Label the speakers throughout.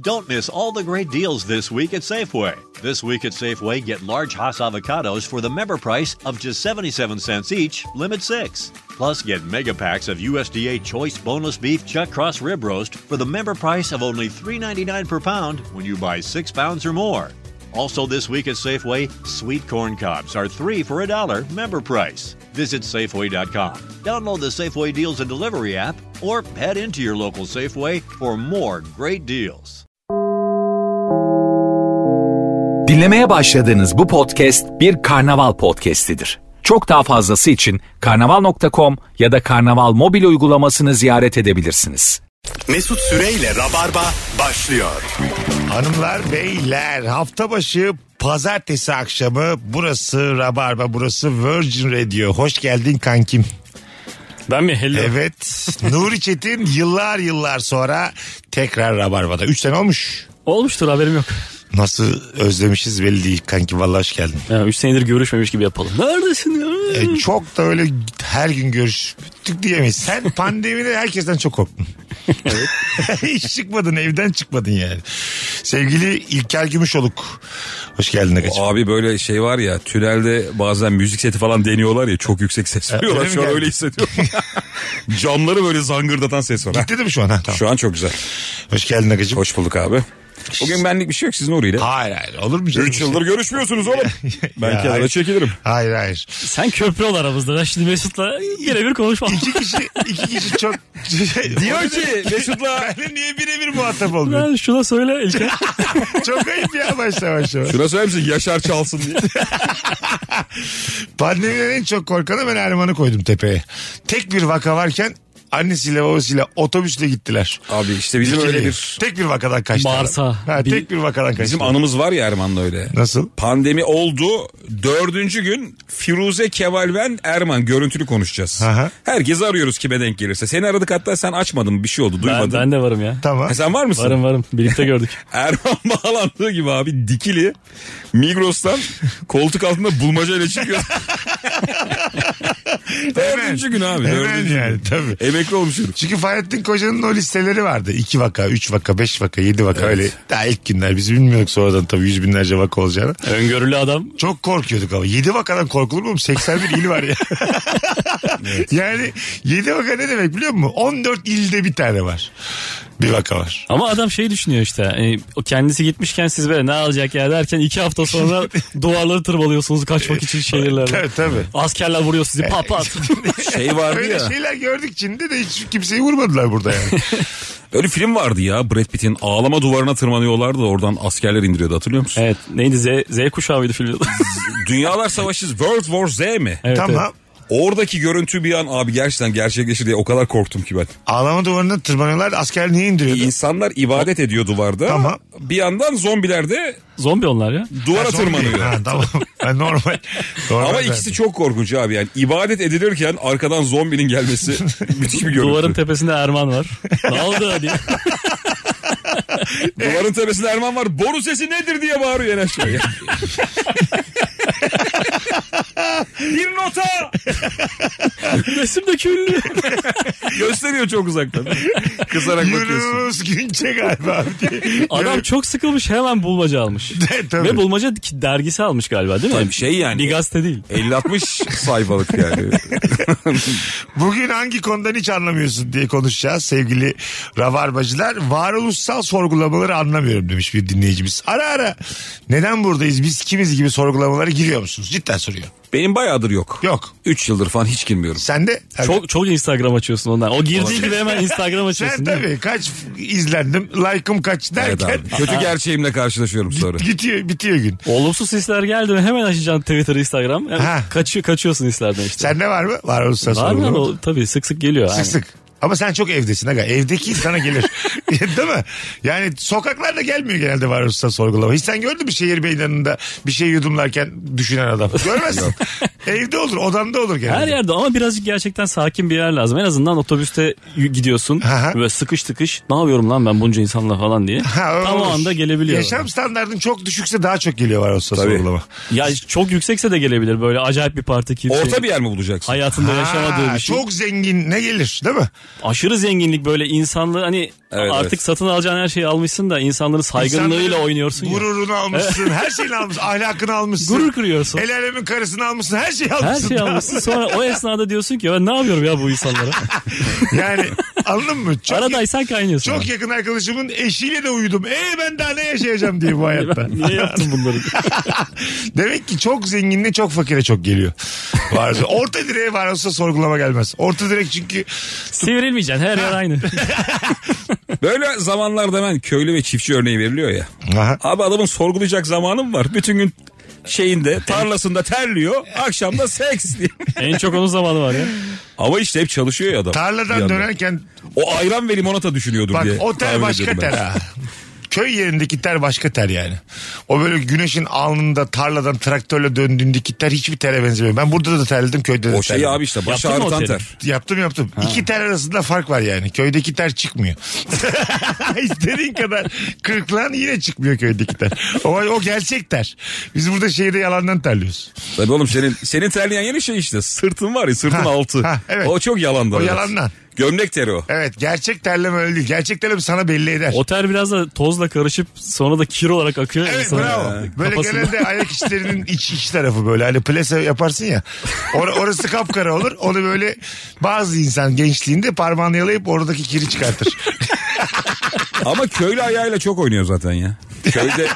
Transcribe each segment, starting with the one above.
Speaker 1: Don't miss all the great deals this week at Safeway. This week at Safeway, get large Hass avocados for the member price of just 77 cents each, limit six. Plus, get mega packs of USDA Choice Boneless Beef Chuck Cross Rib Roast for the member price of only $3.99 per pound when you buy six pounds or more. Also, this week at Safeway, sweet corn cobs are three for a dollar member price. Visit Safeway.com, download the Safeway Deals and Delivery app, or head into your local Safeway for more great deals.
Speaker 2: Dinlemeye başladığınız bu podcast bir karnaval podcastidir. Çok daha fazlası için karnaval.com ya da karnaval mobil uygulamasını ziyaret edebilirsiniz.
Speaker 3: Mesut Süreyle Rabarba başlıyor.
Speaker 4: Hanımlar beyler hafta başı pazartesi akşamı burası Rabarba burası Virgin Radio. Hoş geldin kankim.
Speaker 5: Ben mi? Hello.
Speaker 4: Evet Nuri Çetin yıllar yıllar sonra tekrar Rabarba'da. 3 sene olmuş.
Speaker 5: Olmuştur haberim yok.
Speaker 4: Nasıl özlemişiz belli değil kanki vallahi hoş geldin.
Speaker 5: Ya, üç senedir görüşmemiş gibi yapalım. Neredesin ya?
Speaker 4: E, çok da öyle her gün görüştük diyemeyiz. Sen pandemide herkesten çok korktun. Hiç çıkmadın evden çıkmadın yani. Sevgili İlker Gümüşoluk. Hoş geldin Akacığım.
Speaker 6: Abi böyle şey var ya tünelde bazen müzik seti falan deniyorlar ya çok yüksek ses veriyorlar.
Speaker 4: öyle mi
Speaker 6: Şu an
Speaker 4: geldi?
Speaker 6: öyle hissediyorum. Camları böyle zangırdatan ses var. Ha,
Speaker 4: Gitti değil mi şu an? Ha, tamam.
Speaker 6: Şu an çok güzel.
Speaker 4: Hoş geldin Akacığım.
Speaker 6: Hoş bulduk abi. Bugün benlik bir şey yok sizin Nuri'yle.
Speaker 4: Hayır hayır olur mu? canım? Şey-
Speaker 6: 3 yıldır görüşmüyorsunuz oğlum.
Speaker 4: Ya,
Speaker 6: Ben
Speaker 4: hayır.
Speaker 6: kenara çekilirim.
Speaker 4: Hayır hayır.
Speaker 5: Sen köprü ol aramızda. Ben şimdi Mesut'la yine bir konuşmam.
Speaker 4: İki kişi, iki kişi çok...
Speaker 6: Diyor ki Mesut'la.
Speaker 4: Benle niye birebir muhatap olmuyor?
Speaker 5: Ben şuna söyle İlker.
Speaker 4: çok ayıp ya başla başla.
Speaker 6: Şuna söyler misin Yaşar çalsın diye.
Speaker 4: Pandemiden en çok korkanı ben Erman'ı koydum tepeye. Tek bir vaka varken annesiyle babasıyla otobüsle gittiler.
Speaker 6: Abi işte bizim
Speaker 4: İkili.
Speaker 6: öyle bir
Speaker 4: Tek bir vakadan kaçtı.
Speaker 5: Varsa.
Speaker 4: adam. Ha,
Speaker 5: Bir-
Speaker 4: tek bir vakadan kaçtı.
Speaker 6: bizim anımız var ya Erman'la öyle.
Speaker 4: Nasıl?
Speaker 6: Pandemi oldu. Dördüncü gün Firuze Kemal ben Erman görüntülü konuşacağız.
Speaker 4: Aha.
Speaker 6: Herkesi arıyoruz kime denk gelirse. Seni aradık hatta sen açmadın bir şey oldu duymadın.
Speaker 5: ben, ben de varım ya.
Speaker 4: Tamam.
Speaker 6: Ha, sen var mısın?
Speaker 5: Varım varım. Birlikte gördük.
Speaker 6: Erman bağlandığı gibi abi dikili Migros'tan koltuk altında bulmaca ile çıkıyor. dördüncü gün abi.
Speaker 4: Hemen
Speaker 6: Dördüncü
Speaker 4: yani
Speaker 6: gün.
Speaker 4: tabii.
Speaker 6: Emekli olmuşum.
Speaker 4: Çünkü Fahrettin Koca'nın o listeleri vardı. 2 vaka, 3 vaka, 5 vaka, 7 vaka öyle. Daha ilk günler biz bilmiyorduk sonradan tabii yüz binlerce vaka olacağını.
Speaker 5: Öngörülü adam.
Speaker 4: Çok korkuyorduk ama. 7 vakadan korkulur mu? 81 il var ya. Yani 7 vaka ne demek biliyor musun? 14 ilde bir tane var. Bir vaka var.
Speaker 5: Ama adam şey düşünüyor işte. hani o kendisi gitmişken siz böyle ne alacak ya derken iki hafta sonra duvarları tırmalıyorsunuz kaçmak için şehirlerde.
Speaker 4: Tabii tabii.
Speaker 5: Askerler vuruyor sizi pat pat.
Speaker 6: Şey vardı
Speaker 4: Öyle
Speaker 6: ya.
Speaker 4: şeyler gördük Çin'de de hiç kimseyi vurmadılar burada yani.
Speaker 6: Öyle film vardı ya. Brad Pitt'in ağlama duvarına tırmanıyorlardı da oradan askerler indiriyordu hatırlıyor musun?
Speaker 5: evet neydi Z, Z kuşağı mıydı filmin adı?
Speaker 6: Dünyalar Savaşı World War Z mi?
Speaker 5: Evet,
Speaker 4: tamam.
Speaker 5: evet.
Speaker 6: Oradaki görüntü bir an abi gerçekten gerçekleşir diye o kadar korktum ki ben.
Speaker 4: Ağlama duvarına tırmanıyorlar. Asker niye indiriyordu?
Speaker 6: İnsanlar ibadet ediyor duvarda.
Speaker 4: Tamam.
Speaker 6: Bir yandan zombiler de
Speaker 5: Zombi onlar ya.
Speaker 6: duvara
Speaker 4: Ha, zombi.
Speaker 6: tırmanıyor.
Speaker 4: Ha, tamam. Ha, normal. normal.
Speaker 6: Ama
Speaker 4: zaten.
Speaker 6: ikisi çok korkunç abi yani. ibadet edilirken arkadan zombinin gelmesi müthiş bir görüntü.
Speaker 5: Duvarın
Speaker 6: Duvarın,
Speaker 5: tepesinde Erman var. Ne oldu diye.
Speaker 6: tepesinde Erman var. Boru sesi nedir diye bağırıyor en aşağıya. bir nota
Speaker 5: Resim de küllü.
Speaker 6: gösteriyor çok uzaktan. Kızarak bakıyorsun.
Speaker 4: Yunus Günçe galiba abi diye.
Speaker 5: Adam
Speaker 4: Böyle-
Speaker 5: çok sıkılmış hemen bulmaca almış.
Speaker 4: Tabii.
Speaker 5: Ve bulmaca dergisi almış galiba değil mi?
Speaker 6: Tabii şey yani.
Speaker 5: Bir gazete değil.
Speaker 6: 50-60 sayfalık yani.
Speaker 4: Bugün hangi konudan hiç anlamıyorsun diye konuşacağız sevgili Rabarbacılar. Varoluşsal sorgulamaları anlamıyorum demiş bir dinleyicimiz. Ara ara neden buradayız biz kimiz gibi sorgulamalara giriyor musunuz? Cidden soruyor.
Speaker 6: Benim bayağıdır yok.
Speaker 4: Yok.
Speaker 6: 3 yıldır falan hiç girmiyorum.
Speaker 4: Sen de
Speaker 5: Çok çok Instagram açıyorsun ondan. O girdiği gibi hemen Instagram
Speaker 4: sen
Speaker 5: açıyorsun değil mi?
Speaker 4: tabii kaç izlendim like'ım kaç
Speaker 6: Evet
Speaker 4: derken
Speaker 6: abi. Kötü gerçeğimle karşılaşıyorum sonra.
Speaker 4: bitiyor, bitiyor gün.
Speaker 5: Olumsuz hisler geldi mi hemen açacaksın Twitter, Instagram. Hemen
Speaker 4: Ha.
Speaker 5: Kaçıyor, kaçıyorsun hislerden işte.
Speaker 4: Sende var mı? Varoluşsal
Speaker 5: Var mı?
Speaker 4: sorgulama.
Speaker 5: O- Tabii sık sık geliyor.
Speaker 4: Sık sık. Ama sen çok evdesin aga. Evdeki insana gelir. Değil mi? Yani sokaklarda gelmiyor genelde varoluşsal sorgulama. Hiç sen gördün mü şehir meydanında bir şey yudumlarken düşünen adam? Görmezsin. Evde olur, odanda olur genelde.
Speaker 5: Her yerde ama birazcık gerçekten sakin bir yer lazım. En azından otobüste y- gidiyorsun
Speaker 4: Aha.
Speaker 5: böyle sıkış tıkış ne yapıyorum lan ben bunca insanla falan diye.
Speaker 4: Ha,
Speaker 5: Tam o
Speaker 4: olur.
Speaker 5: anda gelebiliyor.
Speaker 4: Yaşam standartın çok düşükse daha çok geliyor varoluşsal sorgulama.
Speaker 5: Ya çok yüksekse de gelebilir böyle acayip bir parti kimse.
Speaker 6: Orta bir yer mi bulacaksın?
Speaker 5: Hayatında yaşamadığı
Speaker 4: Ha,
Speaker 5: bir şey.
Speaker 4: Çok zengin ne gelir değil mi?
Speaker 5: aşırı zenginlik böyle insanlığı hani
Speaker 6: Evet,
Speaker 5: artık
Speaker 6: evet.
Speaker 5: satın alacağın her şeyi almışsın da insanların saygınlığıyla
Speaker 4: İnsanların
Speaker 5: oynuyorsun ya.
Speaker 4: Gururunu almışsın. her şeyini almışsın. Ahlakını almışsın.
Speaker 5: Gurur kırıyorsun.
Speaker 4: El alemin karısını almışsın. Her şeyi almışsın.
Speaker 5: Her şeyi almışsın sonra o esnada diyorsun ki ben ne yapıyorum ya bu insanlara.
Speaker 4: Yani anladın mı? Çok,
Speaker 5: Aradaysan kaynıyorsun.
Speaker 4: çok
Speaker 5: abi.
Speaker 4: yakın arkadaşımın eşiyle de uyudum. E ben daha ne yaşayacağım diye bu hayatta.
Speaker 5: Niye yaptın bunları?
Speaker 4: Demek ki çok zenginle çok fakire çok geliyor. Varsa orta direğe var olsa sorgulama gelmez. Orta direk çünkü
Speaker 5: Sivrilmeyeceksin her yer aynı.
Speaker 6: Böyle zamanlarda hemen köylü ve çiftçi örneği veriliyor ya.
Speaker 4: Aha.
Speaker 6: Abi adamın sorgulayacak zamanı mı var? Bütün gün şeyinde tarlasında terliyor. Akşam da seks diye.
Speaker 5: en çok onun zamanı var ya.
Speaker 6: Ama işte hep çalışıyor ya adam. Bir
Speaker 4: tarladan
Speaker 6: yandan.
Speaker 4: dönerken
Speaker 6: O ayran ve limonata düşünüyordur
Speaker 4: bak
Speaker 6: diye.
Speaker 4: o ter
Speaker 6: tahmin
Speaker 4: başka
Speaker 6: ediyorum ben.
Speaker 4: ter ha. Köy yerindeki ter başka ter yani. O böyle güneşin alnında tarladan traktörle döndüğündeki ter hiçbir tere benzemiyor. Ben burada da terledim köyde de
Speaker 6: O şey
Speaker 4: terledim.
Speaker 6: abi işte baş
Speaker 5: Yaptın mı o
Speaker 6: ağrıtan
Speaker 5: teri?
Speaker 6: ter.
Speaker 4: Yaptım yaptım. İki ter arasında fark var yani. Köydeki ter çıkmıyor. İstediğin kadar kırklan yine çıkmıyor köydeki ter. O, o gerçek ter. Biz burada şehirde yalandan terliyoruz.
Speaker 6: Tabii oğlum senin senin terleyen yeni şey işte. Sırtın var ya sırtın
Speaker 4: Ha,
Speaker 6: altı.
Speaker 4: ha, evet.
Speaker 6: O çok yalandan.
Speaker 4: O
Speaker 6: evet.
Speaker 4: yalandan.
Speaker 6: Gömlek teri o.
Speaker 4: Evet gerçek terleme öyle değil. Gerçek terleme sana belli eder.
Speaker 5: Otel biraz da tozla karışıp sonra da kir olarak akıyor. ya
Speaker 4: Evet
Speaker 5: insana.
Speaker 4: bravo. Böyle
Speaker 5: Kafasında.
Speaker 4: genelde ayak içlerinin iç iç tarafı böyle. Hani plese yaparsın ya. Or- orası kapkara olur. Onu böyle bazı insan gençliğinde parmağını yalayıp oradaki kiri çıkartır.
Speaker 6: Ama köylü ayağıyla çok oynuyor zaten ya. Köyde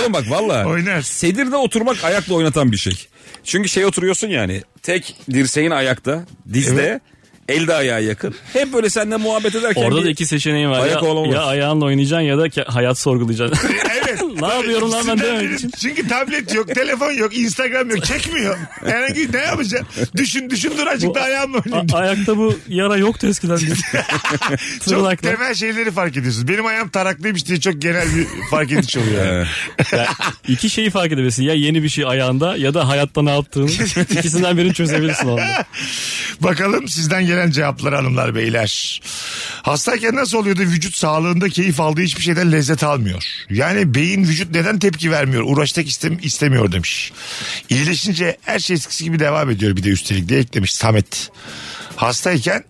Speaker 6: oğlum bak valla.
Speaker 4: Oynar.
Speaker 6: Sedirde oturmak ayakla oynatan bir şey. Çünkü şey oturuyorsun yani. Tek dirseğin ayakta, dizde, el de ayağa yakın. Hep böyle seninle muhabbet ederken
Speaker 5: Orada
Speaker 6: bir-
Speaker 5: da iki seçeneğin var.
Speaker 6: Ayak olamaz.
Speaker 5: ya, ya ayağınla oynayacaksın ya da ke- hayat sorgulayacaksın.
Speaker 4: Evet.
Speaker 5: Ne yapıyorum lan ben
Speaker 4: İkisinden
Speaker 5: dememek
Speaker 4: biri.
Speaker 5: için.
Speaker 4: Çünkü tablet yok, telefon yok, Instagram yok, çekmiyor. Herhangi ne yapacaksın? Düşün düşün dur azıcık da ayağımla oynayayım.
Speaker 5: A- ayakta bu yara yoktu eskiden. diye.
Speaker 4: Çok
Speaker 5: Tırnakla.
Speaker 4: temel şeyleri fark ediyorsun. Benim ayağım taraklıymış diye çok genel bir fark ediş oluyor. yani.
Speaker 6: Evet.
Speaker 5: Ya, iki şeyi fark edebilirsin. Ya yeni bir şey ayağında ya da hayatta ne yaptığını. İkisinden birini çözebilirsin o anda.
Speaker 4: Bakalım sizden gelen cevaplar hanımlar beyler. Hastayken nasıl oluyor da vücut sağlığında keyif aldığı hiçbir şeyden lezzet almıyor? Yani beyin vücut neden tepki vermiyor? Uğraşmak istem istemiyor demiş. İyileşince her şey eskisi gibi devam ediyor bir de üstelik diye eklemiş Samet. Hastayken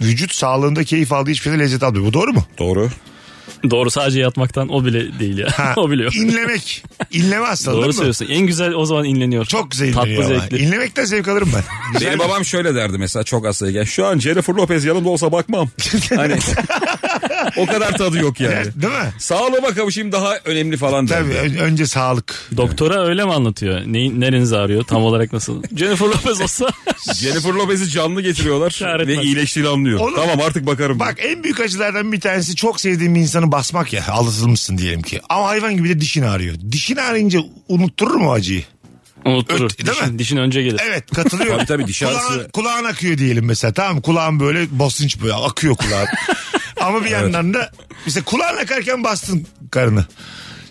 Speaker 4: vücut sağlığında keyif aldığı hiçbir şeyden lezzet almıyor. Bu doğru mu?
Speaker 6: Doğru.
Speaker 5: Doğru sadece yatmaktan o bile değil ya.
Speaker 4: Ha,
Speaker 5: o bile yok.
Speaker 4: İnlemek. İnleme hastalığı
Speaker 5: Doğru
Speaker 4: değil mi?
Speaker 5: söylüyorsun. En güzel o zaman inleniyor.
Speaker 4: Çok güzel inleniyor
Speaker 5: Tatlı
Speaker 4: ama.
Speaker 5: zevkli.
Speaker 4: İnlemekten zevk alırım ben.
Speaker 6: Benim babam şöyle derdi mesela çok hastayken. Şu an Jennifer Lopez yanımda olsa bakmam. hani o kadar tadı yok yani.
Speaker 4: Değil mi?
Speaker 6: Sağlığıma kavuşayım daha önemli falan derdi.
Speaker 4: Tabii ön- önce sağlık.
Speaker 5: Doktora öyle mi anlatıyor? Neyin, nereniz ağrıyor? Tam olarak nasıl? Jennifer Lopez olsa
Speaker 6: Jennifer Lopez'i canlı getiriyorlar
Speaker 5: Çağretmez.
Speaker 6: ve iyileştiğini anlıyor.
Speaker 4: Oğlum-
Speaker 6: tamam artık bakarım.
Speaker 4: Bak en büyük acılardan bir tanesi çok sevdiğim bir insanı basmak ya. Aldatılmışsın diyelim ki. Ama hayvan gibi de dişin ağrıyor. Dişin ağrıyınca unutturur mu o acıyı?
Speaker 5: unutturur.
Speaker 4: Öt- değil mi?
Speaker 5: dişin, dişin önce gelir.
Speaker 4: Evet katılıyorum.
Speaker 6: Tabii tabii, diş ağrısı-
Speaker 4: Kulağın, kulağın akıyor diyelim mesela tamam mı? Kulağın böyle basınç böyle akıyor kulağın. Ama bir yandan da mesela kulağın akarken bastın karını.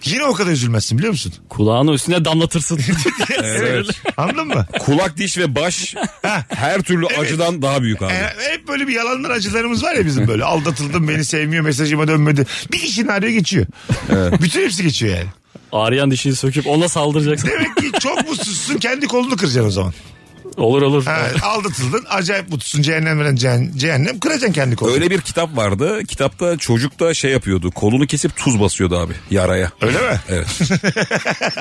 Speaker 4: Yine o kadar üzülmezsin biliyor musun?
Speaker 5: Kulağını üstüne damlatırsın.
Speaker 6: Evet.
Speaker 4: Anladın mı?
Speaker 6: Kulak, diş ve baş her türlü acıdan daha büyük abi.
Speaker 4: E, hep böyle bir yalanlar acılarımız var ya bizim böyle. Aldatıldım beni sevmiyor mesajıma dönmedi. Bir dişin ağrıyor geçiyor. Bütün hepsi geçiyor yani.
Speaker 5: Ağrıyan dişini söküp ona saldıracaksın.
Speaker 4: Demek ki çok mutsuzsun kendi kolunu kıracaksın o zaman.
Speaker 5: Olur olur.
Speaker 4: Ha, aldatıldın acayip mutlusun cehennemden cehennem, cehennem kıracaksın kendi kolunu. Öyle,
Speaker 6: Öyle bir kitap vardı. Kitapta çocuk da şey yapıyordu. Kolunu kesip tuz basıyordu abi yaraya.
Speaker 4: mi?
Speaker 6: Evet.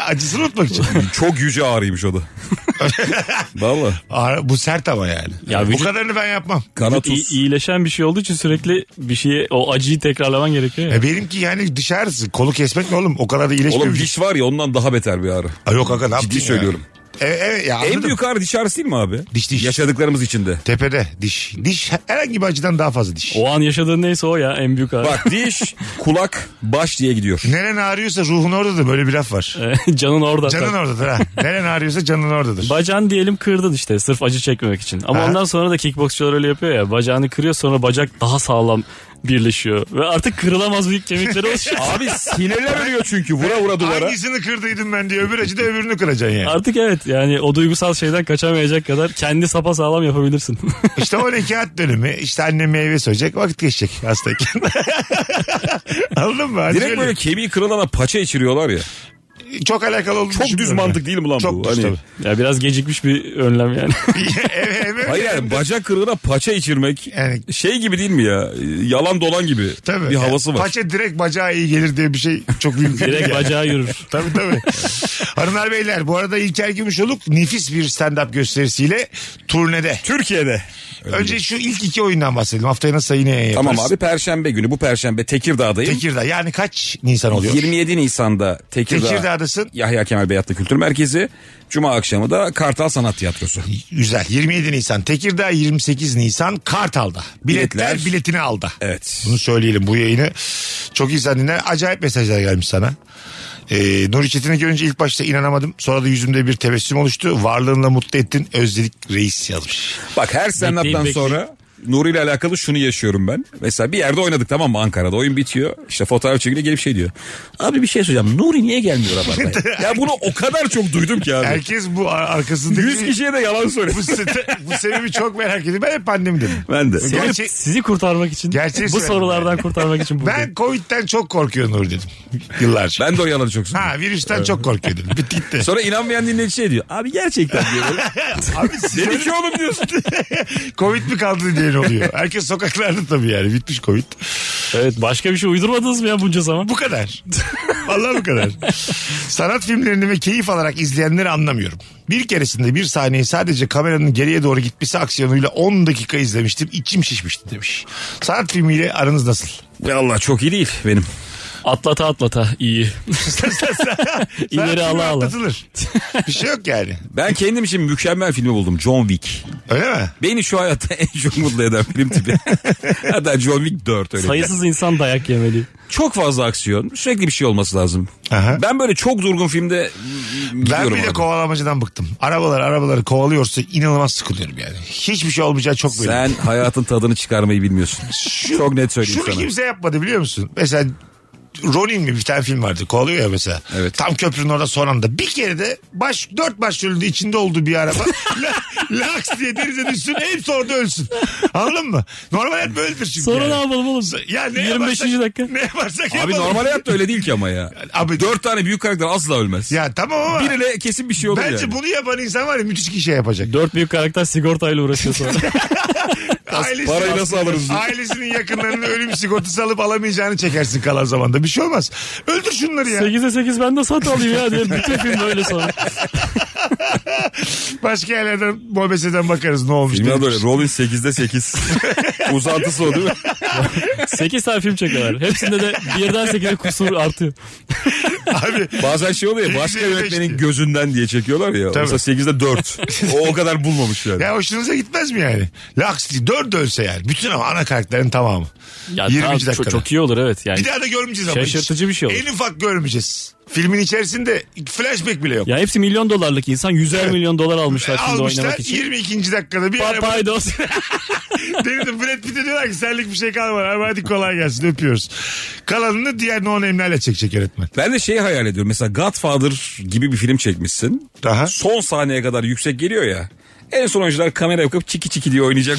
Speaker 4: Acısını unutmak için.
Speaker 6: Çok yüce ağrıymış o da. Valla.
Speaker 4: Ağrı- Bu sert ama yani.
Speaker 5: Ya
Speaker 4: Bu
Speaker 5: vücut-
Speaker 4: kadarını ben yapmam.
Speaker 6: Kana
Speaker 5: Vücut iyi-
Speaker 6: tuz.
Speaker 5: iyileşen bir şey olduğu için sürekli bir şeyi o acıyı tekrarlaman gerekiyor ya.
Speaker 4: E benimki yani diş ağrısı. Kolu kesmek ne oğlum? O kadar da iyileşmiyor.
Speaker 6: Oğlum
Speaker 4: vücut.
Speaker 6: diş var ya ondan daha beter bir ağrı.
Speaker 4: Ay yok aga ne yaptın
Speaker 6: Ciddi
Speaker 4: ya?
Speaker 6: söylüyorum.
Speaker 4: E, evet ya
Speaker 6: En
Speaker 4: anladım.
Speaker 6: büyük ağrı diş ağrısı değil mi abi?
Speaker 4: Diş, diş.
Speaker 6: Yaşadıklarımız içinde.
Speaker 4: Tepede diş. Diş herhangi bir acıdan daha fazla diş.
Speaker 5: O an yaşadığın neyse o ya en büyük ağrı.
Speaker 6: Bak diş, kulak, baş diye gidiyor.
Speaker 4: Neren ağrıyorsa ruhun oradadır. Böyle bir laf var.
Speaker 5: Canın orada.
Speaker 4: Canın oradadır ha. Neren ağrıyorsa canın oradadır.
Speaker 5: Bacağını diyelim kırdın işte sırf acı çekmemek için. Ama
Speaker 4: Ha.
Speaker 5: ondan sonra da kickboksçular öyle yapıyor ya. Bacağını kırıyor sonra bacak daha sağlam birleşiyor. Ve artık kırılamaz büyük kemikleri oluşuyor.
Speaker 6: Abi sinirler ölüyor çünkü vura vura duvara.
Speaker 4: Hangisini kırdıydım ben diye öbür acıda öbürünü kıracaksın yani.
Speaker 5: Artık evet yani o duygusal şeyden kaçamayacak kadar kendi sapa sağlam yapabilirsin.
Speaker 4: İşte o nekaat dönemi. İşte anne meyve söyleyecek. Vakit geçecek hastayken. Anladın mı? Hani Hadi
Speaker 6: Direkt böyle kemiği kırılana paça içiriyorlar ya.
Speaker 4: çok alakalı olduğunu
Speaker 6: Çok düz
Speaker 4: düşünmüyorum ben.
Speaker 6: mantık değil mi lan
Speaker 4: Çok
Speaker 6: bu?
Speaker 4: düz
Speaker 6: Hani-
Speaker 4: tabii.
Speaker 5: Ya biraz gecikmiş bir önlem yani.
Speaker 4: Hem- hem- hem-
Speaker 6: Hayır yani bacak kırığına paça içirmek
Speaker 4: Yani-
Speaker 6: şey gibi değil mi ya? Yalan dolan gibi
Speaker 4: Tabii.
Speaker 6: bir havası
Speaker 4: Yani
Speaker 6: var.
Speaker 4: Paça direkt bacağa iyi gelir diye bir şey çok büyük.
Speaker 5: Direkt bacağa yürür.
Speaker 4: Tabii tabii. Hanımlar beyler bu arada İlker Gümüşoluk nefis bir stand-up gösterisiyle turnede.
Speaker 6: Türkiye'de.
Speaker 4: Önce şu ilk iki oyundan bahsedelim. Haftaya nasıl yine yayın yaparız.
Speaker 6: E, Tamam abi perşembe günü bu perşembe Tekirdağ'dayım.
Speaker 4: Tekirdağ yani kaç Nisan oluyor?
Speaker 6: 27 Nisan'da Tekirdağ,
Speaker 4: Tekirdağ'dasın.
Speaker 6: Yahya Kemal Beyatlı Kültür Merkezi. Cuma akşamı da Kartal Sanat Tiyatrosu.
Speaker 4: Güzel. 27 Nisan Tekirdağ, 28 Nisan Kartal'da. Biletler,
Speaker 6: Biletler.
Speaker 4: biletini aldı.
Speaker 6: Evet.
Speaker 4: Bunu söyleyelim bu yayını. Çok insan dinler. Acayip mesajlar gelmiş sana. Ee, Nuri Çetin'i görünce ilk başta inanamadım. Sonra da yüzümde bir tebessüm oluştu. Varlığınla mutlu ettin. Özledik reis yazmış.
Speaker 6: Bak her stand-up'tan
Speaker 5: Bekleyin, bekleyin.
Speaker 6: sonra Nuri ile alakalı şunu yaşıyorum ben. Mesela bir yerde oynadık tamam mı Ankara'da oyun bitiyor. İşte fotoğraf çekiliyor gelip şey diyor. Abi bir şey söyleyeceğim Nuri niye gelmiyor Rabarba'ya? ya bunu o kadar çok duydum ki abi.
Speaker 4: Herkes bu ar- arkasındaki...
Speaker 6: 100 kişiye de yalan söylüyor.
Speaker 4: bu, se- bu sebebi çok merak ediyorum. Ben hep pandemi dedim.
Speaker 6: Ben de.
Speaker 4: Gerçi-
Speaker 5: Sizi kurtarmak için,
Speaker 4: Gerçeği
Speaker 5: bu
Speaker 4: söyledim
Speaker 5: sorulardan kurtarmak için buradayım.
Speaker 4: Ben Covid'den çok korkuyorum Nuri dedim. Yıllarca.
Speaker 6: Ben de o yalanı çok söylüyorum.
Speaker 4: Ha virüsten çok korkuyor dedim. Bitti gitti.
Speaker 6: Sonra inanmayan dinleyici şey diyor. Abi gerçekten diyor.
Speaker 4: Abi siz
Speaker 6: Dedi ki oğlum diyorsun.
Speaker 4: Covid mi kaldı diye oluyor. Herkes sokaklarda tabii yani. Bitmiş Covid.
Speaker 5: Evet başka bir şey uydurmadınız mı ya bunca zaman?
Speaker 4: Bu kadar. Vallahi bu kadar. Sanat filmlerini ve keyif alarak izleyenleri anlamıyorum. Bir keresinde bir sahneyi sadece kameranın geriye doğru gitmesi aksiyonuyla 10 dakika izlemiştim. İçim şişmişti demiş. Sanat filmiyle aranız nasıl?
Speaker 6: Ya Allah çok iyi değil benim.
Speaker 5: Atlata atlata iyi.
Speaker 4: Sanat filmi
Speaker 5: ala ala.
Speaker 4: atlatılır. Bir şey yok yani.
Speaker 6: Ben kendim için mükemmel filmi buldum. John Wick.
Speaker 4: Öyle mi?
Speaker 6: Beni şu hayatta en çok mutlu eden film tipi. Hatta John Wick 4 öyle.
Speaker 5: Sayısız insan dayak yemeli.
Speaker 6: Çok fazla aksiyon. Sürekli bir şey olması lazım.
Speaker 4: Aha.
Speaker 6: Ben böyle çok durgun filmde ben
Speaker 4: Ben
Speaker 6: gidiyorum.
Speaker 4: bir de
Speaker 6: arada.
Speaker 4: kovalamacıdan bıktım. Arabalar arabaları kovalıyorsa inanılmaz sıkılıyorum yani. Hiçbir şey olmayacağı çok belli.
Speaker 6: Sen hayatın tadını çıkarmayı bilmiyorsun. çok net söyleyeyim
Speaker 4: Şunu
Speaker 6: sana.
Speaker 4: kimse yapmadı biliyor musun? Mesela Ronin mi bir tane film vardı. Kovalıyor ya mesela.
Speaker 6: Evet.
Speaker 4: Tam köprünün orada son anda. Bir kere de baş, dört başrolünde içinde olduğu bir araba. la, laks diye denize düşsün. Hepsi orada ölsün. Anladın mı? Normal hep böyledir çünkü.
Speaker 5: Sonra
Speaker 4: yani.
Speaker 5: ne yapalım oğlum?
Speaker 4: Ya ne
Speaker 5: 25.
Speaker 4: yaparsak-
Speaker 5: dakika.
Speaker 4: Ne yaparsak
Speaker 6: Abi
Speaker 4: yapalım.
Speaker 6: normal hayatta öyle değil ki ama ya.
Speaker 4: Abi-
Speaker 6: Dört tane büyük karakter asla ölmez.
Speaker 4: Ya tamam ama.
Speaker 6: Birine kesin bir şey olur
Speaker 4: Bence
Speaker 6: yani.
Speaker 4: bunu yapan insan var ya müthiş bir şey yapacak.
Speaker 5: Dört büyük karakter sigortayla uğraşıyor sonra.
Speaker 4: Ailesi-
Speaker 6: parayı nasıl alırız diye.
Speaker 4: Ailesinin yakınlarının ölüm sigortası alıp alamayacağını çekersin kalan zamanda. Bir şey olmaz. Öldür şunları ya.
Speaker 5: 8'e 8 ben de sat alayım ya diye bütün film böyle sonra.
Speaker 4: Başka yerlerden mobeseden bakarız ne olmuş.
Speaker 6: Filmin
Speaker 4: diye.
Speaker 6: adı öyle. Rolling 8'de 8. Uzantısı o değil mi?
Speaker 5: 8 tane film çekiyorlar. Hepsinde de birden 8'e kusur artıyor.
Speaker 4: Abi
Speaker 6: Bazen şey oluyor ya
Speaker 4: Sekiz
Speaker 6: başka
Speaker 4: elli beş
Speaker 6: yönetmenin
Speaker 4: diye.
Speaker 6: gözünden diye çekiyorlar ya.
Speaker 4: Tabii.
Speaker 6: Mesela 8'de 4. o, o kadar bulmamış yani.
Speaker 4: ya hoşunuza gitmez mi yani? Laks diye dört de ölse yani. Bütün ama ana karakterlerin tamamı.
Speaker 5: Ya
Speaker 4: 20.
Speaker 5: tamam, çok-
Speaker 4: dakikada.
Speaker 5: çok iyi olur evet. Yani
Speaker 4: Bir daha da görmeyeceğiz ama. hiç.
Speaker 5: Şaşırtıcı bir şey olur.
Speaker 4: En ufak görmeyeceğiz. Filmin içerisinde flashback bile yok.
Speaker 5: Ya hepsi milyon dolarlık insan. Yüzer milyon dolar almışlar şimdi
Speaker 4: E, Almışlar
Speaker 5: oynamak için.
Speaker 4: 22. dakikada bir araba
Speaker 5: Papaydos.
Speaker 4: Deniz'in Brad Pitt'e diyorlar ki senlik bir şey kalmadı. Abi hadi kolay gelsin öpüyoruz. Kalanını diğer no name'lerle çekecek yönetmen.
Speaker 6: Ben de şeyi hayal ediyorum. Mesela Godfather gibi bir film çekmişsin.
Speaker 4: Aha.
Speaker 6: Son sahneye kadar yüksek geliyor ya. En son oyuncular kamera yapıp çiki çiki diye oynayacak.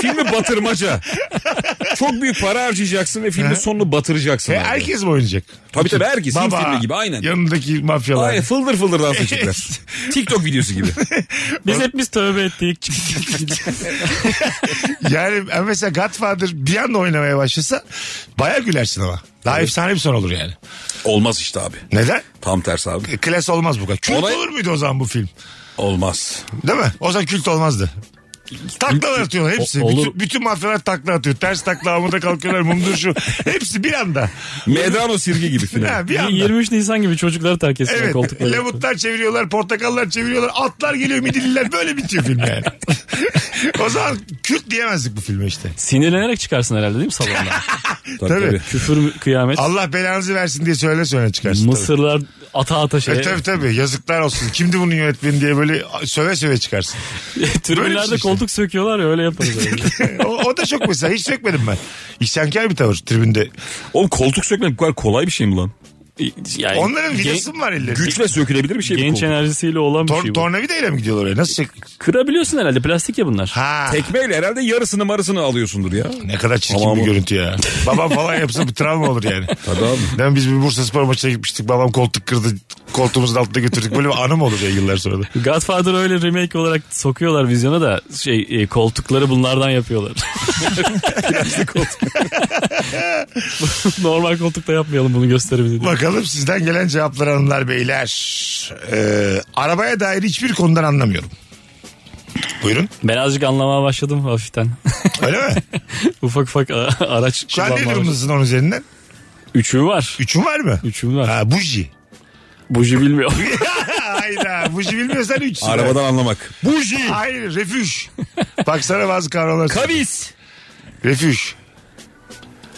Speaker 6: Filmi batırmaca. Çok büyük para harcayacaksın ve filmin sonunu batıracaksın.
Speaker 4: E,
Speaker 6: abi.
Speaker 4: herkes mi oynayacak?
Speaker 6: Tabii tabii herkes. Hint filmi gibi aynen.
Speaker 4: Yanındaki mafyalar.
Speaker 6: Ay, fıldır fıldır dans edecekler. TikTok videosu gibi.
Speaker 5: Biz hep biz tövbe ettik.
Speaker 4: Yani ben mesela Godfather bir anda oynamaya başlasa baya gülersin ama. Daha efsane bir son olur yani.
Speaker 6: Olmaz işte abi.
Speaker 4: Neden?
Speaker 6: Tam tersi abi.
Speaker 4: E, Klas olmaz bu kadar. Kült
Speaker 6: Olay-
Speaker 4: olur muydu o zaman bu film?
Speaker 6: Olmaz.
Speaker 4: Değil mi? O zaman kült olmazdı. Taklalar atıyorlar hepsi.
Speaker 5: O- olur.
Speaker 4: Bütün, bütün mafyalar takla atıyor. Ters takla amuda kalkıyorlar mumdur şu. Hepsi bir anda.
Speaker 6: Medrano sirgi gibi filan.
Speaker 4: Ha, bir anda.
Speaker 5: 23 Nisan gibi çocukları terk etsinler
Speaker 4: Evet.
Speaker 5: koltukları.
Speaker 4: Lemutlar çeviriyorlar, portakallar çeviriyorlar, atlar geliyor, midilliler böyle bitiyor film yani. o zaman Kürt diyemezdik bu filme işte.
Speaker 5: Sinirlenerek çıkarsın herhalde değil mi salondan?
Speaker 6: Tabii,
Speaker 4: Tabii.
Speaker 6: tabii.
Speaker 5: Küfür mü- kıyamet.
Speaker 4: Allah belanızı versin diye söyle söyle çıkarsın. Tabii.
Speaker 5: Mısırlar ata ata şey.
Speaker 4: E, tabii tabii yazıklar olsun. Kimdi bunun yönetmeni diye böyle söve söve çıkarsın. Böyle bir şey
Speaker 5: Tribünlerde
Speaker 4: işte.
Speaker 5: koltuk söküyorlar ya öyle yaparız. herhalde.
Speaker 4: E, o, o da çok mesela hiç sökmedim ben. İhsankar bir tavır tribünde.
Speaker 6: Oğlum koltuk sökmek bu kadar kolay bir şey mi lan?
Speaker 5: yani
Speaker 4: Onların
Speaker 5: gen-
Speaker 4: vidası mı var ellerinde?
Speaker 6: Güçle sökülebilir bir şey bu.
Speaker 5: genç
Speaker 6: kol.
Speaker 5: enerjisiyle olan bir
Speaker 4: Tor-
Speaker 5: şey bu.
Speaker 4: tornavidayla mı gidiyorlar oraya? Nasıl çek?
Speaker 5: Kırabiliyorsun herhalde plastik ya bunlar.
Speaker 4: Ha.
Speaker 6: Tekmeyle herhalde yarısını marısını alıyorsundur ya.
Speaker 4: Ne kadar çirkin
Speaker 6: Tamam.
Speaker 4: bir görüntü ya. babam falan yapsa bir travma olur yani.
Speaker 6: Tabii abi.
Speaker 4: Ben biz bir Bursa Spor maçına gitmiştik. Babam koltuk kırdı. Koltuğumuzun altında götürdük. Böyle bir anım olur ya yıllar sonra da.
Speaker 5: Godfather öyle remake olarak sokuyorlar vizyona da şey e, koltukları bunlardan yapıyorlar. Normal koltukta yapmayalım bunu gösterebilir.
Speaker 4: Bakalım sizden gelen cevaplar hanımlar beyler. Ee, arabaya dair hiçbir konudan anlamıyorum. Buyurun.
Speaker 5: Ben azıcık anlamaya başladım hafiften.
Speaker 4: Öyle mi?
Speaker 5: ufak ufak a- araç
Speaker 4: Şu an ne
Speaker 5: kullanmaya başladım.
Speaker 4: durumdasın onun üzerinden?
Speaker 5: Üçüm var.
Speaker 4: Üçün var mı?
Speaker 5: Üçüm var.
Speaker 4: Ha, buji.
Speaker 5: Buji bilmiyor.
Speaker 4: Hayda. Buji bilmiyorsan üçsün.
Speaker 6: Arabadan anlamak.
Speaker 4: Buji. Hayır refüj. Baksana bazı kavramlar.
Speaker 6: Kavis.
Speaker 4: Refüj.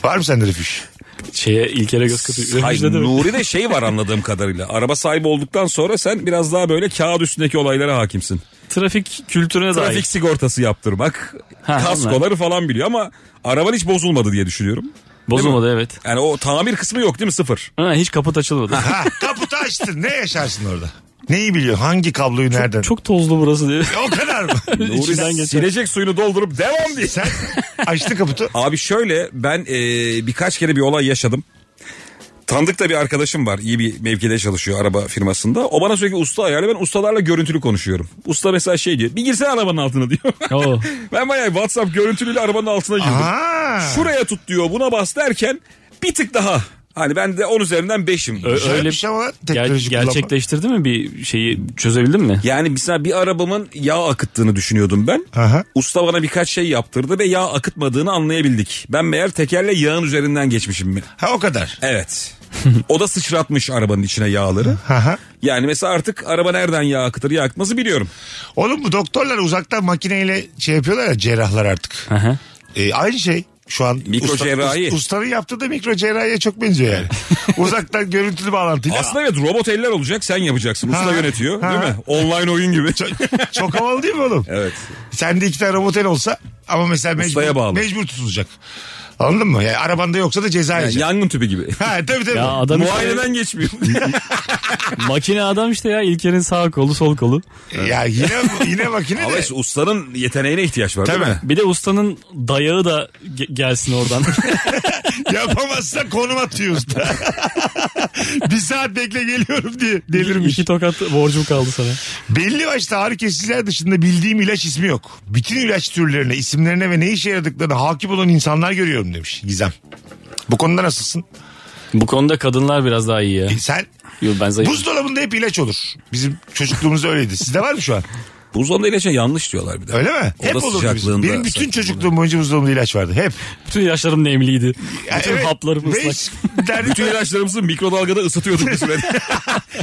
Speaker 4: Var mı sende refüj?
Speaker 5: Şeye ilkere göz katıyor.
Speaker 6: Hayır
Speaker 5: Refüjde değil mi?
Speaker 6: Nuri de şey var anladığım kadarıyla. Araba sahibi olduktan sonra sen biraz daha böyle kağıt üstündeki olaylara hakimsin.
Speaker 5: Trafik kültürüne dair.
Speaker 6: Trafik sigortası yaptırmak,
Speaker 5: Ha,
Speaker 6: kaskoları falan biliyor ama araban hiç bozulmadı diye düşünüyorum.
Speaker 5: Bozulmadı evet.
Speaker 6: Yani o tamir kısmı yok değil mi sıfır?
Speaker 5: Ha, hiç kaput açılmadı.
Speaker 4: Ha, kaputu açtın. Ne yaşarsın orada? Neyi biliyor? Hangi kabloyu nereden?
Speaker 5: Çok tozlu burası diye.
Speaker 4: O kadar mı?
Speaker 5: İçinden
Speaker 6: Nuri
Speaker 5: geçer.
Speaker 6: silecek suyunu doldurup devam diye.
Speaker 4: Sen açtı kaputu.
Speaker 6: Abi şöyle ben e, birkaç kere bir olay yaşadım. Tanıdıkta bir arkadaşım var. iyi bir mevkide çalışıyor araba firmasında. O bana sürekli usta ayarlı. Ben ustalarla görüntülü konuşuyorum. Usta mesela şey diyor. Bir girsene arabanın altına diyor.
Speaker 5: Oo.
Speaker 6: ben bayağı WhatsApp görüntülüyle arabanın altına girdim.
Speaker 4: Ha.
Speaker 6: Şuraya tut diyor buna bas derken bir tık daha. Hani ben de 10 üzerinden 5'im.
Speaker 5: Ö-
Speaker 4: Öyle
Speaker 5: öyle
Speaker 4: bir şey ama
Speaker 5: Ger-
Speaker 4: teknoloji kullanma.
Speaker 5: gerçekleştirdi mi bir şeyi çözebildin mi?
Speaker 6: Yani mesela bir arabamın yağ akıttığını düşünüyordum ben.
Speaker 4: Aha.
Speaker 6: Usta bana birkaç şey yaptırdı ve yağ akıtmadığını anlayabildik. Ben meğer tekerle yağın üzerinden geçmişim mi?
Speaker 4: Ha o kadar.
Speaker 6: Evet. o da sıçratmış arabanın içine yağları.
Speaker 4: Aha.
Speaker 6: Yani mesela artık araba nereden yağ akıtır yağ akıtması biliyorum.
Speaker 4: Oğlum bu doktorlar uzaktan makineyle şey yapıyorlar ya cerrahlar artık.
Speaker 5: Aha.
Speaker 4: Ee, aynı şey. Şu an
Speaker 6: Mikro cerrahi.
Speaker 4: us- ustanın yaptığı da mikro cerrahiye çok benziyor yani. uzaktan görüntülü bağlantıyla.
Speaker 6: Aslında evet robot eller olacak sen yapacaksın. Usta
Speaker 4: Ha.
Speaker 6: yönetiyor
Speaker 4: Ha.
Speaker 6: değil mi? Online oyun gibi.
Speaker 4: Çok havalı değil mi oğlum?
Speaker 6: evet.
Speaker 4: Sende iki tane robot el olsa ama mesela
Speaker 6: Ustaya
Speaker 4: mecbur,
Speaker 6: bağlı.
Speaker 4: mecbur tutulacak. Anladın mı? Yani arabanda yoksa da ceza
Speaker 6: Yani
Speaker 4: yiyecek.
Speaker 6: yangın tüpü gibi.
Speaker 4: Ha tabii tabii.
Speaker 5: Ya adam işte,
Speaker 6: Muayeneden geçmiyor.
Speaker 5: makine adam işte ya İlker'in sağ kolu sol kolu.
Speaker 4: Ya yine yine makine
Speaker 6: Ama
Speaker 4: de.
Speaker 6: işte ustanın yeteneğine ihtiyaç var
Speaker 4: Tabii.
Speaker 6: değil mi?
Speaker 5: Bir de ustanın dayağı da ge- gelsin oradan.
Speaker 4: Yapamazsa konum atıyor usta. bir saat bekle geliyorum diye delirmiş.
Speaker 5: İki tokat borcum kaldı sana.
Speaker 4: Belli başta ağrı kesiciler dışında bildiğim ilaç ismi yok. Bütün ilaç türlerine, isimlerine ve ne işe yaradıklarına hakim olan insanlar görüyorum demiş Gizem. Bu konuda nasılsın?
Speaker 5: Bu konuda kadınlar biraz daha iyi ya.
Speaker 4: E, Sen
Speaker 5: Yo, ben zayıf.
Speaker 4: buzdolabında hep ilaç olur. Bizim çocukluğumuzda öyleydi. Sizde var mı şu an?
Speaker 6: Buzdolabında ilaça yanlış diyorlar bir de.
Speaker 4: Öyle mi?
Speaker 6: O da
Speaker 4: hep olurdu bizim.
Speaker 6: sıcaklığında
Speaker 4: Benim bütün
Speaker 6: saçmalama.
Speaker 4: çocukluğum boyunca buzdolabında ilaç vardı. Hep.
Speaker 5: Bütün ilaçlarım nemliydi.
Speaker 4: Ya
Speaker 5: Bütün
Speaker 4: evet,
Speaker 5: haplarım
Speaker 4: ve
Speaker 5: ıslak.
Speaker 4: hiç derdi-
Speaker 6: Bütün ilaçlarımızı mikrodalgada ısıtıyorduk biz böyle.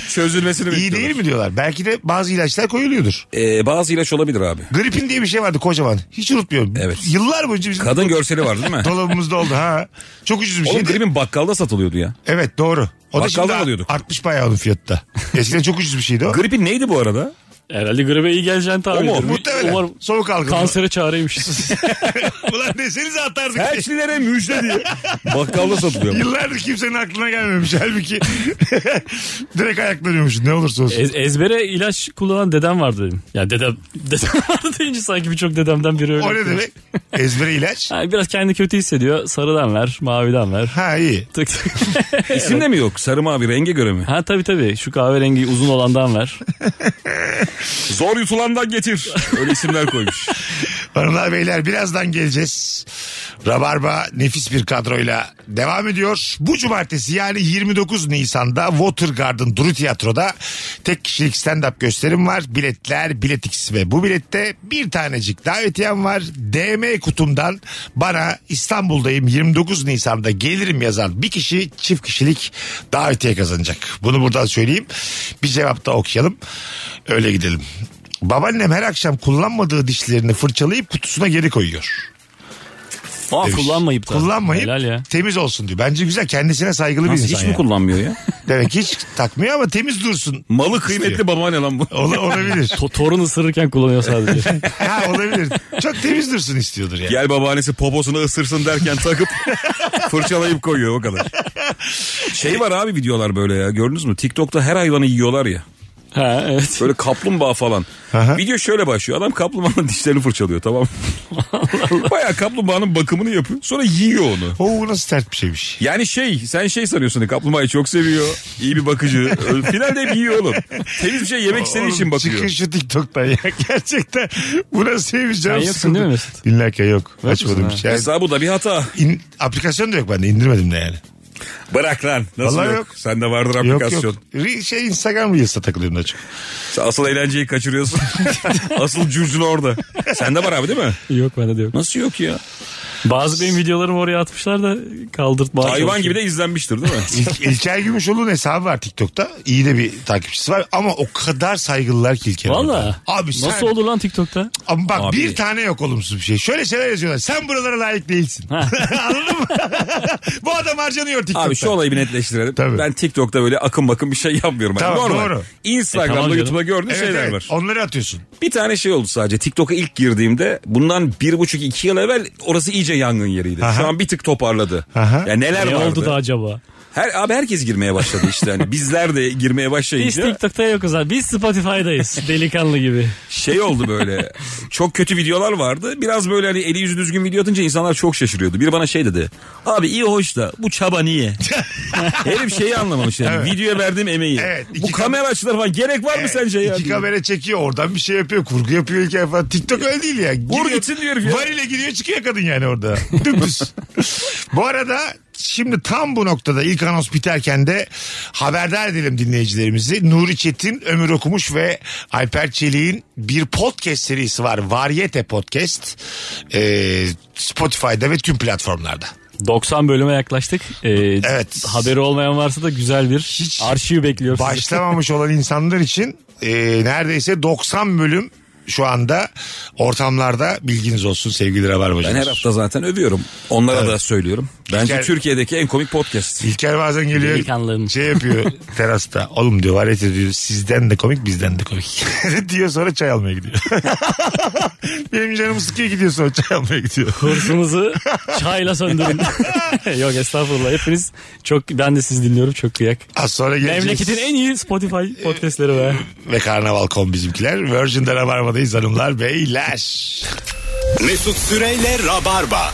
Speaker 6: Çözülmesini
Speaker 4: İyi
Speaker 6: bekliyorlar.
Speaker 4: değil mi diyorlar. Belki de bazı ilaçlar koyuluyordur.
Speaker 6: Ee, bazı ilaç olabilir abi.
Speaker 4: Gripin diye bir şey vardı kocaman. Hiç unutmuyorum.
Speaker 6: Evet.
Speaker 4: Yıllar boyunca bizim
Speaker 6: Kadın görseli var değil mi?
Speaker 4: dolabımızda oldu. Ha. Çok ucuz bir şey
Speaker 6: Oğlum
Speaker 4: şeydi.
Speaker 6: gribin bakkalda satılıyordu ya.
Speaker 4: Evet doğru. O da
Speaker 6: Bakkaldan
Speaker 4: şimdi
Speaker 6: alıyorduk.
Speaker 4: artmış bayağı onun fiyatı da. Eskiden çok ucuz bir şeydi o.
Speaker 6: Gripin neydi bu arada?
Speaker 5: Herhalde gribe iyi geleceğini tahmin
Speaker 6: O mu?
Speaker 5: ediyorum.
Speaker 4: Muhtemelen.
Speaker 5: Umarım
Speaker 4: Soğuk algınlığı.
Speaker 5: kansere çareymiş.
Speaker 4: Ulan desenize atardık.
Speaker 6: Elçilere müjde diye. Bakkalda satılıyor.
Speaker 4: Yıllardır kimsenin aklına gelmemiş. Halbuki direkt ayaklanıyormuş ne olursa olsun.
Speaker 5: Ez- ezbere ilaç kullanan dedem vardı benim. Ya dedem, dedem vardı deyince sanki birçok dedemden biri öyle.
Speaker 4: o ne demek? Ezbere ilaç.
Speaker 5: Ha, biraz kendi kötü hissediyor. Sarıdan ver, maviden ver.
Speaker 4: Ha iyi.
Speaker 5: Tık tık.
Speaker 6: İsim de mi yok? Sarı mavi renge göre mi?
Speaker 5: ha tabii tabii. Şu kahverengi uzun olandan ver.
Speaker 6: Zor yutulandan getir. Öyle isimler koymuş.
Speaker 4: Hanımlar beyler birazdan geleceğiz. Rabarba nefis bir kadroyla devam ediyor. Bu cumartesi yani 29 Nisan'da Watergarden Duru Tiyatro'da tek kişilik stand-up gösterim var. Biletler Biletix ve bu bilette bir tanecik davetiyem var. DM kutumdan bana İstanbul'dayım 29 Nisan'da gelirim yazan bir kişi çift kişilik davetiye kazanacak. Bunu buradan söyleyeyim. Bir cevap da okuyalım. Öyle gidelim. Babaannem her akşam kullanmadığı dişlerini fırçalayıp kutusuna geri koyuyor.
Speaker 5: Aa, kullanmayıp da.
Speaker 4: Kullanmayıp
Speaker 5: Helal ya.
Speaker 4: temiz olsun diyor. Bence güzel kendisine saygılı bir
Speaker 6: Nasıl
Speaker 4: insan.
Speaker 6: hiç mi
Speaker 4: yani.
Speaker 6: kullanmıyor ya?
Speaker 4: Demek ki hiç takmıyor ama temiz dursun.
Speaker 6: Malı kıymetli babaanne lan bu.
Speaker 4: Ola, olabilir.
Speaker 5: To- torun ısırırken kullanıyor sadece.
Speaker 4: ha, olabilir. Çok temiz dursun istiyordur yani.
Speaker 6: Gel babaannesi poposunu ısırsın derken takıp fırçalayıp koyuyor o kadar. Şey var abi videolar böyle ya gördünüz mü? TikTok'ta her hayvanı yiyorlar ya.
Speaker 5: ha evet.
Speaker 6: Böyle kaplumbağa falan.
Speaker 4: Aha.
Speaker 6: Video şöyle başlıyor. Adam kaplumbağanın dişlerini fırçalıyor tamam mı? Bayağı kaplumbağanın bakımını yapıyor. Sonra yiyor onu.
Speaker 4: Oo nasıl sert bir şeymiş.
Speaker 6: Yani şey sen şey sanıyorsun kaplumbağayı çok seviyor. iyi bir bakıcı. Ö- Finalde hep yiyor oğlum. Temiz bir şey yemek istediği
Speaker 4: Oğlum,
Speaker 6: için bakıyor.
Speaker 4: Çıkın şu TikTok'tan ya. Gerçekten bu nasıl bir canım
Speaker 5: Sen yoksun
Speaker 4: sıkıldı.
Speaker 5: değil mi Mesut?
Speaker 4: Dinlerken yok.
Speaker 5: musun
Speaker 4: Açmadım
Speaker 5: ha?
Speaker 4: bir şey. Yani
Speaker 6: Mesela bu da bir hata.
Speaker 4: in- aplikasyon da yok bende indirmedim de yani.
Speaker 6: Bırak lan. Nasıl
Speaker 4: Vallahi
Speaker 6: yok?
Speaker 4: yok.
Speaker 6: Sende vardır
Speaker 4: Yok
Speaker 6: aplikasyon.
Speaker 4: yok. Re- Şey Instagram Reels'e takılıyorum da çok.
Speaker 6: Sen asıl eğlenceyi kaçırıyorsun. asıl cürcün orada. Sende var abi değil mi?
Speaker 5: Yok bende de yok.
Speaker 6: Nasıl yok ya?
Speaker 5: Bazı benim videolarımı oraya atmışlar da kaldırtma.
Speaker 6: Hayvan gibi de izlenmiştir değil mi?
Speaker 4: İl- İlker Gümüşoğlu'nun hesabı var TikTok'ta. İyi de bir takipçisi var ama o kadar saygılılar ki İlker.
Speaker 5: Valla.
Speaker 4: Abi sen,
Speaker 5: Nasıl olur lan TikTok'ta?
Speaker 4: Ama bak
Speaker 6: Abi.
Speaker 4: bir tane yok olumsuz bir şey. Şöyle şeyler yazıyorlar. Sen buralara layık değilsin. Anladın mı? Bu adam harcanıyor TikTok'ta.
Speaker 6: Abi şu olayı bir netleştirelim.
Speaker 4: Tabii.
Speaker 6: Ben TikTok'ta böyle akın bakın bir şey yapmıyorum. Yani
Speaker 4: Tamam,
Speaker 6: normal.
Speaker 4: doğru.
Speaker 6: Instagram'da
Speaker 5: E, tamam canım.
Speaker 6: YouTube'da gördüğün
Speaker 4: Evet,
Speaker 6: şeyler
Speaker 4: evet.
Speaker 6: var.
Speaker 4: Onları atıyorsun.
Speaker 6: Bir tane şey oldu sadece. TikTok'a ilk girdiğimde bundan bir buçuk iki yıl evvel orası iyice yangın yeriydi. Şu an bir tık toparladı.
Speaker 4: Aha.
Speaker 6: Ya neler
Speaker 5: Ne
Speaker 6: vardı.
Speaker 5: oldu da acaba?
Speaker 6: Her, abi herkes girmeye başladı işte. Hani bizler de girmeye
Speaker 5: Biz
Speaker 6: başlayınca
Speaker 5: TikTok'ta yokuz abi. Biz Spotify'dayız. Delikanlı gibi.
Speaker 6: şey oldu böyle. çok kötü videolar vardı. Biraz böyle hani eli yüzü düzgün video atınca insanlar çok şaşırıyordu. Biri bana şey dedi. Abi iyi hoş da bu çaba niye? Herif şeyi anlamamış yani. Videoya verdiğim emeği.
Speaker 4: Evet, iki
Speaker 6: bu
Speaker 4: kam-
Speaker 6: kamera açıları falan gerek var mı sence ya?
Speaker 4: İki kamera çekiyor oradan bir şey yapıyor. Kurgu yapıyor İlker falan. TikTok öyle değil ya. Giriyor,
Speaker 6: gitsin diyor herif ya.
Speaker 4: Var ile gidiyor çıkıyor kadın yani orada. Dümdüz. bu arada şimdi tam bu noktada ilk anons biterken de haberdar edelim dinleyicilerimizi. Nuri Çetin, Ömür Okumuş ve Alper Çelik'in bir podcast serisi var. Varyete Podcast. Ee, Spotify'da ve tüm platformlarda.
Speaker 5: 90 bölüme yaklaştık. Ee,
Speaker 4: Evet.
Speaker 5: Haberi olmayan varsa da güzel bir
Speaker 4: Hiç
Speaker 5: arşiv bekliyor. sizi.
Speaker 4: başlamamış olan insanlar için e, neredeyse 90 bölüm şu anda ortamlarda bilginiz olsun sevgili Rabarbacılar.
Speaker 6: Ben her hafta zaten övüyorum. Onlara da söylüyorum. Bence
Speaker 4: İlker-
Speaker 6: Türkiye'deki en komik podcast.
Speaker 4: İlker bazen
Speaker 5: Delikanlım.
Speaker 4: geliyor şey yapıyor terasta. Oğlum diyor varet diyor sizden de komik bizden de komik. diyor sonra çay almaya gidiyor. Benim canım sıkıyor gidiyor sonra çay almaya gidiyor.
Speaker 5: Hırsınızı çayla söndürün. Yok estağfurullah. Hepiniz çok ben de siz dinliyorum çok kıyak.
Speaker 4: Az sonra geleceğiz.
Speaker 5: Memleketin en iyi Spotify podcastleri be.
Speaker 4: Ve Karnaval kom bizimkiler. Virgin'de Rabarba'dayız hanımlar beyler.
Speaker 3: Mesut Süreyle Rabarba.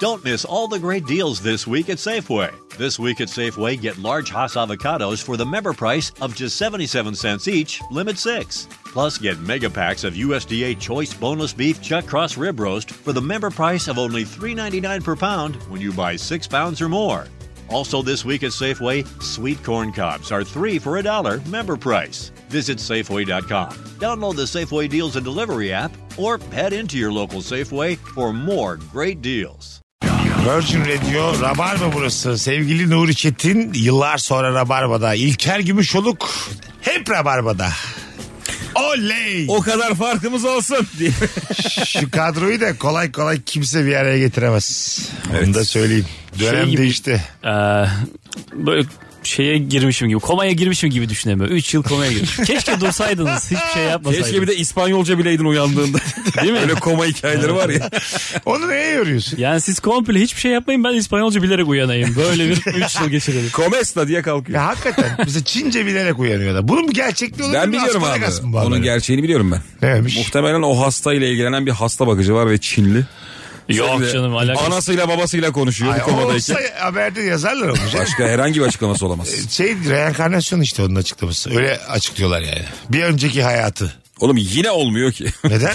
Speaker 1: Don't miss all the great deals this week at Safeway. This week at Safeway, get large Hass avocados for the member price of just 77 cents each, limit six. Plus, get mega packs of USDA Choice Boneless Beef Chuck Cross Rib Roast for the member price of only $3.99 per pound when you buy six pounds or more. Also, this week at Safeway, sweet corn cobs are three for a dollar member price. Visit Safeway.com, download the Safeway Deals and Delivery app, or head into your local Safeway for more great deals.
Speaker 4: Virgin Radio Rabarba burası. Sevgili Nuri Çetin yıllar sonra Rabarba'da. İlker Gümüşoluk hep Rabarba'da. Oley!
Speaker 6: O kadar farkımız olsun diye.
Speaker 4: Şu kadroyu da kolay kolay kimse bir araya getiremez. Onu da söyleyeyim. Dönem
Speaker 5: Şey gibi-
Speaker 4: değişti.
Speaker 5: Ee, böyle şeye girmişim gibi komaya girmişim gibi düşünemiyorum. 3 yıl komaya girmişim. Keşke dursaydınız hiçbir şey yapmasaydınız.
Speaker 6: Keşke bir de İspanyolca bileydin uyandığında. Değil mi? Öyle koma hikayeleri var ya.
Speaker 4: Onu neye yoruyorsun?
Speaker 5: Yani siz komple hiçbir şey yapmayın ben İspanyolca bilerek uyanayım. Böyle bir 3 yıl geçirelim.
Speaker 6: Comesta diye kalkıyor.
Speaker 4: Ya hakikaten bize Çince bilerek uyanıyor da. Bunun bir gerçekliği olabilir
Speaker 6: Ben
Speaker 4: mi?
Speaker 6: biliyorum abi.
Speaker 4: Asparagas mı bu
Speaker 6: Onun
Speaker 4: haberi?
Speaker 6: gerçeğini biliyorum ben.
Speaker 4: Neymiş?
Speaker 6: Muhtemelen o hasta ile ilgilenen bir hasta bakıcı var ve Çinli.
Speaker 5: Yok
Speaker 6: Sürekli
Speaker 5: canım alakası.
Speaker 6: Anasıyla babasıyla konuşuyor
Speaker 4: Ay,
Speaker 6: bu
Speaker 4: o
Speaker 6: komadayken.
Speaker 4: olsa haberde yazarlar onu. canım.
Speaker 6: Başka herhangi bir açıklaması olamaz.
Speaker 4: Şey reenkarnasyon işte onun açıklaması. Öyle açıklıyorlar yani. Bir önceki hayatı.
Speaker 6: Oğlum yine olmuyor ki.
Speaker 4: Neden?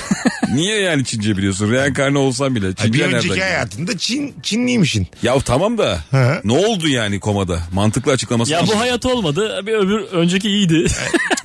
Speaker 6: Niye yani Çince biliyorsun? Reenkarne olsan bile. Çince
Speaker 4: Ay, bir
Speaker 6: nereden
Speaker 4: önceki
Speaker 6: geliyor?
Speaker 4: hayatında Çin Çinliymişin.
Speaker 6: Ya tamam da
Speaker 4: He.
Speaker 6: ne oldu yani komada? Mantıklı açıklaması.
Speaker 5: Ya
Speaker 6: yok.
Speaker 5: bu hayat olmadı. Bir öbür önceki iyiydi.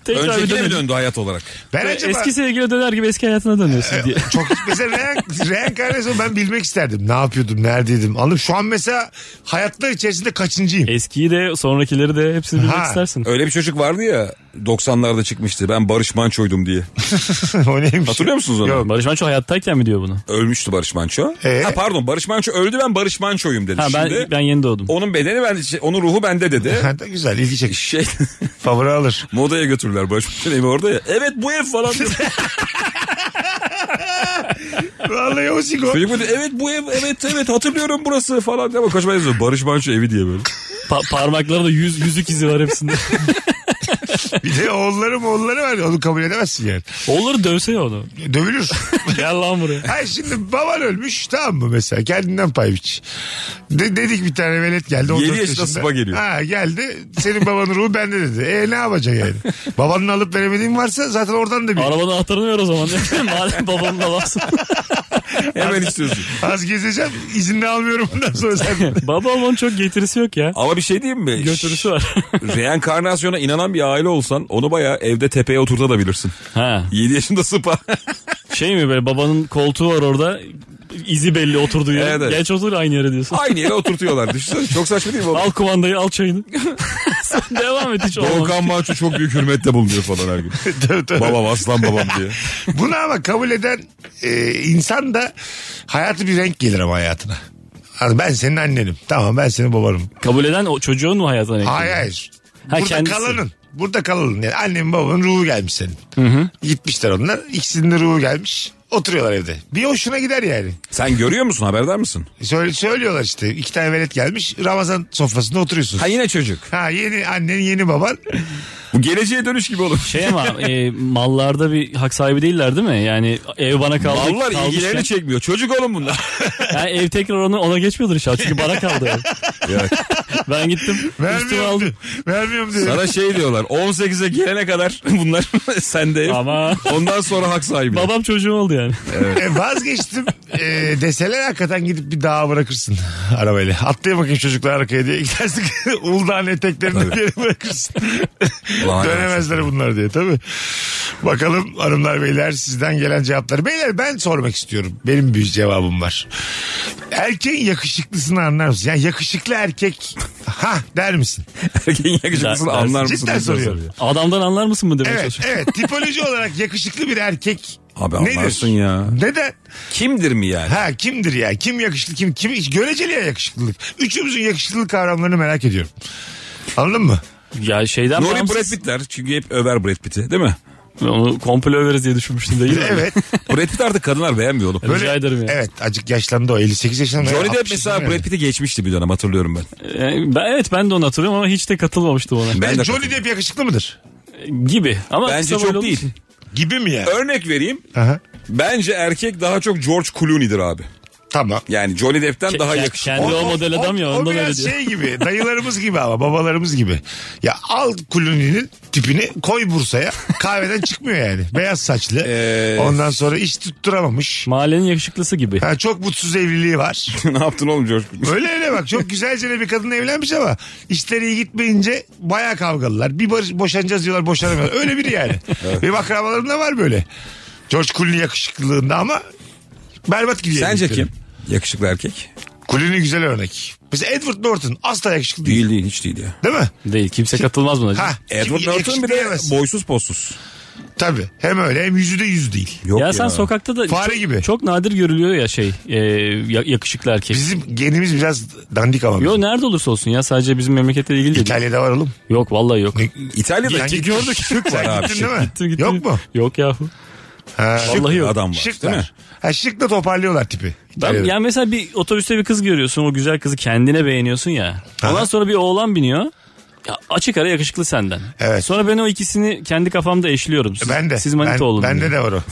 Speaker 5: Tekrar bir
Speaker 6: Öncekine mi
Speaker 5: dönelim.
Speaker 6: döndü hayat olarak?
Speaker 4: Ben acaba
Speaker 5: Eski sevgili döner gibi eski hayatına dönüyorsun diye.
Speaker 4: çok mesela reen- reenkarnasyon ben bilmek isterdim. Ne yapıyordum, neredeydim? Anladım. Şu an mesela hayatlar içerisinde kaçıncıyım?
Speaker 5: Eskiyi de sonrakileri de hepsini bilmek
Speaker 4: Ha.
Speaker 5: istersin.
Speaker 6: Öyle bir çocuk vardı ya 90'larda çıkmıştı. Ben Barış Manço'ydum diye.
Speaker 4: o neymiş?
Speaker 6: Hatırlıyor musunuz onu?
Speaker 4: Yok.
Speaker 5: Barış Manço hayattayken mi diyor bunu?
Speaker 6: Ölmüştü Barış Manço.
Speaker 4: Ee?
Speaker 6: Ha, pardon Barış Manço öldü ben Barış Manço'yum dedi.
Speaker 5: Ha, ben,
Speaker 6: Şimdi
Speaker 5: ben yeni doğdum.
Speaker 6: onun bedeni ben şey, onun ruhu bende dedi.
Speaker 4: Ha, da güzel ilgi çekiş.
Speaker 6: şey
Speaker 4: Favori alır.
Speaker 6: modaya götürürler Barış Manço'nun evi orada ya. Evet bu ev falan dedi.
Speaker 4: Vallahi o sigo.
Speaker 6: Çocuk böyle evet bu ev evet evet hatırlıyorum burası falan diye ama koşmaya yazıyor. Barış Manço evi diye böyle.
Speaker 5: Pa- parmaklarında yüz, yüzük izi var hepsinde.
Speaker 4: Bir de oğulları oğulları var. Onu kabul edemezsin yani.
Speaker 5: Olur dövsene onu.
Speaker 4: Dövülür.
Speaker 5: Gel lan buraya.
Speaker 4: Hayır şimdi baban ölmüş tamam mı mesela kendinden pay biç. De- dedik bir tane velet geldi. 14
Speaker 6: Yedi yaşında sıpa geliyor.
Speaker 4: Ha geldi senin babanın ruhu bende dedi. E ne yapacak yani? Babanın alıp veremediğin varsa zaten oradan da bir
Speaker 5: Arabanın anahtarını ver o zaman. Madem babamın da var.
Speaker 6: Hemen istiyorsun.
Speaker 4: az gezeceğim izin de almıyorum bundan sonra sen.
Speaker 5: Babamın çok getirisi yok ya.
Speaker 6: Ama bir şey diyeyim mi?
Speaker 5: Götürüsü var.
Speaker 6: Reenkarnasyona inanan bir aile olsan onu bayağı evde tepeye oturtabilirsin.
Speaker 5: ha.
Speaker 6: 7 yaşında sıpa.
Speaker 5: Şey mi böyle babanın koltuğu var orada. İzi belli oturduğu yere.
Speaker 6: Evet, evet.
Speaker 5: Geç otur aynı yere diyorsun.
Speaker 6: Aynı yere oturtuyorlar. Düşünsene çok saçma değil mi?
Speaker 5: Al kumandayı al çayını. Sen devam et hiç olmaz.
Speaker 6: Volkan Maço çok büyük hürmette bulunuyor falan her gün.
Speaker 4: Tabii, tabii.
Speaker 6: babam aslan babam diye.
Speaker 4: Bunu ama kabul eden e, insan da hayatı bir renk gelir ama hayatına. Abi ben senin annenim. Tamam ben senin babanım.
Speaker 5: Kabul eden o çocuğun mu Hani hayatına renk
Speaker 4: Hayır
Speaker 5: veriyor?
Speaker 4: hayır.
Speaker 5: Ha,
Speaker 4: Burada
Speaker 5: kendisi.
Speaker 4: kalanın. Burada kalanın. Yani annenin babanın ruhu gelmiş senin. Gitmişler onlar. İkisinin de ruhu gelmiş. Oturuyorlar evde. Bir hoşuna gider yani. E,
Speaker 6: Sen görüyor musun haberdar mısın?
Speaker 4: Söyle, söylüyorlar işte. İki tane velet gelmiş. Ramazan sofrasında oturuyorsun.
Speaker 6: Ha yine çocuk.
Speaker 4: Ha yeni annen yeni baban.
Speaker 6: Bu geleceğe dönüş gibi olur.
Speaker 5: Şey ama e, mallarda bir hak sahibi değiller değil mi? Yani ev bana kaldı.
Speaker 6: Allah
Speaker 5: kalmışken-
Speaker 6: ilgilerini çekmiyor. Çocuk oğlum bunlar.
Speaker 5: Yani ev tekrar ona, ona geçmiyordur inşallah. Çünkü bana kaldı ev.
Speaker 6: Ya,
Speaker 5: Ben gittim. üstümü
Speaker 4: Vermiyorum diyor.
Speaker 5: aldım.
Speaker 4: Vermiyorum diyor.
Speaker 6: sana şey diyorlar 18'e gelene kadar bunlar sende ev.
Speaker 5: Ama
Speaker 6: Ondan sonra hak sahibi.
Speaker 5: babam çocuğum oldu yani.
Speaker 4: E, vazgeçtim e, deseler hakikaten gidip bir dağa bırakırsın arabayla. Atlayın bakayım çocuklar arkaya diye gidersin. Uludağ'ın eteklerini bir yere bırakırsın.
Speaker 6: Ulan
Speaker 4: Dönemezler bunlar diye tabii. Bakalım hanımlar beyler sizden gelen cevaplar. Beyler ben sormak istiyorum. Benim bir cevabım var. Erkeğin yakışıklısını anlar mısın? Yani yakışıklı erkek ha der misin?
Speaker 6: Erkeğin yakışıklısını
Speaker 5: Dersin.
Speaker 6: anlar mısın?
Speaker 4: Cidden soruyorum.
Speaker 5: Adamdan anlar mısın mı demeye
Speaker 4: Evet,
Speaker 5: çalışıyorum.
Speaker 4: evet. Tipoloji olarak yakışıklı bir erkek
Speaker 6: Abi
Speaker 4: nedir?
Speaker 6: anlarsın ya.
Speaker 4: Neden?
Speaker 6: Kimdir mi yani?
Speaker 4: Ha kimdir ya? Kim yakışıklı kim? Kim hiç göreceli ya yakışıklılık. Üçümüzün yakışıklılık kavramlarını merak ediyorum. Anladın mı?
Speaker 5: Ya şeyden
Speaker 6: Nuri
Speaker 5: bağımsız-
Speaker 6: Brad Pitt'ler çünkü hep över Brad Pitt'i değil mi?
Speaker 5: Onu komplo överiz diye düşünmüştüm değil mi?
Speaker 4: Evet.
Speaker 6: Brad Pitt artık kadınlar beğenmiyor oğlum.
Speaker 5: Rica ederim ya.
Speaker 4: Evet. Acık yaşlandı o. 58 yaşında.
Speaker 6: Johnny
Speaker 4: 60
Speaker 6: Depp mesela
Speaker 4: yaşında yani.
Speaker 6: Brad Pitt'i geçmişti bir dönem hatırlıyorum ben.
Speaker 5: Ee, ben, evet ben de onu hatırlıyorum ama hiç de katılmamıştım ona.
Speaker 6: Ben de
Speaker 4: Johnny Depp yakışıklı mıdır?
Speaker 5: Gibi. Ama
Speaker 6: Bence
Speaker 5: kısa boylu
Speaker 6: çok
Speaker 5: olduğu
Speaker 6: değil.
Speaker 5: için.
Speaker 4: Gibi mi ya?
Speaker 6: Örnek vereyim.
Speaker 4: Aha.
Speaker 6: Bence erkek daha çok George Clooney'dir abi.
Speaker 4: Tamam.
Speaker 6: Yani Johnny Depp'ten daha
Speaker 5: Ke-
Speaker 6: yakışıklı.
Speaker 5: Kendi o, model adam ya
Speaker 4: o
Speaker 5: ondan öyle
Speaker 4: biraz
Speaker 5: diyor.
Speaker 4: şey gibi dayılarımız gibi ama babalarımız gibi. Ya al Kuluni'nin tipini koy Bursa'ya kahveden çıkmıyor yani. Beyaz saçlı
Speaker 6: Ee,
Speaker 4: ondan sonra iş tutturamamış.
Speaker 5: Mahallenin yakışıklısı gibi.
Speaker 4: Ha, çok mutsuz evliliği var.
Speaker 6: ne yaptın oğlum George Clooney?
Speaker 4: Öyle öyle bak çok güzelce de bir kadınla evlenmiş ama işleri iyi gitmeyince bayağı kavgalılar. Bir barış, boşanacağız diyorlar boşanamıyorlar. Öyle biri yani. Benim akrabalarım da var böyle. George Clooney yakışıklılığında ama berbat gidiyor.
Speaker 6: Sence
Speaker 4: heriflerin.
Speaker 6: kim? Yakışıklı erkek.
Speaker 4: Clooney güzel örnek. Mesela Edward Norton asla yakışıklı değil.
Speaker 6: Değil değil hiç değil ya.
Speaker 4: Değil mi?
Speaker 5: Değil kimse katılmaz buna.
Speaker 4: Ha,
Speaker 6: Edward
Speaker 4: kim-
Speaker 6: Norton
Speaker 4: yakışıklı
Speaker 6: bir de
Speaker 4: diyemezsin.
Speaker 6: boysuz posuz.
Speaker 4: Tabii. Hem öyle hem yüzü de yüz değil.
Speaker 6: Yok
Speaker 5: ya, sen sokakta da
Speaker 4: Fare
Speaker 5: çok,
Speaker 4: gibi.
Speaker 5: çok nadir görülüyor ya şey e, ya- yakışıklı erkek.
Speaker 4: Bizim genimiz biraz dandik ama.
Speaker 5: Yo
Speaker 4: bizim.
Speaker 5: nerede olursa olsun ya sadece bizim memleketle ilgili değil.
Speaker 4: İtalya'da var oğlum.
Speaker 5: Yok vallahi yok.
Speaker 6: İtalya'da
Speaker 4: Gittik,
Speaker 6: gördük. Şık var abi.
Speaker 4: Gittin
Speaker 6: şık.
Speaker 4: değil mi?
Speaker 5: Gittim, gittim.
Speaker 4: Yok mu?
Speaker 5: Yok yahu.
Speaker 4: Ha.
Speaker 5: Vallahi yok.
Speaker 6: Adam var değil mi?
Speaker 4: Şıklar. Ha, şıkla toparlıyorlar tipi.
Speaker 5: Ben,
Speaker 4: İtalya'da.
Speaker 5: yani mesela bir otobüste bir kız görüyorsun o güzel kızı kendine beğeniyorsun ya. Ondan
Speaker 4: Aha.
Speaker 5: sonra bir oğlan biniyor. Ya açık ara yakışıklı senden.
Speaker 4: Evet.
Speaker 5: Sonra ben o ikisini kendi kafamda eşliyorum. Siz,
Speaker 4: Ben de.
Speaker 5: Siz manita
Speaker 4: ben,
Speaker 5: olun.
Speaker 4: Bende
Speaker 5: diyor.
Speaker 4: de var o.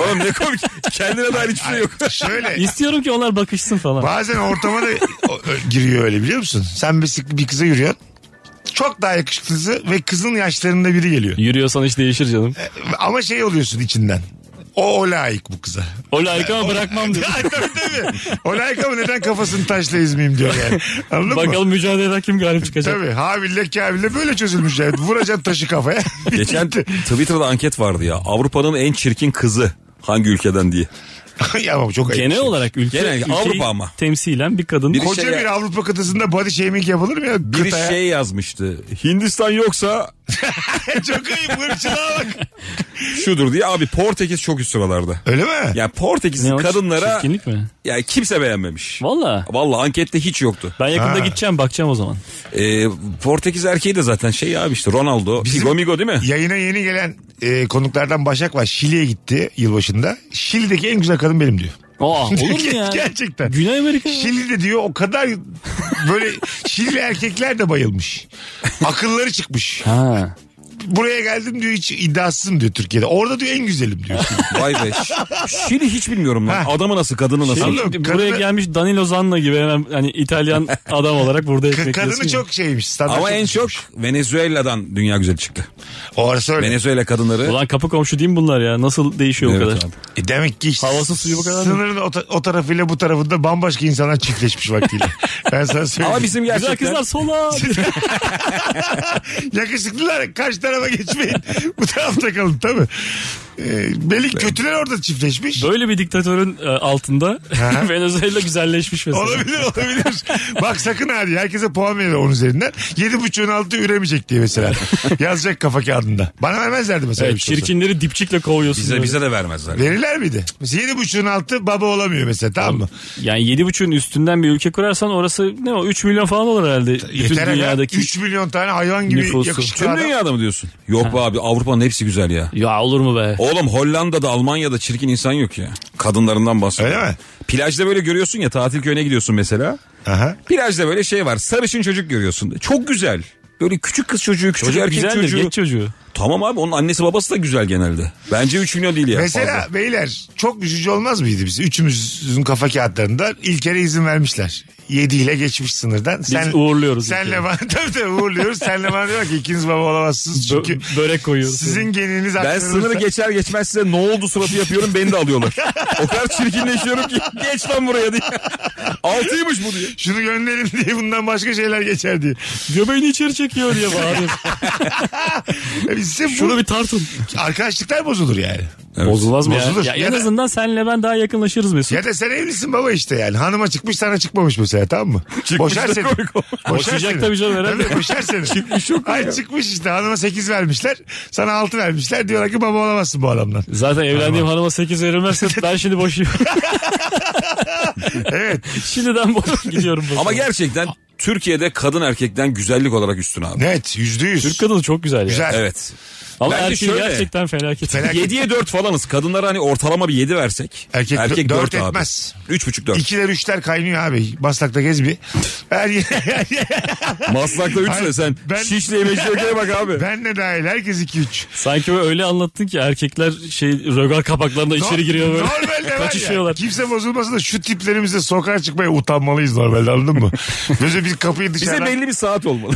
Speaker 6: Oğlum ne komik. Kendine dair hiçbir şey yok.
Speaker 4: Şöyle
Speaker 5: İstiyorum ki onlar bakışsın falan.
Speaker 4: bazen ortama da o- ö- giriyor öyle biliyor musun? Sen bir, bir kıza yürüyorsun. Çok daha yakışıklısı ve kızın yaşlarında biri geliyor.
Speaker 5: Yürüyorsan iş değişir canım.
Speaker 4: Ama şey oluyorsun içinden. O, o layık bu kıza.
Speaker 5: O layık ama bırakmam diyor.
Speaker 4: tabii tabii. O layık ama neden kafasını taşla izmeyeyim diyor yani. Anladın mı?
Speaker 5: Bakalım mücadeleden kim galip çıkacak.
Speaker 4: Tabii Habil'le Kabil'le böyle çözülmüş yani. Vuracaksın taşı kafaya.
Speaker 6: Geçen
Speaker 4: Bitti.
Speaker 6: Twitter'da anket vardı ya. Avrupa'nın en çirkin kızı hangi ülkeden diye.
Speaker 4: Ya ama çok ayıp. bir
Speaker 5: Genel
Speaker 4: şey.
Speaker 5: olarak ülke,
Speaker 6: Genel,
Speaker 5: ülkeyi
Speaker 6: Avrupa ama.
Speaker 5: temsilen bir kadın
Speaker 6: Biri
Speaker 4: Koca
Speaker 6: şey-
Speaker 4: bir Avrupa kıtasında body shaming yapılır mı ya?
Speaker 6: Biri
Speaker 4: Kıtaya.
Speaker 6: şey yazmıştı. Hindistan yoksa
Speaker 4: çok ayıp hırçılığa bak.
Speaker 6: şudur diye. Abi Portekiz çok üst sıralarda.
Speaker 4: Öyle mi?
Speaker 6: Ya Portekiz'in
Speaker 5: Ne o,
Speaker 6: kadınlara
Speaker 5: çirkinlik mi?
Speaker 6: ya kimse beğenmemiş.
Speaker 5: Valla.
Speaker 6: Vallahi ankette hiç yoktu.
Speaker 5: Ben yakında
Speaker 4: Ha.
Speaker 5: gideceğim bakacağım o zaman.
Speaker 6: Ee, Portekiz erkeği de zaten şey abi işte Ronaldo, Figo Migo değil mi?
Speaker 4: Yayına yeni gelen e, konuklardan Başak var. Şili'ye gitti yılbaşında. Şili'deki en güzel kadın benim diyor.
Speaker 5: Aa, Ah, olur mu ya?
Speaker 4: Gerçekten.
Speaker 5: Güney Amerika. ya.
Speaker 4: Şili'de diyor o kadar böyle Şili erkekler de bayılmış. Akılları çıkmış.
Speaker 5: Ha.
Speaker 4: Buraya geldim diyor hiç iddiasızım diyor Türkiye'de. Orada diyor en güzelim diyor.
Speaker 6: Vay be. Şili hiç bilmiyorum lan.
Speaker 4: Ha.
Speaker 6: Adamı nasıl, kadını nasıl?
Speaker 4: Şili- Oğlum,
Speaker 5: Buraya
Speaker 4: kadını-
Speaker 5: gelmiş Danilo Zanna gibi hemen hani İtalyan adam olarak burada ekmek yiyorsun
Speaker 4: Kadını
Speaker 5: ya.
Speaker 4: çok şeymiş. standart
Speaker 6: Ama en çok
Speaker 4: düşmüş.
Speaker 6: Venezuela'dan dünya güzeli çıktı.
Speaker 4: O arası öyle.
Speaker 6: Venezuela kadınları.
Speaker 5: Ulan kapı komşu değil mi bunlar ya? Nasıl değişiyor
Speaker 6: Evet
Speaker 5: o kadar?
Speaker 6: abi.
Speaker 4: E demek ki işte
Speaker 5: Havası suyu bu kadar mı?
Speaker 4: Sınırın o, ta- o tarafıyla bu tarafında bambaşka insanlar çiftleşmiş vaktiyle. ben sana söyleyeyim.
Speaker 6: Ama bizim
Speaker 5: Güzel
Speaker 6: gerçekten
Speaker 5: kızlar sola.
Speaker 4: Yakışıklılar karşı tarafa geçmeyin. bu tarafta kalın tabii. E, belli kötüler orada çiftleşmiş.
Speaker 5: Böyle bir diktatörün e, altında Venezuela güzelleşmiş mesela.
Speaker 4: Olabilir olabilir. Bak sakın hadi herkese puan verir onun üzerinden. Yedi buçuğun altı üremeyecek diye mesela. Yazacak kafa kağıdında. Bana vermezlerdi mesela.
Speaker 5: Evet,
Speaker 4: bir şey olsa.
Speaker 5: çirkinleri dipçikle kovuyorsun.
Speaker 6: bize
Speaker 5: böyle.
Speaker 6: bize de vermezler.
Speaker 4: Verirler miydi? Mesela yedi buçuğun altı baba olamıyor mesela tamam mı?
Speaker 5: Yani yedi buçuğun üstünden bir ülke kurarsan orası ne o 3 milyon falan olur herhalde. Bütün
Speaker 4: Yeter dünyadaki...
Speaker 5: dünyadaki.
Speaker 4: 3 milyon tane hayvan gibi
Speaker 5: nüfusu.
Speaker 4: yakışıklı
Speaker 6: Tüm
Speaker 4: adam.
Speaker 6: dünyada mı diyorsun? Yok be abi Avrupa'nın hepsi güzel ya.
Speaker 5: Ya olur mu be?
Speaker 6: Oğlum Hollanda'da Almanya'da çirkin insan yok ya. Kadınlarından bahsediyorum.
Speaker 4: Öyle mi?
Speaker 6: Plajda böyle görüyorsun ya tatil köyüne gidiyorsun mesela.
Speaker 4: Aha.
Speaker 6: Plajda böyle şey var sarışın çocuk görüyorsun. Çok güzel. Böyle küçük kız çocuğu küçük
Speaker 5: Çocuk
Speaker 6: erkek
Speaker 5: güzeldir
Speaker 6: çocuğu.
Speaker 5: geç çocuğu.
Speaker 6: Tamam abi onun annesi babası da güzel genelde. Bence 3 milyon değil ya.
Speaker 4: Mesela
Speaker 6: fazla.
Speaker 4: beyler çok üzücü olmaz mıydı biz? Üçümüzün kafa kağıtlarında İlker'e izin vermişler. 7 ile geçmiş sınırdan. Biz
Speaker 5: uğurluyoruz
Speaker 4: Senle
Speaker 5: İlker'i.
Speaker 4: bana tabii tabii uğurluyoruz. senle bana diyor ki ikiniz baba olamazsınız
Speaker 5: Bö-
Speaker 4: çünkü
Speaker 5: börek koyuyoruz.
Speaker 4: sizin geniniz
Speaker 6: Ben
Speaker 4: aktarılırsa-
Speaker 6: sınırı geçer geçmez size ne oldu suratı yapıyorum beni de alıyorlar. o kadar çirkinleşiyorum ki geç lan buraya diye. Altıymış bu diye.
Speaker 4: Şunu gönderin diye bundan başka şeyler geçer diye.
Speaker 5: Göbeğini içeri çekiyor diye bağırıyor.
Speaker 4: E biz size bu-
Speaker 5: Şunu bir tartın.
Speaker 4: arkadaşlıklar bozulur yani.
Speaker 5: Bozulmaz mı
Speaker 4: Bozulur.
Speaker 5: ya?
Speaker 4: Ya
Speaker 5: en
Speaker 4: da-
Speaker 5: azından senle ben daha yakınlaşırız Mesut.
Speaker 4: Ya da sen evlisin baba işte yani. Hanıma çıkmış sana çıkmamış mesela tamam mı? Boşar
Speaker 6: da
Speaker 4: seni.
Speaker 6: komik olmaz.
Speaker 5: Boşayacak tabii canım herhalde.
Speaker 4: Tabii boşar seni. çıkmış yok Ay çıkmış işte hanıma 8 vermişler. Sana 6 vermişler. Diyorlar ki baba olamazsın bu adamdan.
Speaker 5: Zaten evlendiğim hanıma 8 verilmezse ben şimdi boşuyorum.
Speaker 4: Evet.
Speaker 5: Şimdiden boş gidiyorum. boşuna.
Speaker 6: Ama gerçekten Türkiye'de kadın erkekten güzellik olarak üstün abi.
Speaker 4: Net yüzde yüz.
Speaker 5: Türk kadını çok güzel ya.
Speaker 4: Güzel.
Speaker 6: Evet.
Speaker 5: Ama
Speaker 6: Bence
Speaker 5: erkeği
Speaker 6: şöyle.
Speaker 5: gerçekten felaket.
Speaker 4: Felaket.
Speaker 6: 7'ye 4 falanız. Kadınlara hani ortalama bir 7 versek.
Speaker 4: Erkek
Speaker 6: Erkek,
Speaker 4: dört
Speaker 6: 4, abi.
Speaker 4: etmez.
Speaker 6: 3,5 4.
Speaker 4: İkiler üçler kaynıyor abi. Maslak'ta gez bir. Her
Speaker 6: Maslak'ta 3
Speaker 4: Hayır,
Speaker 6: de sen
Speaker 4: ben-
Speaker 6: şişle yemek yemeye bak abi.
Speaker 4: ben de dahil herkes iki üç.
Speaker 5: Sanki böyle öyle anlattın ki erkekler şey rögar kapaklarında içeri giriyor böyle.
Speaker 4: Normalde var ya.
Speaker 5: Kaçışıyorlar.
Speaker 4: Kimse bozulmasın da şu tiplerimizle sokağa çıkmaya utanmalıyız normalde anladın mı? Böyle bir kapıyı
Speaker 6: Bize
Speaker 4: dışarıdan.
Speaker 6: belli bir saat olmalı.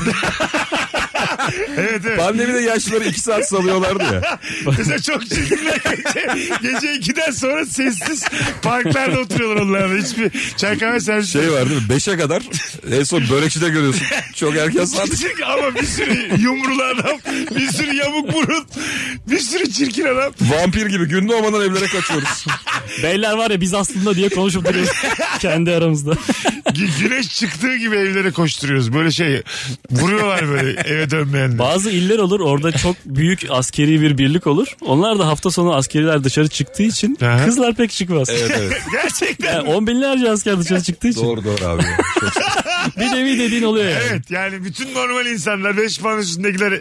Speaker 4: Evet evet.
Speaker 6: Pandemide yaşlıları 2 saat salıyorlardı ya.
Speaker 4: Mesela çok çirkinler gece, gece 2'den sonra sessiz parklarda oturuyorlar onlar da. Hiçbir çay kahve servisi.
Speaker 6: Şey var değil mi? 5'e kadar en son börekçide görüyorsun. Çok erken saat.
Speaker 4: Çirkin ama bir sürü yumrulu adam, bir sürü yamuk burun, bir sürü çirkin adam.
Speaker 6: Vampir gibi gün doğmadan evlere kaçıyoruz.
Speaker 5: Beyler var ya biz aslında diye konuşup duruyoruz kendi aramızda.
Speaker 4: Gü- Güneş çıktığı gibi evlere koşturuyoruz. Böyle şey vuruyorlar böyle eve dönmeyenler.
Speaker 5: Bazı iller olur orada çok büyük askeri bir birlik olur. Onlar da hafta sonu askeriler dışarı çıktığı için
Speaker 4: Aha.
Speaker 5: kızlar pek çıkmaz.
Speaker 6: Evet evet.
Speaker 4: Gerçekten.
Speaker 5: Yani E, on binlerce asker dışarı çıktığı için
Speaker 6: Doğru doğru abi. Çok-
Speaker 5: bir nevi dediğin oluyor yani.
Speaker 4: Evet yani bütün normal insanlar 5 puan üstündekiler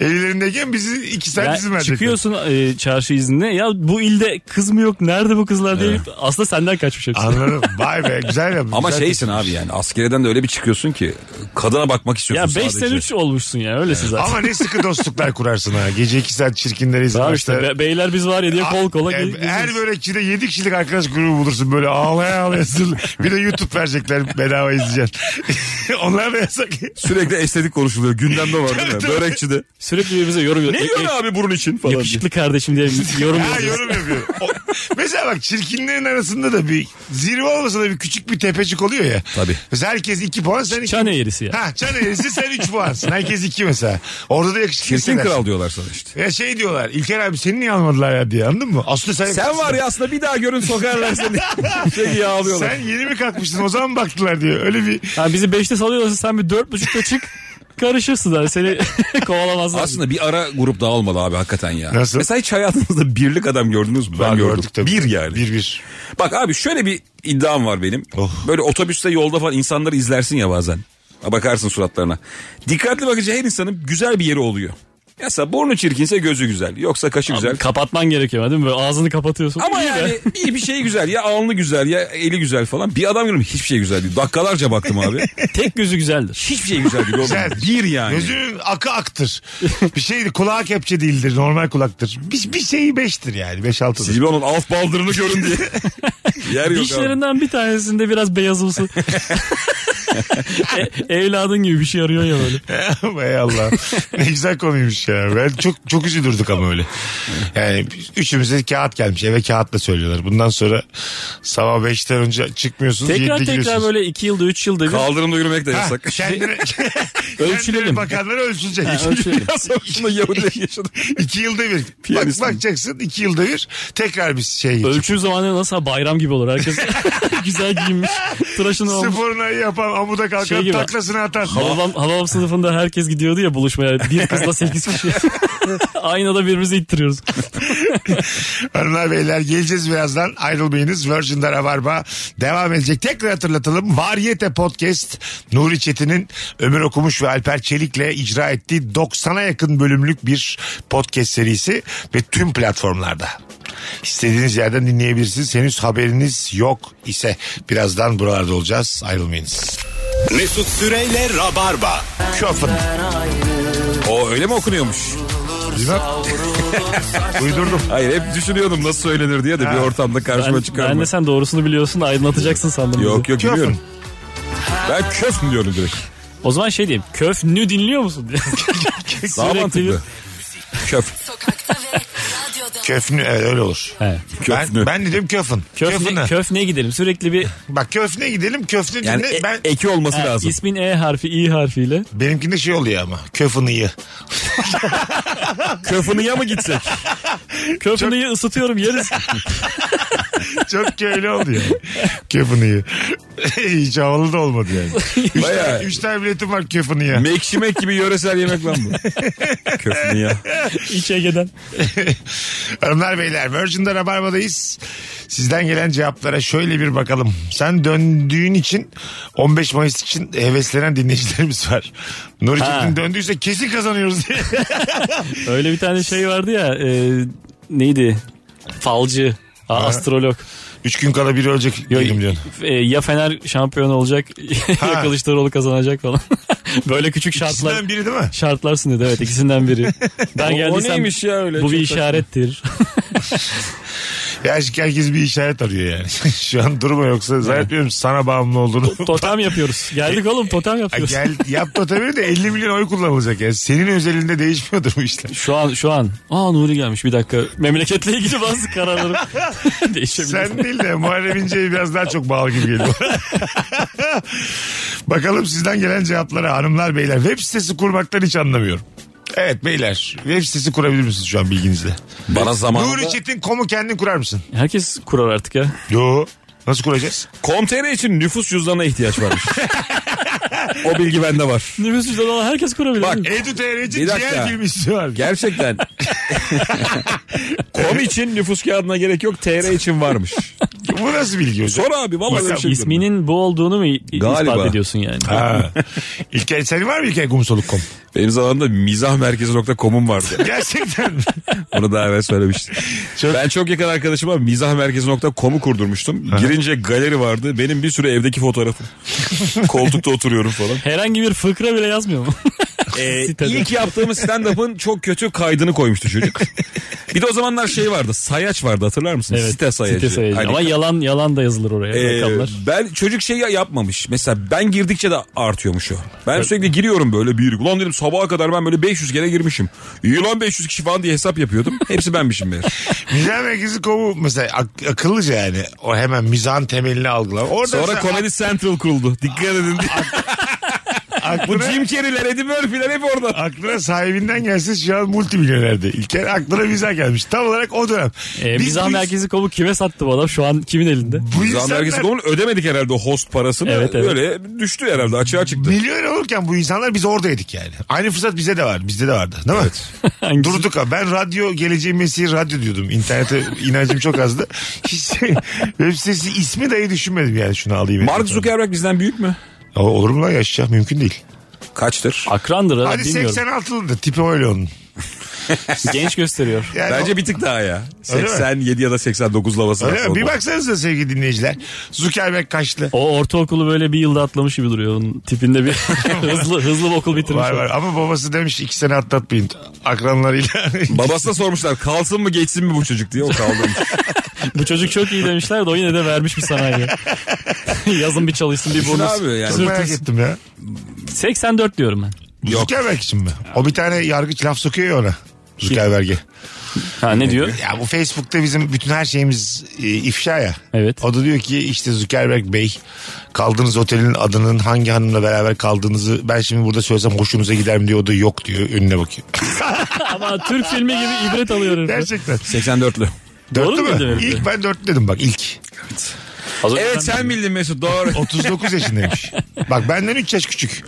Speaker 4: ellerindeyken bizi 2 saat
Speaker 5: Ya
Speaker 4: izin verecekler.
Speaker 5: çıkıyorsun e, çarşı iznine ya bu ilde kız mı yok nerede bu kızlar diye aslında senden kaçmış hepsi.
Speaker 4: Anladım. Vay be güzel yapmış.
Speaker 6: Ama şey
Speaker 4: güzel
Speaker 6: şeysin abi yani askereden de öyle bir çıkıyorsun ki kadına bakmak
Speaker 5: ya
Speaker 6: istiyorsun
Speaker 5: 5
Speaker 6: sadece.
Speaker 5: sen 3 olmuşsun ya öylesin zaten.
Speaker 4: Ama ne sıkı dostluklar kurarsın ha. Gece iki saat çirkinlere izin
Speaker 5: Tamam
Speaker 4: başlar.
Speaker 5: işte be- beyler biz var ya diye kol kola
Speaker 4: Yani
Speaker 5: gel-
Speaker 4: e, her
Speaker 5: gezeriz.
Speaker 4: börekçide 7 kişilik arkadaş grubu bulursun böyle ağlaya ağlaya sırlı. Bir de YouTube verecekler bedava izleyeceksin. Onlar da yasak.
Speaker 6: Sürekli estetik konuşuluyor. Gündemde var değil mi? Börekçide.
Speaker 5: Sürekli birbirimize yorum e,
Speaker 6: Ne diyorsun abi burun için falan diye.
Speaker 5: Yakışıklı kardeşim diye yorum
Speaker 4: Ha
Speaker 5: yapıyoruz.
Speaker 4: yorum yapıyor. O- mesela bak çirkinlerin arasında da bir zirve olmasa da bir küçük bir tepecik oluyor ya.
Speaker 6: Tabii.
Speaker 4: Mesela herkes 2 puan sen 2
Speaker 5: Çan eğrisi ya.
Speaker 4: Ha çan eğrisi sen 3 puansın. Herkes 2 mesela. Orada da yakışıklı
Speaker 6: Çirkin
Speaker 4: hissedersin.
Speaker 6: kral diyorlar sana işte.
Speaker 4: Ya şey diyorlar İlker abi seni niye almadılar ya diye anladın mı? Aslı sen
Speaker 6: Sen var ya aslında bir daha görün sokarlar seni. Sürekli yağlıyorlar.
Speaker 4: Sen yeni mi kalkmıştın o zaman mı baktılar diyor. Öyle bir
Speaker 5: Ha, bizi 5'te salıyorlarsa sen bir 4.30'da çık. Karışırsın abi seni kovalamazlar.
Speaker 6: Aslında bir ara grup dağılmalı abi hakikaten ya.
Speaker 4: Nasıl?
Speaker 6: Mesela hiç hayatınızda birlik adam gördünüz mü? Ben,
Speaker 4: Abi
Speaker 6: gördüm.
Speaker 4: gördük tabii.
Speaker 6: Bir yani.
Speaker 4: Bir bir.
Speaker 6: Bak abi şöyle bir iddiam var benim.
Speaker 5: Oh.
Speaker 6: Böyle otobüste yolda falan insanları izlersin ya bazen. Ha, Bakarsın suratlarına. Dikkatli bakınca her insanın güzel bir yeri oluyor. Mesela burnu çirkinse gözü güzel. Yoksa kaşı güzel.
Speaker 5: Kapatman gerekiyor değil mi? Böyle ağzını kapatıyorsun.
Speaker 6: Ama
Speaker 5: İyi be.
Speaker 6: yani bir, bir şey güzel. Ya alnı güzel ya eli güzel falan. Bir adam görüyorum hiçbir şey güzel değil. Dakikalarca baktım abi.
Speaker 5: Tek gözü güzeldir.
Speaker 6: hiçbir şey güzel değil. oğlum.
Speaker 4: Güzel.
Speaker 6: Bir yani.
Speaker 4: Gözünün akı aktır. bir şey kulağa kepçe değildir normal kulaktır. Bir, bir şeyi beştir yani beş altıdır.
Speaker 6: Siz bir onun alt baldırını görün diye. Yer yok abi.
Speaker 5: Dişlerinden bir tanesinde biraz beyazımsı. E- evladın gibi bir şey arıyor ya böyle.
Speaker 4: Ey Allah. Ne güzel konuymuş ya. Ben çok çok üzülürdük ama öyle. Yani üçümüze kağıt gelmiş. Eve kağıtla söylüyorlar. Bundan sonra sabah beşten önce çıkmıyorsunuz.
Speaker 5: Tekrar
Speaker 4: yedide
Speaker 5: tekrar
Speaker 4: giriyorsunuz.
Speaker 5: böyle 2 yılda 3 yılda bir
Speaker 6: Kaldırımda yürümek de
Speaker 4: Ha,
Speaker 6: yasak.
Speaker 4: kendine, kendine
Speaker 5: Ölçülelim.
Speaker 4: bakanlar ölçülecek.
Speaker 5: ölçülelim.
Speaker 6: Dünya Savaşı'nda Yahudiler yaşadı.
Speaker 4: iki yılda bir. Bak,
Speaker 6: Piyanist mi?
Speaker 4: bakacaksın iki yılda bir tekrar bir şey.
Speaker 5: Ölçüm zamanı nasıl bayram gibi olur. Herkes güzel giyinmiş. Tıraşını olmuş.
Speaker 4: Sporuna yapan amuda kalkan
Speaker 5: Şey gibi.
Speaker 4: taklasını atan.
Speaker 5: Havam, havam sınıfında herkes gidiyordu ya buluşmaya. Bir kızla sekiz kişi. Aynada birbirimizi ittiriyoruz.
Speaker 4: Hanımlar beyler geleceğiz birazdan ayrılmayınız. Virgin'de Rabarba devam edecek. Tekrar hatırlatalım. Varyete Podcast Nuri Çetin'in Ömür Okumuş ve Alper Çelik'le icra ettiği 90'a yakın bölümlük bir podcast serisi ve tüm platformlarda. İstediğiniz yerden dinleyebilirsiniz. Henüz haberiniz yok ise birazdan buralarda olacağız. Ayrılmayınız.
Speaker 3: Mesut Süreyle Rabarba.
Speaker 4: Köfün.
Speaker 6: O öyle mi okunuyormuş?
Speaker 4: Uydurdum.
Speaker 6: Hayır hep düşünüyordum nasıl söylenir diye de bir ortamda karşıma
Speaker 5: Ben,
Speaker 6: çıkar
Speaker 5: ben
Speaker 6: mı?
Speaker 5: de sen doğrusunu biliyorsun da aydınlatacaksın sandım.
Speaker 6: Yok
Speaker 5: bizi.
Speaker 6: yok
Speaker 4: Köfün.
Speaker 6: biliyorum. Ben köf mü diyorum direkt.
Speaker 5: O zaman şey diyeyim. Köfnü dinliyor musun? diye.
Speaker 6: Daha
Speaker 5: Sürekli bir-
Speaker 6: mantıklı. Köf.
Speaker 7: Sokakta ve radyoda.
Speaker 4: Köfnü evet, öyle olur.
Speaker 5: He.
Speaker 4: Ben,
Speaker 6: Köfnü.
Speaker 4: ben dedim köfün.
Speaker 5: Köfne,
Speaker 4: Köfünü.
Speaker 5: köfne gidelim. Sürekli bir
Speaker 4: Bak köfne gidelim köfne
Speaker 6: yani
Speaker 4: dinle-
Speaker 6: e-
Speaker 4: ben
Speaker 6: eki olması
Speaker 5: he,
Speaker 6: lazım.
Speaker 5: ismin E harfi, İ harfiyle.
Speaker 4: benimkinde şey oluyor ama köfün iyi.
Speaker 6: Köfünü ya mı gitsek?
Speaker 5: Köfneyi ısıtıyorum yeriz.
Speaker 4: Çok köylü oldu yani. Köfünü Hiç havalı da olmadı yani. Üç,
Speaker 6: Bayağı.
Speaker 4: tane, üç tane biletim var köfünü ya.
Speaker 6: Mekşimek gibi yöresel yemek lan bu. Köfünü ya.
Speaker 5: İç Ege'den.
Speaker 4: Hanımlar beyler Virgin'de Rabarba'dayız. Sizden gelen cevaplara şöyle bir bakalım. Sen döndüğün için 15 Mayıs için heveslenen dinleyicilerimiz var. Nuri
Speaker 5: Ha.
Speaker 4: Çetin döndüyse kesin kazanıyoruz diye.
Speaker 5: Öyle bir tane şey vardı ya. e, neydi? Falcı. a- astrolog.
Speaker 4: Üç gün kala biri ölecek. diyelim diyorsun.
Speaker 5: E, ya Fener şampiyon olacak
Speaker 4: Ha.
Speaker 5: ya Kılıçdaroğlu kazanacak falan. Böyle küçük şartlar.
Speaker 4: Sizden biri değil mi?
Speaker 5: Şartlarsın dedi evet ikisinden biri. Ben
Speaker 6: O, o
Speaker 5: geldiysem
Speaker 6: neymiş ya öyle?
Speaker 5: bu bir
Speaker 6: Çok saçma.
Speaker 5: işarettir.
Speaker 4: Ya herkes bir işaret arıyor yani. Şu an durma yoksa zannetmiyorum sana bağımlı olduğunu.
Speaker 5: totem yapıyoruz. Geldik oğlum totem
Speaker 4: Ha,
Speaker 5: yapıyoruz.
Speaker 4: gel yap totemini de 50 milyon oy kullanılacak yani. Senin özelinde değişmiyordur bu işler.
Speaker 5: Şu an şu an. Aa Nuri gelmiş bir dakika. Memleketle ilgili bazı kararları değişebilir.
Speaker 4: Sen değil de Muharrem İnce'ye biraz daha çok bağlı gibi geliyor. Bakalım sizden gelen cevaplara hanımlar beyler. Web sitesi kurmaktan hiç anlamıyorum. Evet beyler web sitesi kurabilir misiniz şu an bilginizle?
Speaker 6: Bana zamanında
Speaker 4: Nuri Çetin komu kendin kurar mısın?
Speaker 5: Herkes kurar artık ya.
Speaker 4: Yo. Nasıl kuracağız?
Speaker 6: Komtere için nüfus cüzdanına ihtiyaç varmış. o bilgi bende var.
Speaker 5: Nüfus cüzdanı herkes kurabilir.
Speaker 6: Bak,
Speaker 5: değil mi?
Speaker 4: Edu TR'ci
Speaker 6: Bir dakika.
Speaker 4: ciğer filmi istiyorlar.
Speaker 6: Gerçekten. Kom için nüfus kağıdına gerek yok. TR için varmış.
Speaker 4: Bu nasıl bilgi hocam?
Speaker 6: Sor abi vallahi öyle bir şey görmedim.
Speaker 5: İsminin bu olduğunu mu i-
Speaker 6: Galiba.
Speaker 5: ispat ediyorsun yani?
Speaker 4: Ha. İlker senin var mı İlker Gumsoluk.com?
Speaker 6: Benim zamanımda mizahmerkezi.com'um vardı.
Speaker 4: Gerçekten mi?
Speaker 6: Onu daha evvel söylemiştim.
Speaker 4: Çok-
Speaker 6: Ben çok yakın arkadaşıma mizahmerkezi.com'u kurdurmuştum. Girince galeri vardı. Benim bir sürü evdeki fotoğrafım. Koltukta oturuyorum falan.
Speaker 5: Herhangi bir fıkra bile yazmıyor mu?
Speaker 6: Ee,
Speaker 5: Sitede.
Speaker 6: ilk yaptığımız stand-up'ın çok kötü kaydını koymuştu çocuk. Bir de o zamanlar şey vardı. Sayaç vardı hatırlar mısınız?
Speaker 5: Evet,
Speaker 6: site sayacı.
Speaker 5: site sayacı.
Speaker 6: Hani-
Speaker 5: Ama yalan yalan da yazılır oraya
Speaker 6: Ee,
Speaker 5: rakamlar.
Speaker 6: ben çocuk şey ya- yapmamış. Mesela ben girdikçe de artıyormuş o. Ben sürekli giriyorum böyle bir. Ulan dedim sabaha kadar ben böyle 500 kere girmişim. İyi lan 500 kişi falan diye hesap yapıyordum. Hepsi benmişim meğer.
Speaker 4: Mizah merkezi kovu mesela ak- akıllıca yani. O hemen mizahın temelini algılar. Orada
Speaker 6: Sonra
Speaker 4: mesela
Speaker 6: Comedy Central kuruldu. Dikkat edin. diye. Bu
Speaker 4: aklına,
Speaker 6: Jim Carrey'ler, Eddie Murphy'ler hep orada.
Speaker 4: aklına sahibinden gelse şu an multimilyonerdi. İlker aklına mizah gelmiş. Tam olarak o dönem.
Speaker 6: E,
Speaker 5: Ee,
Speaker 4: Biz
Speaker 5: mizah
Speaker 4: bu-
Speaker 5: merkezi kovu kime sattı bu adam? Şu an kimin elinde?
Speaker 4: Bu
Speaker 6: Biz
Speaker 4: insanlar
Speaker 6: Amerika'sı Komunu ödemedik herhalde o host parasını.
Speaker 5: Evet, evet.
Speaker 6: Öyle düştü herhalde açığa çıktı.
Speaker 4: milyon olurken bu insanlar biz oradaydık yani. Aynı fırsat bize de var. Bizde de vardı. Değil mi?
Speaker 5: Hangisi?
Speaker 4: Durduk ha. Ben radyo geleceğin mesleği radyo diyordum. İnternete inancım çok azdı. Hiç web sitesi ismi dahi düşünmedim yani şunu alayım.
Speaker 6: Mark Zuckerberg bizden büyük mü?
Speaker 4: Ya Olur mu lan yaşayacak mümkün değil.
Speaker 6: Kaçtır?
Speaker 5: Akrandır ha
Speaker 4: Hadi
Speaker 5: bilmiyorum.
Speaker 4: 86'lıdır tipi öyle onun.
Speaker 5: Genç gösteriyor.
Speaker 4: Yani
Speaker 6: Bence bir tık daha ya.
Speaker 4: Öyle mi?
Speaker 6: 87 ya da 89 lavası.
Speaker 4: Öyle mi?
Speaker 6: aslında.
Speaker 4: Bir baksanıza sevgili dinleyiciler. Zuckerberg kaçlı.
Speaker 5: O ortaokulu böyle bir yılda atlamış gibi duruyor. Onun tipinde bir hızlı hızlı bir okul bitirmiş.
Speaker 4: Var
Speaker 5: o.
Speaker 4: var ama babası demiş iki sene atlatmayın akranlarıyla.
Speaker 6: Babasına sormuşlar kalsın mı geçsin mi bu çocuk diye o kaldırmış.
Speaker 5: Bu çocuk çok iyi demişler de o yine de vermiş bir sanayiye. Yazın bir çalışsın bir
Speaker 6: Düşün
Speaker 5: bonus.
Speaker 6: abi yani.
Speaker 5: Sırtı-
Speaker 4: Merak ettim ya.
Speaker 5: 84 diyorum ben.
Speaker 6: Yok.
Speaker 4: Zuckerberg için mi? O bir tane yargıç laf sokuyor ya ona. Zuckerberg'e.
Speaker 5: Ha ne diyor?
Speaker 4: Ya bu Facebook'ta bizim bütün her şeyimiz e, ifşa ya.
Speaker 5: Evet.
Speaker 4: O da diyor ki işte Zuckerberg Bey kaldığınız otelin adının hangi hanımla beraber kaldığınızı ben şimdi burada söylesem hoşunuza gider mi diyor. O da yok diyor. Önüne bakıyor.
Speaker 5: Ama Türk filmi gibi ibret alıyorum.
Speaker 4: Gerçekten.
Speaker 6: 84'lü.
Speaker 5: Doğru
Speaker 4: Dörtlü
Speaker 5: mu
Speaker 4: mü?
Speaker 5: dedi?
Speaker 4: İlk ben dörtlü dedim bak ilk.
Speaker 5: Az önce
Speaker 6: Evet
Speaker 5: ben-
Speaker 6: sen bildin Mesut doğru.
Speaker 4: 39 yaşındaymış. Bak benden 3 yaş küçük.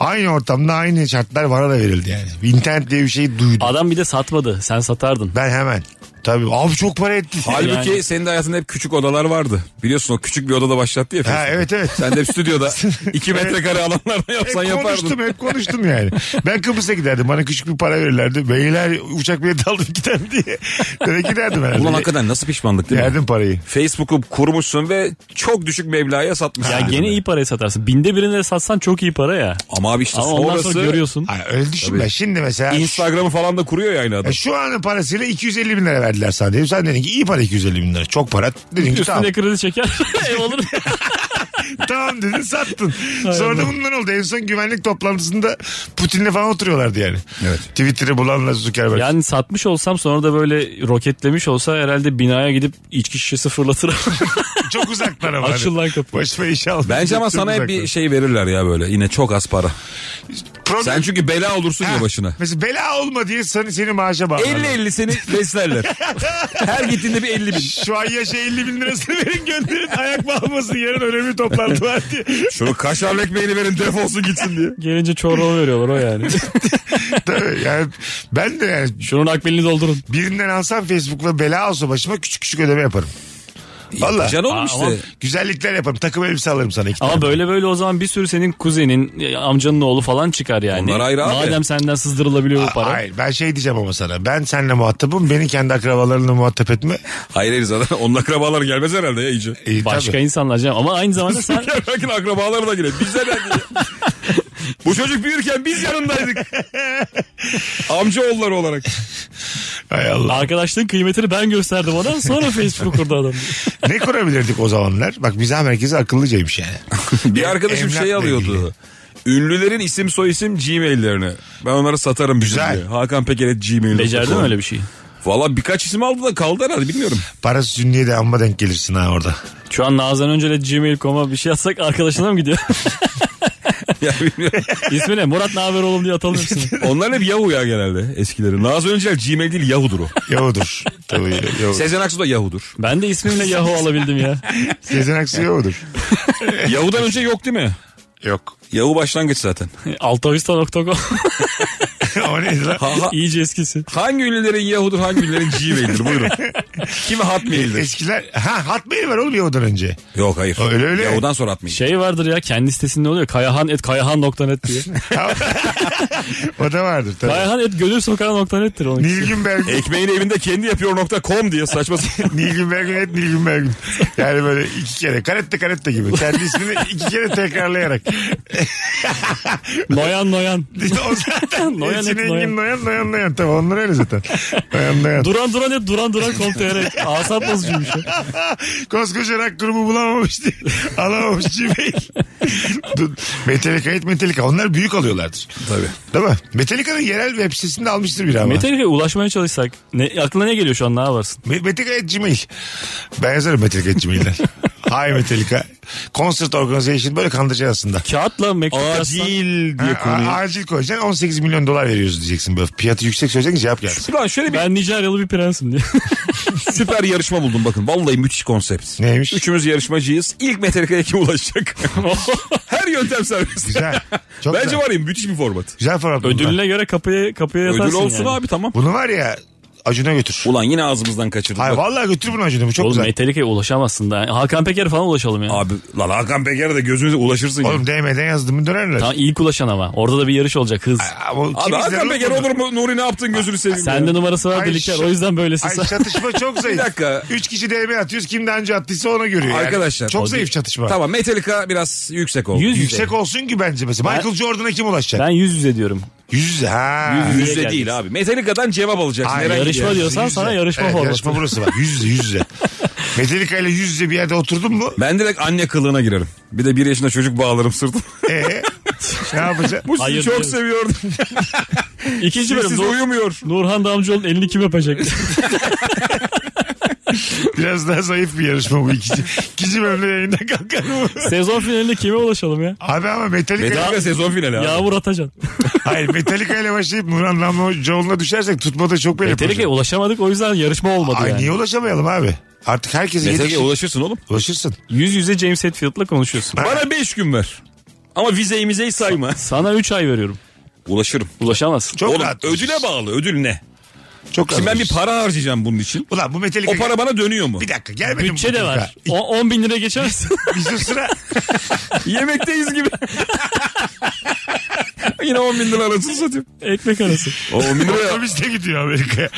Speaker 4: Aynı ortamda aynı şartlar bana da verildi yani. İnternet diye bir şey duydum.
Speaker 5: Adam bir de satmadı. Sen satardın.
Speaker 4: Ben hemen. Tabii abi çok para etti.
Speaker 6: Halbuki
Speaker 5: Yani.
Speaker 6: senin de hayatında hep küçük odalar vardı. Biliyorsun o küçük bir odada başlattı ya.
Speaker 4: Ha,
Speaker 6: Facebook.
Speaker 4: evet evet.
Speaker 6: Sen de hep stüdyoda 2 metrekare alanlarda
Speaker 4: Hep
Speaker 6: yapsan
Speaker 4: konuştum
Speaker 6: yapardın.
Speaker 4: hep konuştum yani. Ben Kıbrıs'a giderdim. Bana küçük bir para verirlerdi. Beyler uçak bileti aldım giderim diye. Demek giderdim herhalde.
Speaker 6: Ulan hakikaten nasıl pişmanlık değil mi?
Speaker 4: Yerdim parayı.
Speaker 6: Facebook'u kurmuşsun ve çok düşük meblağa satmışsın.
Speaker 5: Ya
Speaker 6: Yani
Speaker 5: gene iyi paraya satarsın. Binde birine de satsan çok iyi para ya.
Speaker 6: Ama abi işte
Speaker 5: Ama ondan
Speaker 6: sonrası
Speaker 5: sonra görüyorsun.
Speaker 4: Ay, öyle düşünme. Şimdi mesela
Speaker 6: Instagram'ı falan da kuruyor ya aynı adam.
Speaker 4: Ya şu anın parasıyla 250 bin lira verdiler sana. Dedim sen dedin ki iyi para 250 bin lira. Çok para. Dedin ki
Speaker 5: Üstüne
Speaker 4: tamam.
Speaker 5: kredi çeker. Ev olur.
Speaker 4: tamam dedin sattın. Sonra da bundan oldu. En son güvenlik toplantısında Putin'le falan oturuyorlardı yani.
Speaker 6: Evet.
Speaker 4: Twitter'ı bulanlar Zuckerberg.
Speaker 5: Yani satmış olsam sonra da böyle roketlemiş olsa herhalde binaya gidip içki şişesi fırlatırım.
Speaker 4: Çok uzaklar ama.
Speaker 5: Açıl lan kapı.
Speaker 4: Başıma iş aldım.
Speaker 6: Bence ama
Speaker 4: Çok
Speaker 6: sana hep
Speaker 4: uzaklar.
Speaker 6: bir şey verirler ya böyle. Yine çok az para.
Speaker 4: Problem-
Speaker 6: Sen çünkü bela olursun ya
Speaker 4: Ha,
Speaker 6: başına.
Speaker 4: Mesela bela olma diye seni, seni maaşa bağlarlar.
Speaker 6: 50-50 seni beslerler. Her gittiğinde bir 50 bin.
Speaker 4: Şu an yaşa 50 bin lirasını verin gönderin ayak bağlamasın yarın önemli toplantı var diye.
Speaker 6: Şunu kaşarlı ekmeğini verin defolsun gitsin diye.
Speaker 5: Gelince çorba veriyorlar o yani.
Speaker 4: Tabii yani ben de yani
Speaker 5: Şunun akbilini doldurun.
Speaker 4: birinden alsam Facebook'la bela olsa başıma küçük küçük ödeme yaparım. Valla
Speaker 6: Can oğlum
Speaker 5: Aa,
Speaker 6: işte.
Speaker 5: ama-
Speaker 4: güzellikler yaparım takım elbise alırım sana iki
Speaker 5: Ama
Speaker 4: tane.
Speaker 5: böyle böyle o zaman bir sürü senin kuzenin, e, amcanın oğlu falan çıkar yani.
Speaker 6: Onlar ayrı abi.
Speaker 5: Madem senden sızdırılabiliyor bu para.
Speaker 4: Hayır ben şey diyeceğim ama sana ben seninle muhatabım beni kendi akrabalarınla muhatap etme.
Speaker 6: Hayır hayır zaten onun akrabaları gelmez herhalde ya iyice.
Speaker 4: İyi,
Speaker 5: Başka
Speaker 4: tabii.
Speaker 5: insanlar canım. Ama aynı zamanda sen
Speaker 6: Bakın akrabaları da girer. Bize ne diye. Bu çocuk büyürken biz yanındaydık. Amcaoğulları olarak.
Speaker 4: Hay Allah.
Speaker 5: arkadaşlığın kıymetini ben gösterdim ona sonra Facebook kurdu adam.
Speaker 4: ne kurabilirdik o zamanlar? Bak mizah merkezi akıllıcaymış yani.
Speaker 6: Bir arkadaşım
Speaker 4: Emlakla
Speaker 6: şey alıyordu. Ünlülerin isim soy isim Gmail'lerini. Ben onları satarım bizim
Speaker 4: Güzel.
Speaker 6: diye. Hakan Pekeret Gmail'i.
Speaker 5: Becerdin mi öyle bir şeyi?
Speaker 6: Valla birkaç isim aldı da kaldı herhalde bilmiyorum.
Speaker 4: Parası sünniye de amma denk gelirsin ha orada.
Speaker 5: Şu an Nazan Öncel'e gmail.com'a bir şey yazsak arkadaşına mı gidiyor?
Speaker 6: Ya bilmiyorum.
Speaker 5: İsmi ne? Murat ne haber oğlum diye atalım hepsini.
Speaker 6: Onlar hep Yahoo ya genelde eskileri. Nazım Öncel Gmail değil Yahoo'dur o.
Speaker 4: Yavudur. Tabii yavudur.
Speaker 6: Sezen Aksu da Yahoo'dur.
Speaker 5: Ben de ismimle Yahoo alabildim ya.
Speaker 4: Sezen Aksu yavudur.
Speaker 6: Yahoo'dan önce yok değil mi?
Speaker 4: Yok.
Speaker 6: Yahoo başlangıç zaten.
Speaker 5: Altavista.com
Speaker 4: o neydi lan?
Speaker 6: Ha- ha-
Speaker 5: iyice eskisi.
Speaker 6: hangi ünlülerin Yahoo'dur hangi ünlülerin Gmail'dir buyurun. Kimi Hotmail'dir?
Speaker 4: Eskiler ha Hotmail var oğlum Yahoo'dan önce.
Speaker 6: Yok hayır.
Speaker 4: Öyle öyle.
Speaker 6: Yahoo'dan sonra Hotmail.
Speaker 5: Şey vardır ya kendi sitesinde oluyor. Kayahan et kayahan.net diye.
Speaker 4: O da vardır tabii.
Speaker 5: Kayahan et gönül sokağı.net'tir onun.
Speaker 4: Nilgün Bergün.
Speaker 6: Ekmeğini evinde kendi yapıyor nokta com diye saçma sapan.
Speaker 4: Nilgün Bergün et Nilgün Bergün. Yani böyle iki kere. Karette karette gibi. Kendi ismini iki kere tekrarlayarak.
Speaker 5: Noyan Noyan.
Speaker 4: o zaten
Speaker 5: Noyan
Speaker 4: Ersin
Speaker 5: hep
Speaker 4: Engin Noyan Noyan Noyan. Tabii onlar öyle zaten. Noyan Noyan.
Speaker 5: Duran duran hep duran duran kontrol et. Asap bozucuymuş ya.
Speaker 4: Koskoca rock grubu bulamamış diye. Alamamış Gmail. Dur, Metallica et Metallica. Onlar büyük alıyorlardır.
Speaker 6: Tabii.
Speaker 4: Değil mi? Metallica'nın yerel web sitesinde almıştır biri ama.
Speaker 5: Metallica'ya ulaşmaya çalışsak. Ne, aklına ne geliyor şu an ne yaparsın?
Speaker 4: Me- Metallica et Gmail. Ben yazarım Metallica et Gmail'den. Hi Metallica. Concert Organization böyle kandıracaksın aslında.
Speaker 5: Kağıtla mektup yazsan.
Speaker 6: Acil diye
Speaker 4: Ha, a-
Speaker 6: konuyu.
Speaker 4: acil koyacaksın 18 milyon dolar veriyoruz diyeceksin. Böyle fiyatı yüksek söyleyeceksin cevap gelsin.
Speaker 6: Ulan şöyle bir
Speaker 5: Ben Nijeryalı bir prensim diye.
Speaker 6: süper yarışma buldum bakın. Vallahi müthiş konsept.
Speaker 4: Neymiş?
Speaker 6: Üçümüz yarışmacıyız. İlk Metallica'ya kim ulaşacak? Her yöntem serbest.
Speaker 4: Güzel. Çok
Speaker 6: Bence
Speaker 4: güzel.
Speaker 6: var ya müthiş bir format.
Speaker 4: Güzel format. bunlar.
Speaker 5: Ödülüne göre kapıya, kapıya yatarsın
Speaker 6: Ödül olsun
Speaker 5: yani.
Speaker 6: abi tamam.
Speaker 4: Bunu var ya Acun'a götür.
Speaker 6: Ulan yine ağzımızdan kaçırdık.
Speaker 4: Hayır
Speaker 6: Bak,
Speaker 4: vallahi götür bunu Acun'a bu çok
Speaker 5: Oğlum
Speaker 4: güzel.
Speaker 5: Metallica'ya ulaşamazsın da. Hakan Peker'e falan ulaşalım ya.
Speaker 6: Abi lan Hakan Peker'e de gözümüze ulaşırsın. ya.
Speaker 4: Oğlum DM'den yazdım mı dönerler.
Speaker 5: Tamam ilk ulaşan ama. Orada da bir yarış olacak hız.
Speaker 4: Ama kim izler
Speaker 6: Abi Hakan
Speaker 4: oğlum
Speaker 6: Peker
Speaker 4: bunu?
Speaker 6: olur mu? Nuri ne yaptın gözünü seveyim. ya.
Speaker 5: Sende numarası var
Speaker 4: Ay
Speaker 5: Dilker.
Speaker 4: şa-
Speaker 5: O yüzden böylesin
Speaker 4: Ay şey-
Speaker 5: sen.
Speaker 4: çatışma çok zayıf.
Speaker 6: dakika.
Speaker 4: Üç kişi DM atıyoruz. Kim daha önce attıysa ona görüyor. yani.
Speaker 6: Arkadaşlar,
Speaker 4: Çok
Speaker 6: o
Speaker 4: zayıf çatışma.
Speaker 6: Tamam Metallica biraz yüksek oldu.
Speaker 5: Yüz
Speaker 4: Yüksek olsun ki bence mesela. Michael Jordan'a kim ulaşacak?
Speaker 5: Ben yüz yüze diyorum.
Speaker 4: Yüz yüze. Ha.
Speaker 5: Yüz yüze.
Speaker 6: Yüzde
Speaker 5: geldi.
Speaker 6: değil abi. Metallica'dan cevap alacaksın.
Speaker 4: Ay,
Speaker 6: herhangi bir
Speaker 5: yarışma
Speaker 6: yer.
Speaker 5: diyorsan
Speaker 4: yüz yüze.
Speaker 5: sana yarışma formatı.
Speaker 4: Yarışma burası var. Yüz yüze yüz yüze. Metallica ile yüz yüze bir yerde oturdun mu?
Speaker 6: Ben direkt anne kılığına girerim. Bir de bir yaşında çocuk bağlarım sırtım.
Speaker 4: Ee, ne yapacaksın?
Speaker 6: Bu sizi
Speaker 5: Hayır,
Speaker 6: çok
Speaker 5: diyoruz.
Speaker 6: seviyordum.
Speaker 5: İkinci bölüm.
Speaker 6: Siz
Speaker 5: Nur-
Speaker 6: uyumuyor.
Speaker 5: Nurhan Damcıoğlu'nun elini kim öpecek?
Speaker 4: Biraz daha zayıf bir yarışma bu ikinci. İkinci bölümde yayından kalkar mı?
Speaker 5: Sezon finalinde kime ulaşalım ya?
Speaker 4: Abi ama Metallica,
Speaker 6: Metallica sezon finali abi.
Speaker 5: Yağmur Atacan.
Speaker 4: hayır Metallica ile başlayıp Nurhan Damlaoğlu'na düşersek tutmada çok böyle
Speaker 5: Metallica'ya ulaşamadık o yüzden yarışma olmadı
Speaker 4: Ay
Speaker 5: yani.
Speaker 4: niye ulaşamayalım abi? Artık herkese
Speaker 6: Metallica'ya
Speaker 4: yetişir.
Speaker 6: ulaşırsın oğlum.
Speaker 4: Ulaşırsın.
Speaker 5: Yüz yüze James Hetfield'la konuşuyorsun.
Speaker 6: Bana 5 gün ver. Ama vizeyi mizeyi sayma.
Speaker 5: Sana 3 ay veriyorum.
Speaker 6: Ulaşırım.
Speaker 5: Ulaşamazsın.
Speaker 4: Çok
Speaker 6: oğlum
Speaker 4: rahat.
Speaker 6: ödüle bağlı. Ödül ne?
Speaker 4: Çok
Speaker 6: Şimdi ben
Speaker 4: rahat.
Speaker 6: bir para harcayacağım bunun için.
Speaker 4: Ulan bu Metallica...
Speaker 6: O para bana dönüyor mu?
Speaker 4: Bir dakika gelmedim.
Speaker 5: Bütçe de var.
Speaker 4: İ-
Speaker 5: O- 10 bin lira geçersin.
Speaker 4: Bizim sıra
Speaker 6: Yemekteyiz gibi. Yine 10 bin lira arasını satayım.
Speaker 5: Ekmek arası.
Speaker 6: O 10 bin lira.
Speaker 4: otobüste gidiyor Amerika'ya.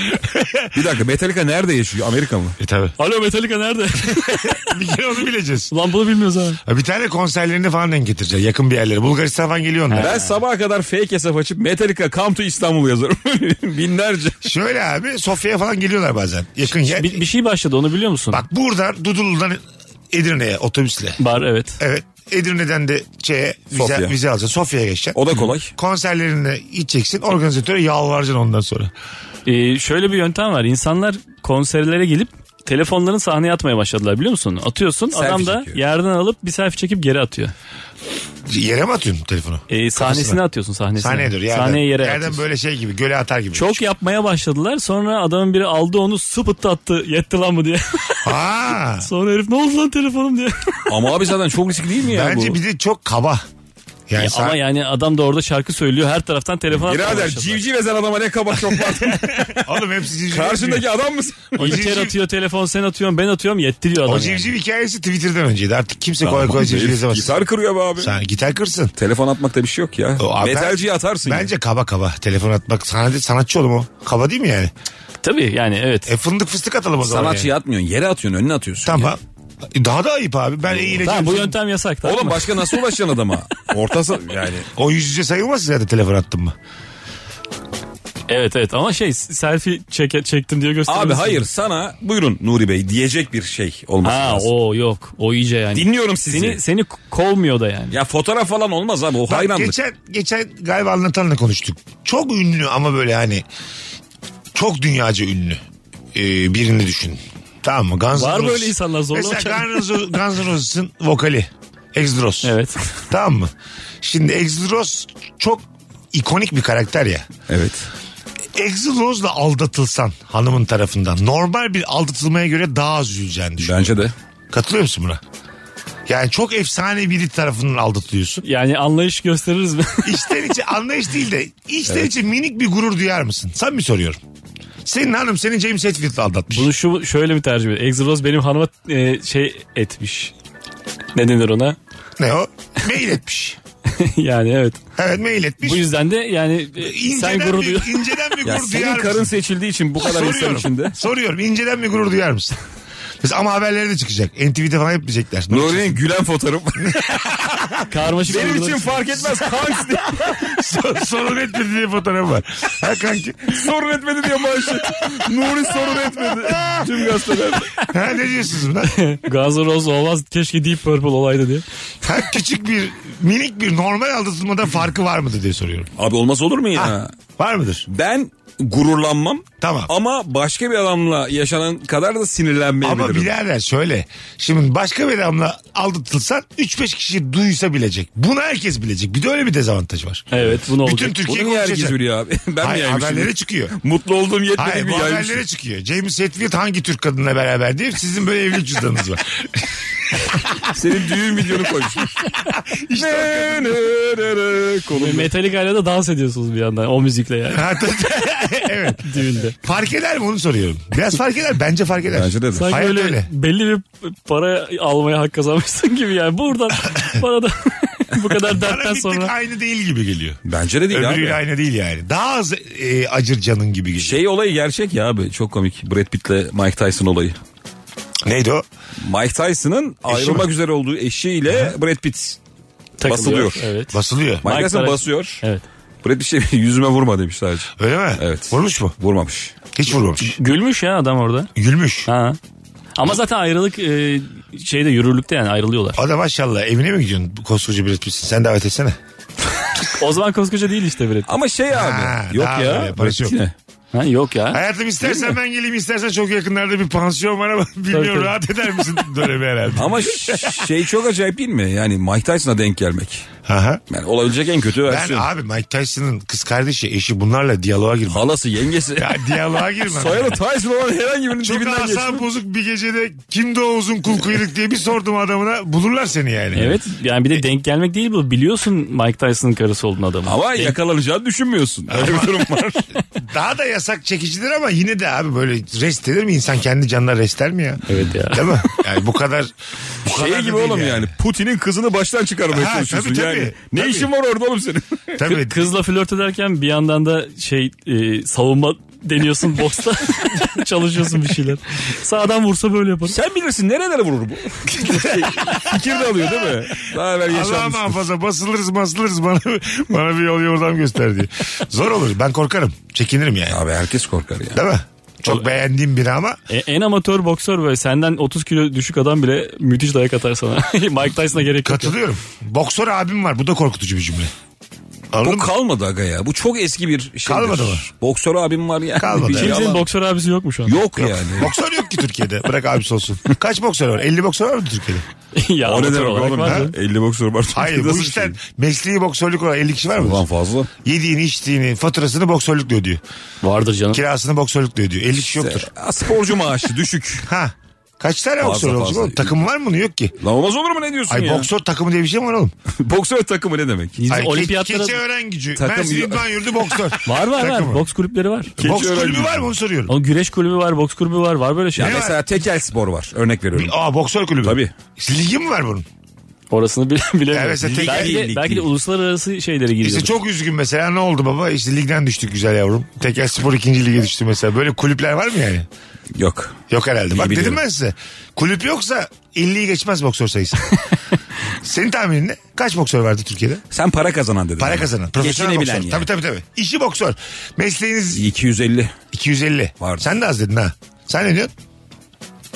Speaker 6: Bir dakika Metallica nerede yaşıyor? Amerika mı?
Speaker 4: e tabi.
Speaker 5: Alo Metallica nerede?
Speaker 4: Bir kere onu bileceğiz.
Speaker 5: Ulan bunu bilmiyoruz ha.
Speaker 4: Ha, Bir tane konserlerini falan denk getirecek. Yakın bir yerlere. Bulgaristan falan geliyor onlar.
Speaker 6: Ben sabaha kadar fake hesap açıp Metallica Come to İstanbul yazarım. Binlerce.
Speaker 4: Şöyle abi Sofya'ya falan geliyorlar bazen. Yakın yer.
Speaker 5: Bir, bir şey başladı onu biliyor musun?
Speaker 4: Bak buradan Dudullu'dan Edirne'ye otobüsle.
Speaker 5: Bar evet.
Speaker 4: Evet. Edirne'den de şeye vize,
Speaker 6: Sofya.
Speaker 4: vize alacaksın. Sofya'ya geçeceksin.
Speaker 6: O da kolay.
Speaker 4: Konserlerini içeceksin. Organizatöre yalvaracaksın ondan sonra.
Speaker 5: Ee, şöyle bir yöntem var. İnsanlar konserlere gelip telefonların sahneye atmaya başladılar biliyor musun? Atıyorsun
Speaker 6: Selfie
Speaker 5: adam da
Speaker 6: çekiyor.
Speaker 5: yerden alıp bir selfie çekip geri atıyor.
Speaker 4: Yere mi atıyorsun telefonu?
Speaker 5: Ee, sahnesine atıyorsun sahnesine.
Speaker 4: Sahneye dur. Yerden,
Speaker 5: Sahneye yere
Speaker 4: Yerden
Speaker 5: atıyorsun.
Speaker 4: böyle şey gibi. Göle atar gibi.
Speaker 5: Çok yapmaya başladılar. Sonra adamın biri aldı onu sıpıttı attı. Yetti lan bu diye.
Speaker 4: Aa,
Speaker 5: Sonra herif ne oldu lan telefonum diye.
Speaker 6: Ama abi zaten çok riskli değil mi ya
Speaker 4: bence
Speaker 6: bu?
Speaker 4: bir de çok kaba. Yani
Speaker 5: Ya
Speaker 4: sen-
Speaker 5: E, ama yani adam da orada şarkı söylüyor. Her taraftan telefon atmaya
Speaker 6: Birader
Speaker 5: başladılar.
Speaker 6: civciv ezen adama ne kabak çok var.
Speaker 4: Oğlum hepsi civciv.
Speaker 6: Karşındaki adam mısın?
Speaker 5: O İlker
Speaker 4: civciv-
Speaker 5: atıyor telefon sen atıyorsun ben atıyorum yettiriyor adam.
Speaker 4: O
Speaker 5: yani.
Speaker 4: civciv hikayesi Twitter'dan önceydi. Artık kimse kolay kolay civciv yazamaz.
Speaker 6: Gitar kırıyor be abi.
Speaker 4: Sen gitar kırsın.
Speaker 6: Telefon atmakta bir şey yok ya.
Speaker 4: O abi-
Speaker 6: Metalciyi atarsın. ya.
Speaker 4: Bence kaba kaba. Telefon atmak sanatçı, sanatçı oğlum o. Kaba değil mi yani?
Speaker 5: Tabii yani evet.
Speaker 4: E fındık fıstık atalım o zaman. yani.
Speaker 6: Sanatçıyı atmıyorsun. Yere atıyorsun. Önüne atıyorsun. ya.
Speaker 4: Tamam. E, Daha da ayıp abi. Ben eğileceğim.
Speaker 5: Tamam bu yöntem yasak. Tamam.
Speaker 6: Oğlum
Speaker 5: mı?
Speaker 6: başka nasıl ulaşacaksın adama? Ortası yani.
Speaker 4: O yüz yüze sayılmaz zaten telefon attın mı?
Speaker 5: Evet evet ama şey selfie çeke, çektim diye gösteriyorsun.
Speaker 6: Abi hayır sana buyurun Nuri Bey diyecek bir şey olması
Speaker 5: Ha
Speaker 6: lazım.
Speaker 5: o yok o iyice yani.
Speaker 6: Dinliyorum sizi.
Speaker 5: Seni, seni k- kovmuyor da yani.
Speaker 6: Ya fotoğraf falan olmaz abi o
Speaker 4: Bak,
Speaker 6: hayranlık.
Speaker 4: geçen, geçen galiba anlatanla konuştuk. Çok ünlü ama böyle hani çok dünyaca ünlü ee, birini düşün. Tamam mı? Guns N'
Speaker 5: Var
Speaker 4: Roses.
Speaker 5: böyle insanlar, zorla
Speaker 4: Mesela
Speaker 5: bakar.
Speaker 4: Guns N' Guns N' Roses'ın vokali. Exdros.
Speaker 5: Evet.
Speaker 4: Tamam mı? Şimdi Exdros çok ikonik bir karakter ya.
Speaker 6: Evet.
Speaker 4: Exdros'la aldatılsan hanımın tarafından normal bir aldatılmaya göre daha az üzüleceğini düşün.
Speaker 6: Bence de.
Speaker 4: Katılıyor musun buna? Yani çok efsane biri tarafından aldatılıyorsun.
Speaker 5: Yani anlayış gösteririz mi?
Speaker 4: İçten içe anlayış değil de içten içe minik bir gurur duyar mısın? Sen mi soruyorum? Senin hanım seni James Hetfield'la aldatmış.
Speaker 5: Bunu şu şöyle mi tercih ediyor? Exodus benim hanıma e, şey etmiş. Ne denir ona?
Speaker 4: Ne o? Mail etmiş.
Speaker 5: yani evet.
Speaker 4: Evet mail etmiş.
Speaker 5: Bu yüzden de yani e, sen
Speaker 4: İnceden
Speaker 5: gurur
Speaker 4: bir,
Speaker 5: duy.
Speaker 4: inceden bir
Speaker 6: Ya
Speaker 4: gurur
Speaker 6: senin
Speaker 4: duyar
Speaker 6: karın
Speaker 4: mısın?
Speaker 6: seçildiği için bu kadar insan
Speaker 4: Soruyorum.
Speaker 6: içinde.
Speaker 4: Soruyorum. İnceden bir gurur duyar mısın? Mesela ama haberlere de çıkacak. NTV'de falan yapmayacaklar.
Speaker 6: Nuri'nin gülen fotoğrafı.
Speaker 5: Karmaşık
Speaker 6: Benim için
Speaker 5: uygulama-
Speaker 6: fark etmez. Kanks diye.
Speaker 4: Son- Sorun etmedi diye fotoğraf var. Ha kanki.
Speaker 6: sorun etmedi diye maaşı. Nuri sorun etmedi. Tüm gazetelerde.
Speaker 4: Ha ne diyorsunuz buna?
Speaker 5: Guns N' Roses olmaz keşke Deep Purple olaydı diye.
Speaker 4: Ha küçük bir minik bir normal aldatılmada farkı var mıdır diye soruyorum.
Speaker 6: Abi olmaz olur mu ya?
Speaker 4: Ha, var mıdır?
Speaker 6: Ben gururlanmam.
Speaker 4: Tamam.
Speaker 6: Ama başka bir adamla yaşanan kadar da
Speaker 4: Ama
Speaker 6: sinirlenmeyebilirim.
Speaker 4: birader şöyle. Şimdi başka bir adamla aldatılsan 3-5 kişi duysa bilecek. Bunu herkes bilecek. Bir de öyle bir dezavantaj var.
Speaker 5: Evet bu ne olacak?
Speaker 4: Bütün Türkiye
Speaker 6: Bunu niye herkes
Speaker 4: konuşacak.
Speaker 6: biliyor abi? Ben mi
Speaker 4: Hayır,
Speaker 6: yaymışım?
Speaker 4: haberlere çıkıyor.
Speaker 6: Mutlu olduğum yetmedi
Speaker 4: Hayır
Speaker 6: mi
Speaker 4: bu
Speaker 6: yaymışım?
Speaker 4: haberlere çıkıyor. James Hetfield hangi Türk kadınla beraber diye sizin böyle evlilik cüzdanınız var.
Speaker 6: Senin düğün videonu koymuşum. işte ne, ne, ne, ne, kolumda.
Speaker 5: Metallica'yla da dans ediyorsunuz bir yandan o müzikle yani
Speaker 4: Ha, tabii. evet.
Speaker 5: düğünde.
Speaker 4: Fark eder mi onu soruyorum. Biraz fark eder. Bence fark eder.
Speaker 6: Bence de.
Speaker 5: Sanki
Speaker 4: Hayat
Speaker 5: böyle
Speaker 4: öyle.
Speaker 5: belli bir para almaya hak kazanmışsın gibi yani. Buradan bana da bu kadar
Speaker 4: Bana
Speaker 5: dertten
Speaker 4: bir tık
Speaker 5: sonra.
Speaker 4: aynı değil gibi geliyor.
Speaker 6: Bence de değil
Speaker 4: Öbürüyle
Speaker 6: abi.
Speaker 4: aynı değil yani. Daha az e, acır canın gibi geliyor.
Speaker 6: Şey olayı gerçek ya abi. Çok komik. Brad Pitt'le Mike Tyson olayı.
Speaker 4: Neydi o?
Speaker 6: Mike Tyson'ın ayrılmak üzere olduğu eşiyle Brad Pitt. Basılıyor.
Speaker 5: Evet.
Speaker 4: Basılıyor.
Speaker 6: Mike,
Speaker 5: Mike
Speaker 6: Tyson
Speaker 5: Tyson-
Speaker 6: basıyor.
Speaker 5: Evet.
Speaker 6: Brad Pitt şey yüzüme vurma demiş sadece.
Speaker 4: Öyle mi?
Speaker 6: Evet.
Speaker 4: Vurmuş mu?
Speaker 6: Vurmamış.
Speaker 4: Hiç vurmamış.
Speaker 5: Gülmüş ya adam orada.
Speaker 4: Gülmüş.
Speaker 5: Ha. Ama zaten ayrılık e, şeyde yürürlükte yani ayrılıyorlar.
Speaker 4: O da maşallah evine mi gidiyorsun koskoca Brad Pitt'sin? Sen davet etsene.
Speaker 5: O zaman koskoca değil işte Brad.
Speaker 6: Ama şey abi.
Speaker 4: Ha,
Speaker 6: yok
Speaker 4: daha
Speaker 6: ya.
Speaker 4: öyle, parası
Speaker 6: Brad
Speaker 4: yok.
Speaker 6: Pitt'ine.
Speaker 5: Ha, yok ya.
Speaker 4: Hayatım istersen ben geleyim istersen çok yakınlarda bir pansiyon var ama bilmiyorum
Speaker 5: tabii.
Speaker 4: rahat eder misin dönemi herhalde.
Speaker 6: Ama ş- şey çok acayip değil mi? Yani Mike Tyson'a denk gelmek.
Speaker 4: Aha.
Speaker 6: Yani olabilecek en kötü
Speaker 4: Ben
Speaker 6: versiyon.
Speaker 4: abi Mike Tyson'ın kız kardeşi eşi bunlarla diyaloğa girmem.
Speaker 6: Halası, yengesi.
Speaker 4: Ya diyaloğa girmem.
Speaker 6: Soyadı Tyson olan herhangi birinin
Speaker 4: Çok
Speaker 6: dibinden geçti.
Speaker 4: asam bozuk bir gecede kimde o uzun kul kuyruk diye bir sordum adamına bulurlar seni yani.
Speaker 5: Evet yani bir de denk gelmek değil bu. Biliyorsun Mike Tyson'ın karısı olduğunu adamı.
Speaker 6: Ama yakalanacağını düşünmüyorsun. Öyle bir durum var.
Speaker 4: Daha da yasak çekicidir ama yine de abi böyle rest eder mi? İnsan kendi canına rest eder mi ya?
Speaker 5: Evet ya.
Speaker 4: Değil mi? Yani bu kadar bu kadar da
Speaker 6: şey gibi
Speaker 4: değil
Speaker 6: oğlum yani. Putin'in kızını baştan çıkarmaya
Speaker 4: Ha,
Speaker 6: çalışıyorsun.
Speaker 4: tabii, tabii.
Speaker 6: yani. Ne
Speaker 4: Tabii.
Speaker 6: işin var orada oğlum senin?
Speaker 4: Tabii.
Speaker 5: Kızla flört ederken bir yandan da şey e, savunma deniyorsun boksta çalışıyorsun bir şeyler. Sağdan vursa böyle yaparım.
Speaker 6: Sen bilirsin nerelere vurur bu? Şey, Fikir de alıyor değil mi? Daha evvel
Speaker 4: Allah
Speaker 6: yaşanmış.
Speaker 4: muhafaza basılırız basılırız bana, bana bir yol yordam göster diye. Zor olur ben korkarım çekinirim yani.
Speaker 6: Abi herkes korkar ya.
Speaker 4: Değil mi? Çok beğendiğim biri ama
Speaker 5: E, en amatör boksör böyle senden 30 kilo düşük adam bile müthiş dayak atar sana. Mike Tyson'a gerek yok.
Speaker 4: katılıyorum. Boksör abim var bu da korkutucu bir cümle. Anladın
Speaker 6: Bu
Speaker 4: mı?
Speaker 6: kalmadı aga ya. Bu çok eski bir şeydir.
Speaker 4: Kalmadı mı?
Speaker 6: Boksör abim var yani.
Speaker 4: Kalmadı.
Speaker 6: Bir şey
Speaker 5: Kimsenin
Speaker 6: alan-
Speaker 5: boksör abisi yok mu şu an?
Speaker 6: Yok yani.
Speaker 4: Boksör yok ki Türkiye'de. Bırak abisi olsun. Kaç boksör var? 50 boksör var mı Türkiye'de?
Speaker 5: ya
Speaker 6: O ne
Speaker 5: amatör
Speaker 6: demek
Speaker 5: olarak
Speaker 6: oğlum?
Speaker 5: var
Speaker 6: ya?
Speaker 5: canım.
Speaker 6: 50 boksör var.
Speaker 4: Hayır bu
Speaker 6: Nasıl
Speaker 4: işten
Speaker 6: şey?
Speaker 4: mesleği boksörlük olan 50 kişi var mı?
Speaker 6: Ulan fazla.
Speaker 4: Yediğini içtiğini faturasını boksörlükle ödüyor.
Speaker 5: Vardır canım.
Speaker 4: Kirasını boksörlükle ödüyor. 50 kişi yoktur.
Speaker 6: Ya, Sporcu maaşı düşük.
Speaker 4: Ha. Kaç tane
Speaker 6: Fazla,
Speaker 4: boksör olacak
Speaker 6: fazla.
Speaker 4: oğlum? Takım var mı bunun? Yok ki.
Speaker 6: Lan olmaz olur mu ne diyorsun
Speaker 4: Ay
Speaker 6: ya?
Speaker 4: boksör takımı diye bir şey mi var oğlum?
Speaker 6: boksör takımı ne demek?
Speaker 5: Biz
Speaker 4: Ay, ke-
Speaker 5: olimpiyatlara...
Speaker 4: keçi öğren gücü.
Speaker 6: Takım-
Speaker 4: Mersin İdman Yurdu boksör.
Speaker 5: Var var var.
Speaker 4: Takımı.
Speaker 5: Boks kulüpleri var.
Speaker 4: Boks
Speaker 6: Keçiören
Speaker 4: kulübü
Speaker 6: gücü.
Speaker 4: var mı onu soruyorum.
Speaker 5: Onun güreş kulübü var, boks kulübü var. Var böyle
Speaker 6: Ya
Speaker 5: şey.
Speaker 6: mesela tekel spor var. Örnek veriyorum.
Speaker 4: Aa boksör kulübü.
Speaker 6: Tabii.
Speaker 4: Ligi mi var bunun?
Speaker 5: Orasını bile, bilemiyorum.
Speaker 4: mesela tek-
Speaker 5: belki, de,
Speaker 6: Lig
Speaker 5: belki de
Speaker 6: değil.
Speaker 5: uluslararası şeylere giriyor.
Speaker 4: İşte çok üzgün mesela ne oldu baba? İşte ligden düştük güzel yavrum. Tekel Spor ikinci lige düştü mesela. Böyle kulüpler var mı yani?
Speaker 6: Yok.
Speaker 4: Yok herhalde. Bak
Speaker 6: biliyorum.
Speaker 4: dedim ben size. Kulüp yoksa 50'yi geçmez boksör sayısı. Senin tahminin ne? Kaç boksör vardı Türkiye'de?
Speaker 6: Sen para kazanan dedin.
Speaker 4: Para
Speaker 6: Yani.
Speaker 4: kazanan. Profesyonel boksör.
Speaker 6: Geçinebilen yani.
Speaker 4: Tabii tabii tabii. İşi boksör. Mesleğiniz
Speaker 6: 250.
Speaker 4: 250.
Speaker 6: Vardı.
Speaker 4: Sen de az dedin ha. Sen ne diyorsun?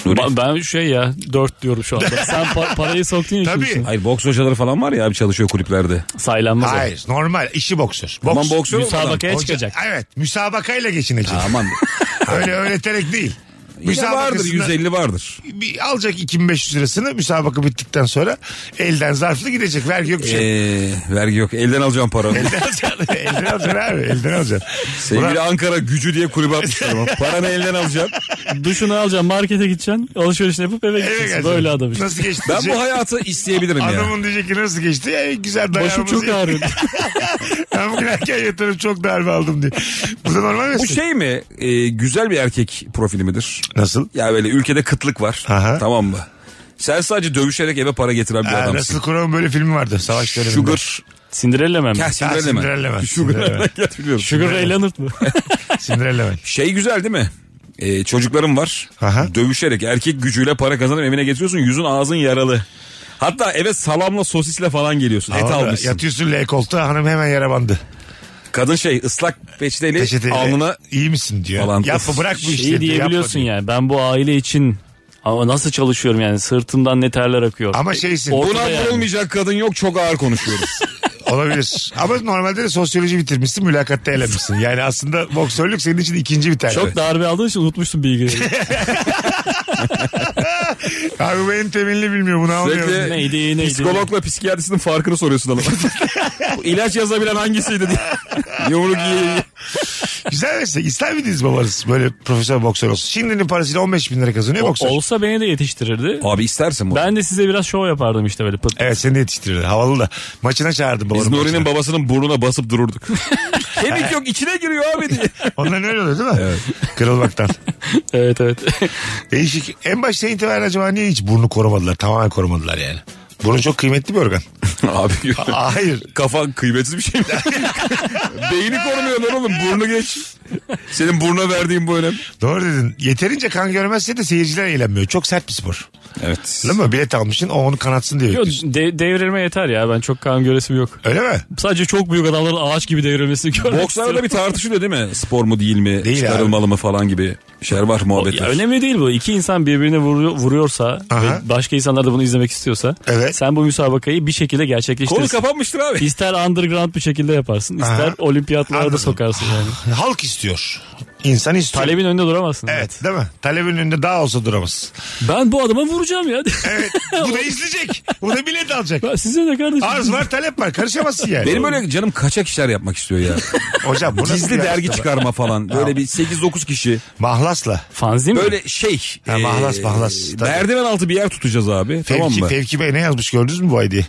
Speaker 5: Ba- ben şey ya 4 diyorum şu anda. Sen pa- parayı soktun ya
Speaker 4: Tabii.
Speaker 5: şimdi. içine.
Speaker 6: Hayır boks hocaları falan var ya abi çalışıyor kulüplerde.
Speaker 5: Saylanmaz. o.
Speaker 4: Hayır normal işi boksör. Boks.
Speaker 6: Aman boksör olmadan-
Speaker 5: Müsabakaya
Speaker 4: Hoca-
Speaker 5: çıkacak.
Speaker 4: Evet müsabakayla geçinecek.
Speaker 6: Aman.
Speaker 4: Öyle öğreterek değil.
Speaker 6: Yine vardır 150 vardır.
Speaker 4: bir alacak 2500 lirasını müsabaka bittikten sonra elden zarflı gidecek. Vergi yok bir şey.
Speaker 6: Ee, vergi yok. Elden alacağım para.
Speaker 4: elden alacaksın. elden alacaksın abi. Elden alacaksın.
Speaker 6: Ee, Sevgili Ankara gücü diye kulübe atmışlar ama. Paranı elden alacaksın.
Speaker 5: Duşunu alacaksın, markete gideceksin, alışverişini yapıp eve
Speaker 4: Eve
Speaker 5: gideceksin.
Speaker 4: geleceksin.
Speaker 5: Böyle adam işte.
Speaker 4: Nasıl geçti?
Speaker 6: Ben
Speaker 4: diyecek.
Speaker 6: bu hayatı isteyebilirim ya.
Speaker 4: Şey- Adamın diyecek ki nasıl geçti? Ya, güzel dayanımız.
Speaker 5: Başım çok ağrıyor.
Speaker 4: Ben bugün erken yatarım çok darbe aldım diye. Bu da normal
Speaker 6: Bu
Speaker 4: misin?
Speaker 6: şey mi? Ee, güzel bir erkek profili midir?
Speaker 4: Nasıl?
Speaker 6: Ya böyle ülkede kıtlık var.
Speaker 4: Aha.
Speaker 6: Tamam mı? Sen sadece dövüşerek eve para getiren bir
Speaker 4: Aa,
Speaker 6: adamsın.
Speaker 4: nasıl Kur'an böyle filmi vardı. Savaş döneminde.
Speaker 6: Sugar.
Speaker 5: Cinderella mı?
Speaker 6: Ya, Cinderella mi?
Speaker 4: Cinderella mi?
Speaker 6: Sugar.
Speaker 4: Cinderella.
Speaker 6: Hatırlıyorum.
Speaker 5: Sugar Ray Leonard mı?
Speaker 4: Cinderella Man.
Speaker 6: Şey güzel değil mi? Ee, çocuklarım var.
Speaker 4: Aha.
Speaker 6: Dövüşerek erkek gücüyle para kazanıp evine getiriyorsun. Yüzün ağzın yaralı. Hatta eve salamla sosisle falan geliyorsun. Et
Speaker 4: Ama
Speaker 6: almışsın.
Speaker 4: Yatıyorsun L koltuğa hanım hemen yara bandı.
Speaker 6: Kadın şey ıslak peçeteli
Speaker 4: Peçeteyle
Speaker 6: alnına
Speaker 4: iyi misin diyor.
Speaker 6: falan.
Speaker 4: Yapma
Speaker 6: Of, şey
Speaker 4: bırak bu işleri.
Speaker 5: Şeyi
Speaker 4: diyor, yapma
Speaker 5: diyebiliyorsun
Speaker 4: diyor.
Speaker 5: yani şey ben bu aile için ama nasıl çalışıyorum yani sırtımdan ne terler akıyor.
Speaker 6: E,
Speaker 4: Ama şeysin
Speaker 5: Ortada
Speaker 6: buna
Speaker 5: yani.
Speaker 6: vurulmayacak kadın yok çok ağır konuşuyoruz.
Speaker 4: olabilir. Ama normalde de sosyoloji bitirmişsin mülakatta elenmişsin. Yani aslında boksörlük senin için ikinci bir tercih.
Speaker 5: Çok darbe aldığın için unutmuşsun bilgileri.
Speaker 4: Abi bu en temelini bilmiyor bunu anlıyorum.
Speaker 6: Sürekli
Speaker 5: Neydi, neydi?
Speaker 6: psikologla psikiyatristin farkını soruyorsun adama. Bu İlaç yazabilen hangisiydi diye. Yumruk yiye yiye.
Speaker 4: Güzel şey, mesela. İster miydiniz babanız böyle profesyonel boksör olsun? Şimdinin parasıyla 15 bin lira kazanıyor boksör.
Speaker 5: Olsa beni de yetiştirirdi.
Speaker 6: Abi istersin bu.
Speaker 5: Ben de size biraz şov yapardım işte böyle pıt.
Speaker 4: Evet seni de yetiştirirler. Havalı da. Maçına çağırdım babanı.
Speaker 6: Biz
Speaker 4: maçına.
Speaker 6: Nuri'nin babasının burnuna basıp dururduk. Kemik yok içine giriyor abi diye.
Speaker 4: Onların öyle oluyor değil mi? Kırılmaktan.
Speaker 5: Evet evet.
Speaker 4: Değişik. En başta itibaren acaba niye hiç burnu korumadılar? Tamamen korumadılar yani. Burun çok kıymetli bir organ.
Speaker 6: abi
Speaker 4: Hayır.
Speaker 6: kafan kıymetli bir şey mi? Beyni korumuyor lan oğlum burnu geç. Senin buruna verdiğin bu önem.
Speaker 4: Doğru dedin. Yeterince kan görmezse de seyirciler eğlenmiyor. Çok sert bir spor.
Speaker 6: Evet.
Speaker 4: Değil mi? Bilet almışsın o onu kanatsın diye
Speaker 5: Yok,
Speaker 4: bekliyorsun.
Speaker 5: de- devrilme yeter ya ben çok kan göresim yok.
Speaker 4: Öyle mi?
Speaker 5: Sadece çok büyük adamların ağaç gibi devrilmesini görmek
Speaker 6: Bokslarda
Speaker 5: istiyorum.
Speaker 6: bir tartışılıyor değil mi? Spor mu değil mi?
Speaker 4: Değil
Speaker 6: Çıkarılmalı mı falan gibi şeyler var muhabbet
Speaker 5: Ya
Speaker 6: var.
Speaker 5: önemli değil bu. İki insan birbirini vuruyor- vuruyorsa
Speaker 4: Aha.
Speaker 5: ve başka insanlar da bunu izlemek istiyorsa
Speaker 4: Evet.
Speaker 5: sen bu müsabakayı bir şekilde gerçekleştirirsin.
Speaker 6: Konu kapanmıştır abi.
Speaker 5: İster underground bir şekilde yaparsın, ister
Speaker 4: Aha.
Speaker 5: olimpiyatlara
Speaker 4: Anladım.
Speaker 5: da sokarsın yani.
Speaker 4: Halk istiyor. İnsan istiyor.
Speaker 5: Talebin önünde duramazsın.
Speaker 4: Evet değil mi? Talebin önünde daha olsa duramaz.
Speaker 5: Ben bu adama vuracağım ya.
Speaker 4: Evet. Bu da izleyecek. Bu da bilet alacak.
Speaker 5: Ben size de kardeşim.
Speaker 4: Arz var talep var. Karışamazsın yani.
Speaker 6: Benim böyle canım kaçak işler yapmak istiyor ya.
Speaker 4: Hocam bu nasıl
Speaker 6: Gizli
Speaker 4: bir
Speaker 6: dergi
Speaker 4: yarışma?
Speaker 6: çıkarma falan. Böyle bir 8-9 kişi.
Speaker 4: Mahlasla.
Speaker 5: Fanzin mi?
Speaker 6: Böyle şey.
Speaker 4: Ha, mahlas, mahlas. Tabii.
Speaker 6: Merdiven altı bir yer tutacağız abi.
Speaker 4: Fevki,
Speaker 6: tamam mı?
Speaker 4: Fevki Bey ne yazmış gördünüz mü bu ay diye.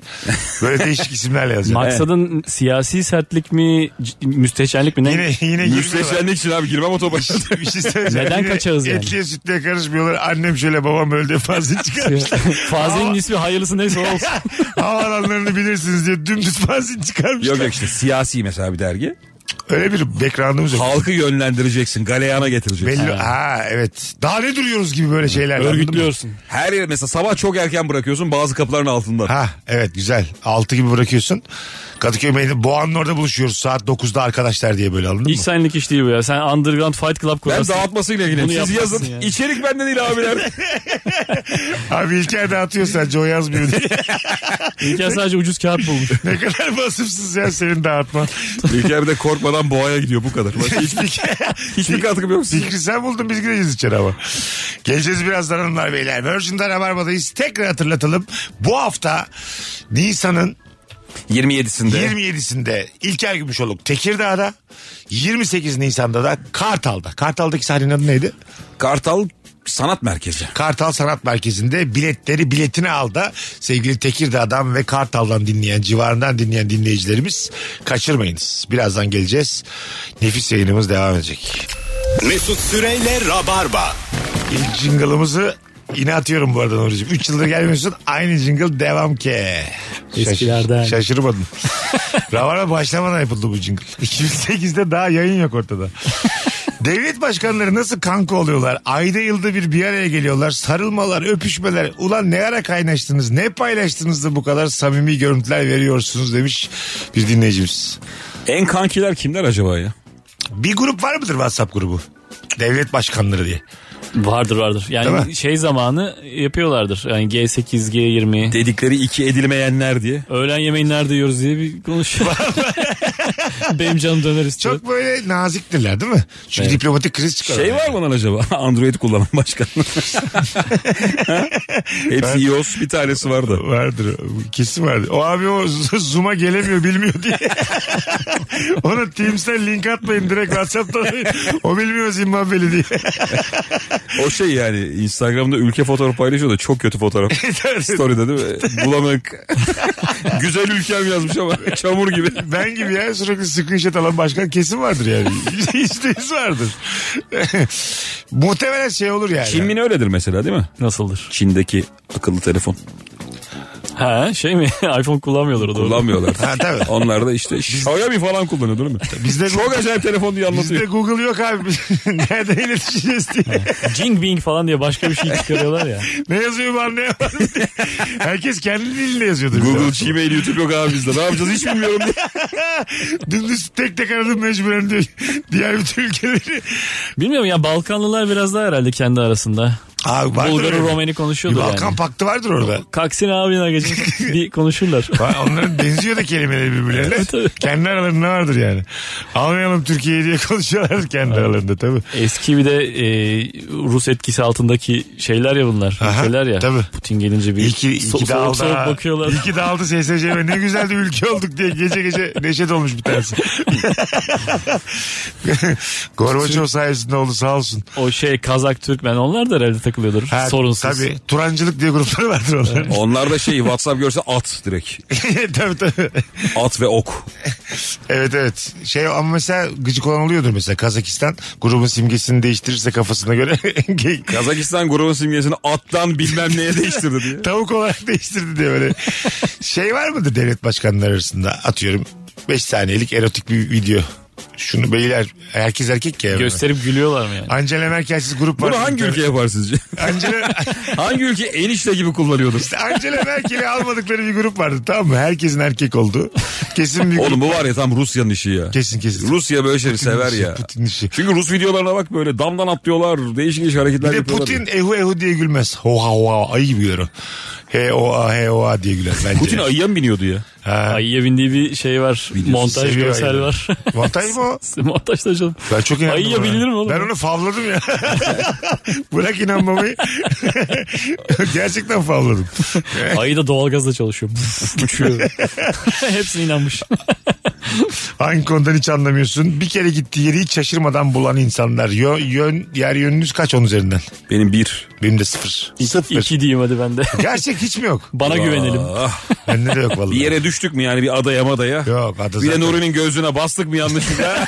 Speaker 4: Böyle değişik isimlerle yazıyor.
Speaker 5: Maksadın siyasi sertlik mi, c- müstehcenlik mi ne?
Speaker 4: yine yine girmiyorlar.
Speaker 6: Müsteşenlik için abi girmem otobaş.
Speaker 4: bir şey söyleyeceğim.
Speaker 5: Neden
Speaker 4: Yine
Speaker 5: kaçağız yani?
Speaker 4: Etliye sütlüye karışmıyorlar. Annem şöyle babam öldü fazla çıkarmışlar.
Speaker 5: Fanzinin ismi hayırlısı neyse o olsun.
Speaker 4: Havalanlarını bilirsiniz diye dümdüz fazla çıkarmışlar.
Speaker 6: yok yok işte siyasi mesela bir dergi.
Speaker 4: Öyle bir background'umuz yok.
Speaker 6: Halkı yönlendireceksin. Galeyana getireceksin.
Speaker 4: Belli. Ha evet. Daha ne duruyoruz gibi böyle şeyler. anladın mı?
Speaker 5: Örgütlüyorsun.
Speaker 6: Her yer mesela sabah çok erken bırakıyorsun bazı kapıların altında.
Speaker 4: Ha evet güzel. Altı gibi bırakıyorsun. Kadıköy meydanı Boğan'ın orada buluşuyoruz. Saat 9'da arkadaşlar diye böyle alındın
Speaker 5: Hiç
Speaker 4: mı?
Speaker 5: senlik iş değil bu ya. Sen underground fight club
Speaker 6: Ben
Speaker 5: kurarsın.
Speaker 6: dağıtmasıyla ilgileniyorum.
Speaker 5: Bunu
Speaker 6: Siz
Speaker 5: yapmazsın
Speaker 6: yazın.
Speaker 5: yani.
Speaker 6: İçerik bende değil abiler.
Speaker 4: Abi İlker de atıyor sence o yazmıyor diye.
Speaker 5: İlker sadece ucuz kağıt bulmuş.
Speaker 4: ne kadar basımsız ya senin dağıtman.
Speaker 6: İlker bir de korkmadan boğaya gidiyor bu kadar. Başka hiçbir, hiçbir katkım yok. sizin.
Speaker 4: Fikri sen buldun biz gireceğiz içeri ama. Geleceğiz birazdan hanımlar beyler. Virgin'de Rabarba'dayız. Tekrar hatırlatalım. Bu hafta Nisan'ın
Speaker 6: 27'sinde.
Speaker 4: 27'sinde İlker Gümüşoluk Tekirdağ'da 28 Nisan'da da Kartal'da. Kartal'daki sahnenin adı neydi?
Speaker 6: Kartal Sanat Merkezi.
Speaker 4: Kartal Sanat Merkezi'nde biletleri biletini al da sevgili Tekirdağ'dan ve Kartal'dan dinleyen civarından dinleyen dinleyicilerimiz kaçırmayınız. Birazdan geleceğiz. Nefis yayınımız devam edecek.
Speaker 3: Mesut Süreyle Rabarba.
Speaker 4: İlk jingle'ımızı yine atıyorum bu arada Nuri'cim. 3 yıldır gelmiyorsun aynı jingle devam ki.
Speaker 5: Eskilerden.
Speaker 4: şaşırmadım. Ravara başlamadan yapıldı bu jingle. 2008'de daha yayın yok ortada. Devlet başkanları nasıl kanka oluyorlar? Ayda yılda bir bir araya geliyorlar. Sarılmalar, öpüşmeler. Ulan ne ara kaynaştınız? Ne paylaştınız da bu kadar samimi görüntüler veriyorsunuz demiş bir dinleyicimiz.
Speaker 6: En kankiler kimler acaba ya?
Speaker 4: Bir grup var mıdır WhatsApp grubu? Devlet başkanları diye.
Speaker 5: Vardır vardır.
Speaker 4: Değil mi?
Speaker 5: Yani şey zamanı yapıyorlardır. Yani G8, G20.
Speaker 6: Dedikleri iki edilmeyenler diye.
Speaker 5: Öğlen yemeğini nerede yiyoruz diye bir konuşuyor. Benim canım döner istiyor.
Speaker 4: Çok böyle naziktirler değil mi? Çünkü diplomatik kriz çıkar.
Speaker 6: Şey var mı lan acaba? Android kullanan başkan. Hepsi iOS bir tanesi vardı.
Speaker 4: Vardır. Kesin vardır. O abi o Zoom'a gelemiyor bilmiyor diye. Ona Teams'ten link atmayın direkt WhatsApp'tan. arayın. o bilmiyor Zimbabwe'li diye.
Speaker 6: O şey yani Instagram'da ülke fotoğrafı paylaşıyor da çok kötü fotoğraf. Story'de değil mi? Bulanık. Güzel ülkem yazmış ama çamur gibi.
Speaker 4: ben gibi ya sürekli screenshot alan başkan kesin vardır yani. Yüzde yüz vardır. Muhtemelen şey olur yani.
Speaker 6: Çin'in öyledir mesela değil mi?
Speaker 5: Nasıldır?
Speaker 6: Çin'deki akıllı telefon.
Speaker 5: Ha şey mi? iPhone kullanmıyorlar o doğru.
Speaker 6: Kullanmıyorlar.
Speaker 4: Ha, tabii.
Speaker 6: Onlar da işte Xiaomi falan kullanıyor değil mi?
Speaker 4: Bizde
Speaker 6: Çok acayip telefon diye
Speaker 4: Bizde
Speaker 6: anlatıyor.
Speaker 4: Google yok abi. Nereden iletişeceğiz diye.
Speaker 5: Jing Bing falan diye başka bir şey çıkarıyorlar ya.
Speaker 4: ne yazıyor bu anlayamadım diye. Herkes kendi dilinde yazıyordu. bize.
Speaker 6: Google, Gmail, YouTube yok abi bizde. Ne yapacağız hiç bilmiyorum. diye.
Speaker 4: Dümdüz tek tek aradım mecburen diyor. Diğer bütün ülkeleri.
Speaker 5: Bilmiyorum ya Balkanlılar biraz daha herhalde kendi arasında.
Speaker 4: Abi vardır
Speaker 5: Bulgar'ı
Speaker 4: öyle.
Speaker 5: Romeni
Speaker 4: Bir
Speaker 5: konuşuyordu yani.
Speaker 4: Balkan paktı vardır orada.
Speaker 5: Kaksin abine geçip bir konuşurlar.
Speaker 4: Ha, Onların benziyor da kelimeleri birbirlerine.
Speaker 5: tabii.
Speaker 4: kendi aralarında vardır yani. Almayalım Türkiye'yi diye konuşuyorlar kendi aralarında tabii.
Speaker 5: Eski bir de e, Rus etkisi altındaki şeyler ya bunlar.
Speaker 4: Aha,
Speaker 5: ülkeler ya.
Speaker 4: tabii.
Speaker 5: Putin gelince bir
Speaker 4: İyi ki, iyi
Speaker 5: so-
Speaker 4: ki de
Speaker 5: soğuk
Speaker 4: aldı
Speaker 5: soğuk
Speaker 4: ha.
Speaker 5: bakıyorlar.
Speaker 4: İyi ki de aldı SSCM. Ne güzel de ülke olduk diye gece gece neşet olmuş bir tanesi. Gorbaçov sayesinde oldu sağ olsun.
Speaker 5: O şey Kazak Türkmen onlar da herhalde takılıyordur.
Speaker 4: Ha,
Speaker 5: sorunsuz.
Speaker 4: Tabii. Turancılık diye grupları vardır onların.
Speaker 6: Onlar da şey WhatsApp görse at direkt.
Speaker 4: tabii tabii.
Speaker 6: At ve ok.
Speaker 4: Evet evet. Şey ama mesela gıcık olan oluyordur mesela Kazakistan grubun simgesini değiştirirse kafasına göre
Speaker 6: Kazakistan grubun simgesini attan bilmem neye değiştirdi diye.
Speaker 4: tavuk olarak değiştirdi diye böyle. Şey var mıdır devlet başkanları arasında atıyorum 5 saniyelik erotik bir video. Şunu beyler herkes erkek ya.
Speaker 5: Gösterip gülüyorlar mı yani?
Speaker 4: Angela Merkel'siz grup var.
Speaker 6: Bunu hangi ülke yapar sizce?
Speaker 4: Angela,
Speaker 6: Hangi ülke enişte gibi kullanıyordur?
Speaker 4: Angela Merkel'i almadıkları bir grup vardı tamam mı? Herkesin erkek olduğu. Kesin bir grup.
Speaker 6: Oğlum bu var ya tam Rusya'nın işi ya.
Speaker 4: Kesin kesin.
Speaker 6: Rusya böyle şeyleri sever
Speaker 4: işi,
Speaker 6: ya.
Speaker 4: Putin işi.
Speaker 6: Çünkü Rus videolarına bak böyle damdan atlıyorlar. Değişik değişik hareketler
Speaker 4: Bir de
Speaker 6: yapıyorlar.
Speaker 4: Putin ehu ehu diye gülmez. Hoha hoha ayı gibi güler o. He o a he o a diye güler bence.
Speaker 6: Putin ayıya mı biniyordu ya?
Speaker 4: Ha,
Speaker 5: Ayıya bindiği bir şey var. Montaj
Speaker 4: seviyor
Speaker 5: görsel
Speaker 4: ayıları.
Speaker 5: var.
Speaker 4: Montaj mı o?
Speaker 5: Montaj da canım.
Speaker 4: Ben çok inandım.
Speaker 5: Ayıya
Speaker 4: ona.
Speaker 5: binilir mi oğlum?
Speaker 4: Ben onu favladım ya. Bırak inanmamayı. Gerçekten favladım.
Speaker 5: Ayı da doğalgazla çalışıyor. Uçuyor. Hepsine inanmış.
Speaker 4: Hangi konudan hiç anlamıyorsun? Bir kere gittiği yeri hiç şaşırmadan bulan insanlar. Yön, yön, yer yönünüz kaç on üzerinden?
Speaker 6: Benim bir.
Speaker 4: Benim de sıfır.
Speaker 5: İki, iki diyeyim hadi ben de.
Speaker 4: Gerçek hiç mi yok?
Speaker 5: Bana güvenelim.
Speaker 6: Ah,
Speaker 4: Bende de yok vallahi.
Speaker 6: bir yere düştük mü yani bir adaya madaya?
Speaker 4: Yok adı
Speaker 6: Bir de
Speaker 4: zaten.
Speaker 6: Nuri'nin gözüne bastık mı yanlışlıkla?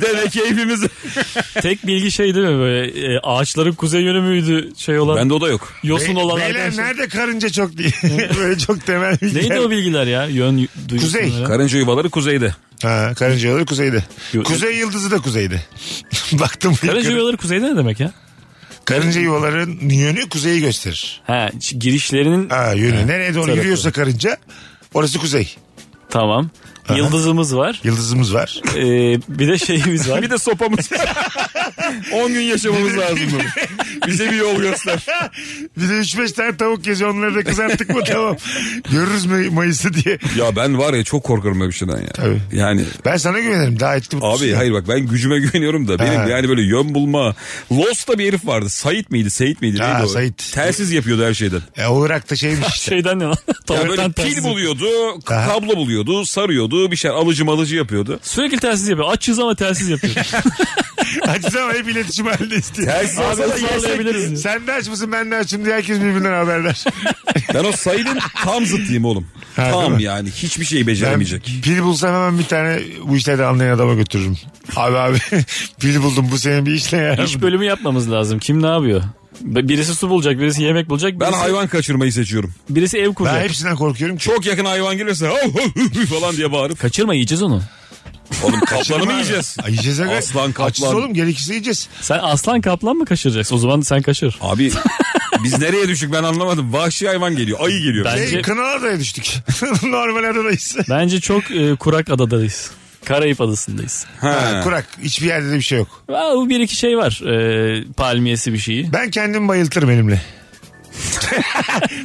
Speaker 6: Deme keyfimiz.
Speaker 5: Tek bilgi şey değil mi böyle e, ağaçların kuzey yönü müydü şey olan
Speaker 6: Bende o da yok.
Speaker 5: yosun
Speaker 4: Be-
Speaker 5: olan
Speaker 4: Beyler
Speaker 5: arkadaşlar.
Speaker 4: nerede karınca çok diye. Böyle çok temel bilgiler.
Speaker 5: Neydi o bilgiler ya? Yön duygusu.
Speaker 4: Kuzey.
Speaker 5: olarak.
Speaker 6: Karınca yuvaları kuzeyde.
Speaker 4: Ha, karınca yolları kuzeyde. Kuzey yıldızı da kuzeyde. Baktım. bu
Speaker 5: Karınca
Speaker 4: yukarı.
Speaker 5: yuvaları kuzeyde ne demek ya?
Speaker 4: Karınca yuvaların yönü kuzeyi gösterir.
Speaker 5: Ha ç- girişlerinin
Speaker 4: Ha yönü. Nereye doğru
Speaker 5: Tarafı.
Speaker 4: yürüyorsa karınca orası kuzey.
Speaker 5: tamam. Yıldızımız var.
Speaker 4: Yıldızımız var.
Speaker 5: Ee, bir de şeyimiz var.
Speaker 6: Bir de sopamız. 10 gün yaşamamız lazım. bu. Bize bir yol göster.
Speaker 4: Bir de 3-5 tane tavuk geziyor onları da kızarttık mı tamam. Görürüz May- Mayıs'ı diye.
Speaker 6: Ya ben var ya çok korkarım böyle bir şeyden ya.
Speaker 4: Tabii.
Speaker 6: Yani
Speaker 4: Ben sana güvenirim daha Şey, etli mutlusun
Speaker 6: Abi
Speaker 4: ya.
Speaker 6: hayır bak ben gücüme güveniyorum da benim
Speaker 4: Ha.
Speaker 6: yani böyle yön bulma. Lost'ta bir herif vardı. Sait miydi? Seyit miydi?
Speaker 4: Ha,
Speaker 6: Neydi o?
Speaker 4: Sait.
Speaker 6: Telsiz yapıyordu her şeyden.
Speaker 4: E, olarak da şeymiş işte.
Speaker 5: Şeyden ne lan?
Speaker 6: Ya
Speaker 5: Tuvaletten
Speaker 6: böyle pil
Speaker 5: telsiz.
Speaker 6: buluyordu, k-
Speaker 4: Aha.
Speaker 6: kablo buluyordu, sarıyordu, bir şey alıcı malıcı yapıyordu.
Speaker 5: Sürekli telsiz yapıyor. Açız ama telsiz yapıyor.
Speaker 4: Açız ama hep iletişim halindeyiz diye.
Speaker 6: Telsiz
Speaker 5: Abi
Speaker 6: alsana yesek.
Speaker 5: sağlayabiliriz.
Speaker 4: Sen de aç mısın ben de açım diye herkes birbirinden haberdar.
Speaker 6: Ben o Sait'in tam zıttıyım oğlum.
Speaker 4: Ha, değil
Speaker 6: tam
Speaker 4: mi?
Speaker 6: yani hiçbir şeyi
Speaker 4: Ben
Speaker 6: beceremeyecek.
Speaker 4: pil bulsam hemen bir tane bu işleri anlayan adama götürürüm. Abi abi pil buldum bu senin bir işle ya.
Speaker 5: İş bölümü yapmamız lazım. Kim ne yapıyor? Be- Birisi su bulacak, birisi yemek bulacak, birisi,
Speaker 6: Ben hayvan kaçırmayı seçiyorum.
Speaker 5: birisi ev kuracak.
Speaker 4: Ben hepsinden korkuyorum ki.
Speaker 6: Çok yakın hayvan gelirse "Hav, hav, hav" falan diye bağırıp.
Speaker 5: Kaçırma yiyeceğiz onu.
Speaker 6: Oğlum kaplanı mı yiyeceğiz?
Speaker 4: Ay, yiyeceğiz aga.
Speaker 6: Aslan, kaplan.
Speaker 4: Açız oğlum gerekirse yiyeceğiz.
Speaker 5: Sen aslan kaplan mı kaçıracaksın? O zaman sen kaçır.
Speaker 6: Abi biz nereye düştük ben anlamadım. Vahşi hayvan geliyor. Ayı geliyor.
Speaker 5: Ben-
Speaker 4: Şey,
Speaker 5: Bence-
Speaker 4: Kınalı adaya düştük. Normal adadayız.
Speaker 5: Bence çok e, kurak adadayız. Karayip adasındayız.
Speaker 4: Ha, kurak. Hiçbir yerde de bir şey yok.
Speaker 5: Aa, bu bir iki şey var. E, palmiyesi bir şeyi.
Speaker 4: Ben kendimi bayıltırım elimle.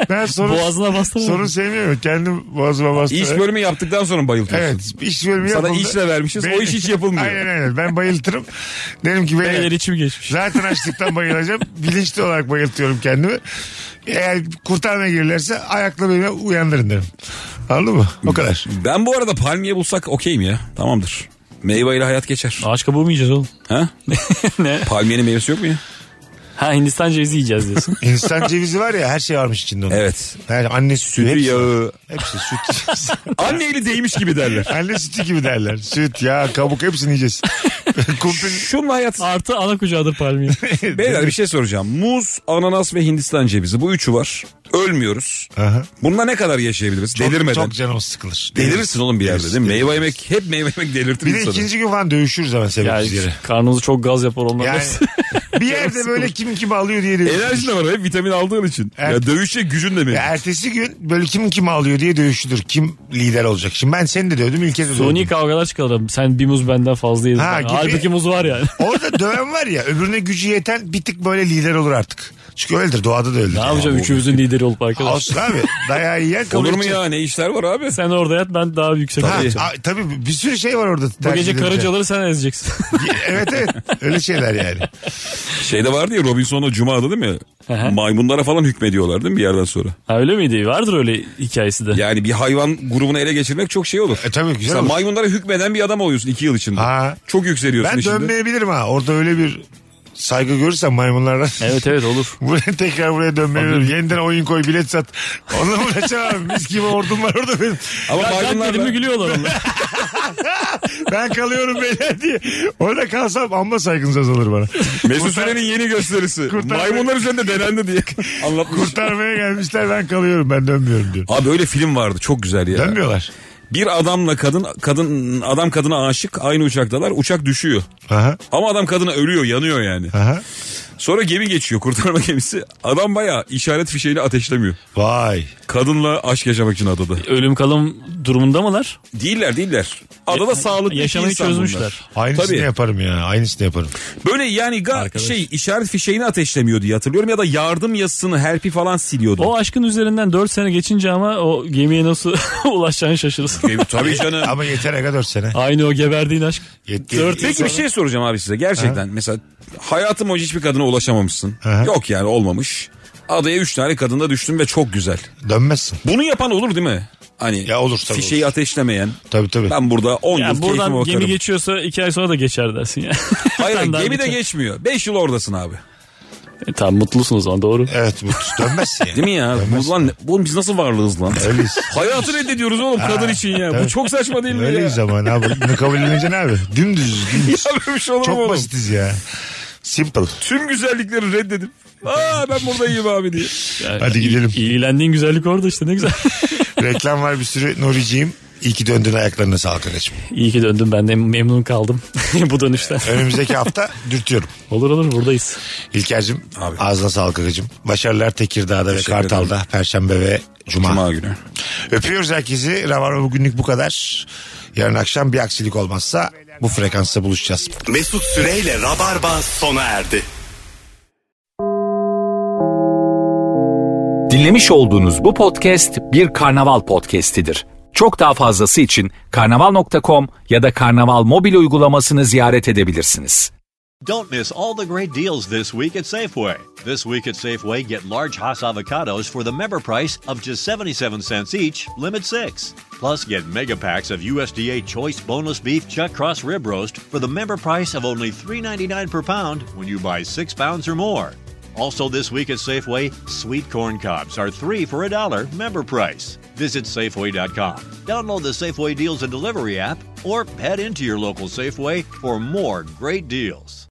Speaker 4: ben sorun,
Speaker 5: Boğazına bastırma.
Speaker 4: sorun sevmiyorum. Kendim boğazıma bastırıyorum.
Speaker 6: İş bölümü yaptıktan sonra bayıltıyorsun.
Speaker 4: Evet. iş bölümü
Speaker 6: Sana
Speaker 4: yapıldı.
Speaker 6: işle vermişiz, o iş hiç yapılmıyor.
Speaker 4: Aynen aynen. Ben bayıltırım. Derim ki beyler,
Speaker 5: Beyler içim geçmiş.
Speaker 4: Zaten açlıktan bayılacağım. Bilinçli olarak bayıltıyorum kendimi. Eğer kurtarmaya gelirlerse ayakla beni uyandırın derim. Anladın mı? O kadar.
Speaker 6: Ben bu arada palmiye bulsak okeyim ya. Tamamdır. Meyveyle hayat geçer.
Speaker 5: Ağaç kabuğu mu yiyeceğiz oğlum?
Speaker 6: Ha?
Speaker 5: ne?
Speaker 6: Palmiyenin meyvesi yok mu ya?
Speaker 5: Ha Hindistan cevizi yiyeceğiz diyorsun.
Speaker 4: İnsan cevizi var ya her şey varmış içinde onun.
Speaker 6: Evet.
Speaker 4: Yani anne sütü.
Speaker 6: Sütü
Speaker 4: Hepsi,
Speaker 6: yağı.
Speaker 4: hepsi süt.
Speaker 6: Anne eli değmiş gibi derler.
Speaker 4: anne sütü gibi derler. Süt, yağ, kabuk hepsini yiyeceğiz. Kumpir
Speaker 6: Şunla hayat.
Speaker 5: Artı ana kucağıdır palmiye.
Speaker 6: Beyler bir şey soracağım. Muz, ananas ve Hindistan cevizi. Bu üçü var. ölmüyoruz.
Speaker 4: Aha.
Speaker 6: Bununla ne kadar yaşayabiliriz?
Speaker 4: Çok-
Speaker 6: Delirmeden.
Speaker 4: Çok canım sıkılır.
Speaker 6: Delirirsin oğlum bir yerde değil mi? Meyve yemek hep meyve yemek delirtir
Speaker 4: Bir de
Speaker 6: insanı.
Speaker 4: ikinci gün falan dövüşürüz ama
Speaker 5: Yani
Speaker 4: sebepsiz yere.
Speaker 5: karnımızı çok gaz yapar onlar.
Speaker 4: Yani
Speaker 5: hepsi.
Speaker 4: bir yerde böyle kim kim alıyor diye dövüşürüz.
Speaker 6: Enerjin de var hep vitamin aldığın için.
Speaker 4: Evet.
Speaker 6: Ya dövüşe gücün de mi?
Speaker 4: Ya E, Ertesi gün böyle kim kim alıyor diye dövüşülür. Kim lider olacak? Şimdi ben seni de dövdüm ülkede de
Speaker 5: Suni
Speaker 4: dövdüm.
Speaker 5: kavgalar çıkarırım. Sen bir muz benden fazla yedin.
Speaker 4: Ha,
Speaker 5: falan.
Speaker 4: gibi.
Speaker 5: Halbuki muz var yani.
Speaker 4: Orada döven var ya öbürüne gücü yeten bir tık böyle lider olur artık. Çünkü öyledir doğada da öyledir.
Speaker 5: ne
Speaker 4: yani.
Speaker 5: yapacağım üçümüzün lideri olup arkadaş.
Speaker 4: Olsun abi dayağı yiyen kabul
Speaker 6: Olur mu
Speaker 4: edecek.
Speaker 6: ya ne işler var abi?
Speaker 5: Sen orada yat ben daha yüksek
Speaker 4: Ha,
Speaker 5: olacağım.
Speaker 4: a- tabii bir sürü şey var orada.
Speaker 5: Bu
Speaker 4: tercih
Speaker 5: gece
Speaker 4: edilecek.
Speaker 5: karıncaları sen ezeceksin.
Speaker 4: Evet evet öyle şeyler yani.
Speaker 6: Şeyde Şey vardı ya Robinson'la Cuma'da değil mi?
Speaker 5: Aha.
Speaker 6: Maymunlara falan hükmediyorlar değil mi bir yerden sonra?
Speaker 5: ha, öyle miydi? Vardır öyle hikayesi de.
Speaker 6: Yani bir hayvan grubunu ele geçirmek çok şey olur.
Speaker 4: E, tabii güzel
Speaker 6: Sen
Speaker 4: olur.
Speaker 6: maymunlara hükmeden bir adam oluyorsun iki yıl içinde.
Speaker 4: Ha.
Speaker 6: Çok yükseliyorsun
Speaker 4: Ben
Speaker 6: işinde.
Speaker 4: dönmeyebilirim ha orada öyle bir saygı görürsem maymunlardan.
Speaker 5: Evet evet olur.
Speaker 4: Buraya tekrar buraya dönmeyebilirim. Yeniden oyun koy bilet sat. Onunla uğraşamam. Mis gibi ordum var orada benim.
Speaker 6: Ama
Speaker 5: Ya kalk
Speaker 6: maymunlar
Speaker 5: dedim mi gülüyorlar onlar.
Speaker 4: Ben kalıyorum beyler diye. Orada kalsam amma saygınız azalır bana.
Speaker 6: Mesut Süren'in yeni gösterisi.
Speaker 4: Kurtar-
Speaker 6: Maymunlar üzerinde denendi diye anlatmış.
Speaker 4: Kurtarmaya gelmişler ben kalıyorum ben dönmüyorum diyor.
Speaker 6: Abi öyle film vardı çok güzel ya.
Speaker 4: Dönmüyorlar.
Speaker 6: Bir adamla kadın kadın adam kadına aşık aynı uçaktalar uçak düşüyor.
Speaker 4: Aha.
Speaker 6: Ama adam kadına ölüyor yanıyor yani.
Speaker 4: Aha.
Speaker 6: Sonra gemi geçiyor kurtarma gemisi. Adam bayağı işaret fişeğiyle ateşlemiyor.
Speaker 4: Vay.
Speaker 6: Kadınla aşk yaşamak için adada.
Speaker 5: Ölüm kalım durumunda mılar?
Speaker 6: Değiller değiller. Adada sağlıklı iki
Speaker 5: Yaşamını
Speaker 6: insan bunlar.
Speaker 5: çözmüşler.
Speaker 4: Aynısını
Speaker 6: Tabii.
Speaker 4: yaparım ya. Aynısını yaparım.
Speaker 6: Böyle yani ga-
Speaker 5: Arkadaş.
Speaker 6: şey işaret fişeğini ateşlemiyor diye hatırlıyorum ya da yardım yazısını herpi falan siliyordu.
Speaker 5: O aşkın üzerinden 4 sene geçince ama o gemiye nasıl ulaşacağını şaşırırsın.
Speaker 6: E, Tabii canım.
Speaker 4: Ama yeter aga 4 sene.
Speaker 5: Aynı o geberdiğin aşk.
Speaker 4: Yetti.
Speaker 5: Dört
Speaker 6: Peki bir şey soracağım abi size gerçekten. Mesela hayatım boyunca hiçbir kadına ulaşamamışsın.
Speaker 4: Aha.
Speaker 6: Yok yani olmamış. Adaya üç tane kadında düştün ve çok güzel.
Speaker 4: Dönmezsin.
Speaker 6: Bunu yapan olur değil mi? Hani
Speaker 4: Ya olur tabii
Speaker 6: fişeği ateşlemeyen.
Speaker 4: Tabii tabii.
Speaker 6: Ben burada 10
Speaker 5: Ya
Speaker 6: yıl keyfime
Speaker 5: buradan
Speaker 6: bakarım.
Speaker 5: gemi geçiyorsa 2 ay sonra da geçer dersin ya.
Speaker 6: Hayır
Speaker 5: Tam daha
Speaker 6: gemi de
Speaker 5: bitir-
Speaker 6: geçmiyor. 5 yıl oradasın abi.
Speaker 5: E, tamam mutlusun o zaman doğru.
Speaker 4: Evet bu dönmezsin yani.
Speaker 6: Değil mi ya?
Speaker 4: Dönmezsin.
Speaker 6: Bu, lan, bu biz nasıl varlığız lan?
Speaker 4: Öyleyiz.
Speaker 6: Hayatı reddediyoruz oğlum kadın için ya. Bu çok saçma değil mi
Speaker 4: Öyleyiz
Speaker 6: ya?
Speaker 4: ama ne yapalım. Bunu kabul edince ne abi? Dümdüz. dümdüz.
Speaker 6: Ya böyle bir şey olur mu
Speaker 4: Çok
Speaker 6: oğlum?
Speaker 4: basitiz ya. Simple.
Speaker 6: Tüm güzellikleri reddedip. Aa ben buradayım abi diye.
Speaker 5: Yani
Speaker 4: Hadi gidelim.
Speaker 5: İyilendiğin güzellik orada işte ne güzel.
Speaker 4: Reklam var bir sürü. Nuriciğim. İyi ki döndün ayaklarına sağlık kardeşim.
Speaker 5: İyi ki döndüm ben de memnun kaldım bu dönüşten.
Speaker 4: Önümüzdeki hafta dürtüyorum.
Speaker 5: Olur olur buradayız.
Speaker 4: İlker'cim
Speaker 6: Abi.
Speaker 4: ağzına sağlık agacım. Başarılar Tekirdağ'da ve
Speaker 6: Teşekkür ederim.
Speaker 4: Kartal'da. Perşembe ve Cuma.
Speaker 6: Cuma günü.
Speaker 4: Öpüyoruz herkesi. Rabarba bugünlük bu kadar. Yarın akşam bir aksilik olmazsa bu frekansta buluşacağız.
Speaker 3: Mesut Süreyle Rabarba sona erdi.
Speaker 2: Dinlemiş olduğunuz bu podcast bir karnaval podcastidir. Çok daha fazlası için karnaval.com ya da karnaval mobil uygulamasını ziyaret edebilirsiniz.
Speaker 1: Don't miss all the great deals this week at Safeway. This week at Safeway, get large Hass avocados for the member price of just 77 cents each, limit six. Plus, get mega packs of USDA Choice Boneless Beef Chuck Cross Rib Roast for the member price of only $3.99 per pound when you buy six pounds or more. Also, this week at Safeway, sweet corn cobs are three for a dollar member price. Visit Safeway.com, download the Safeway Deals and Delivery app, or head into your local Safeway for more great deals.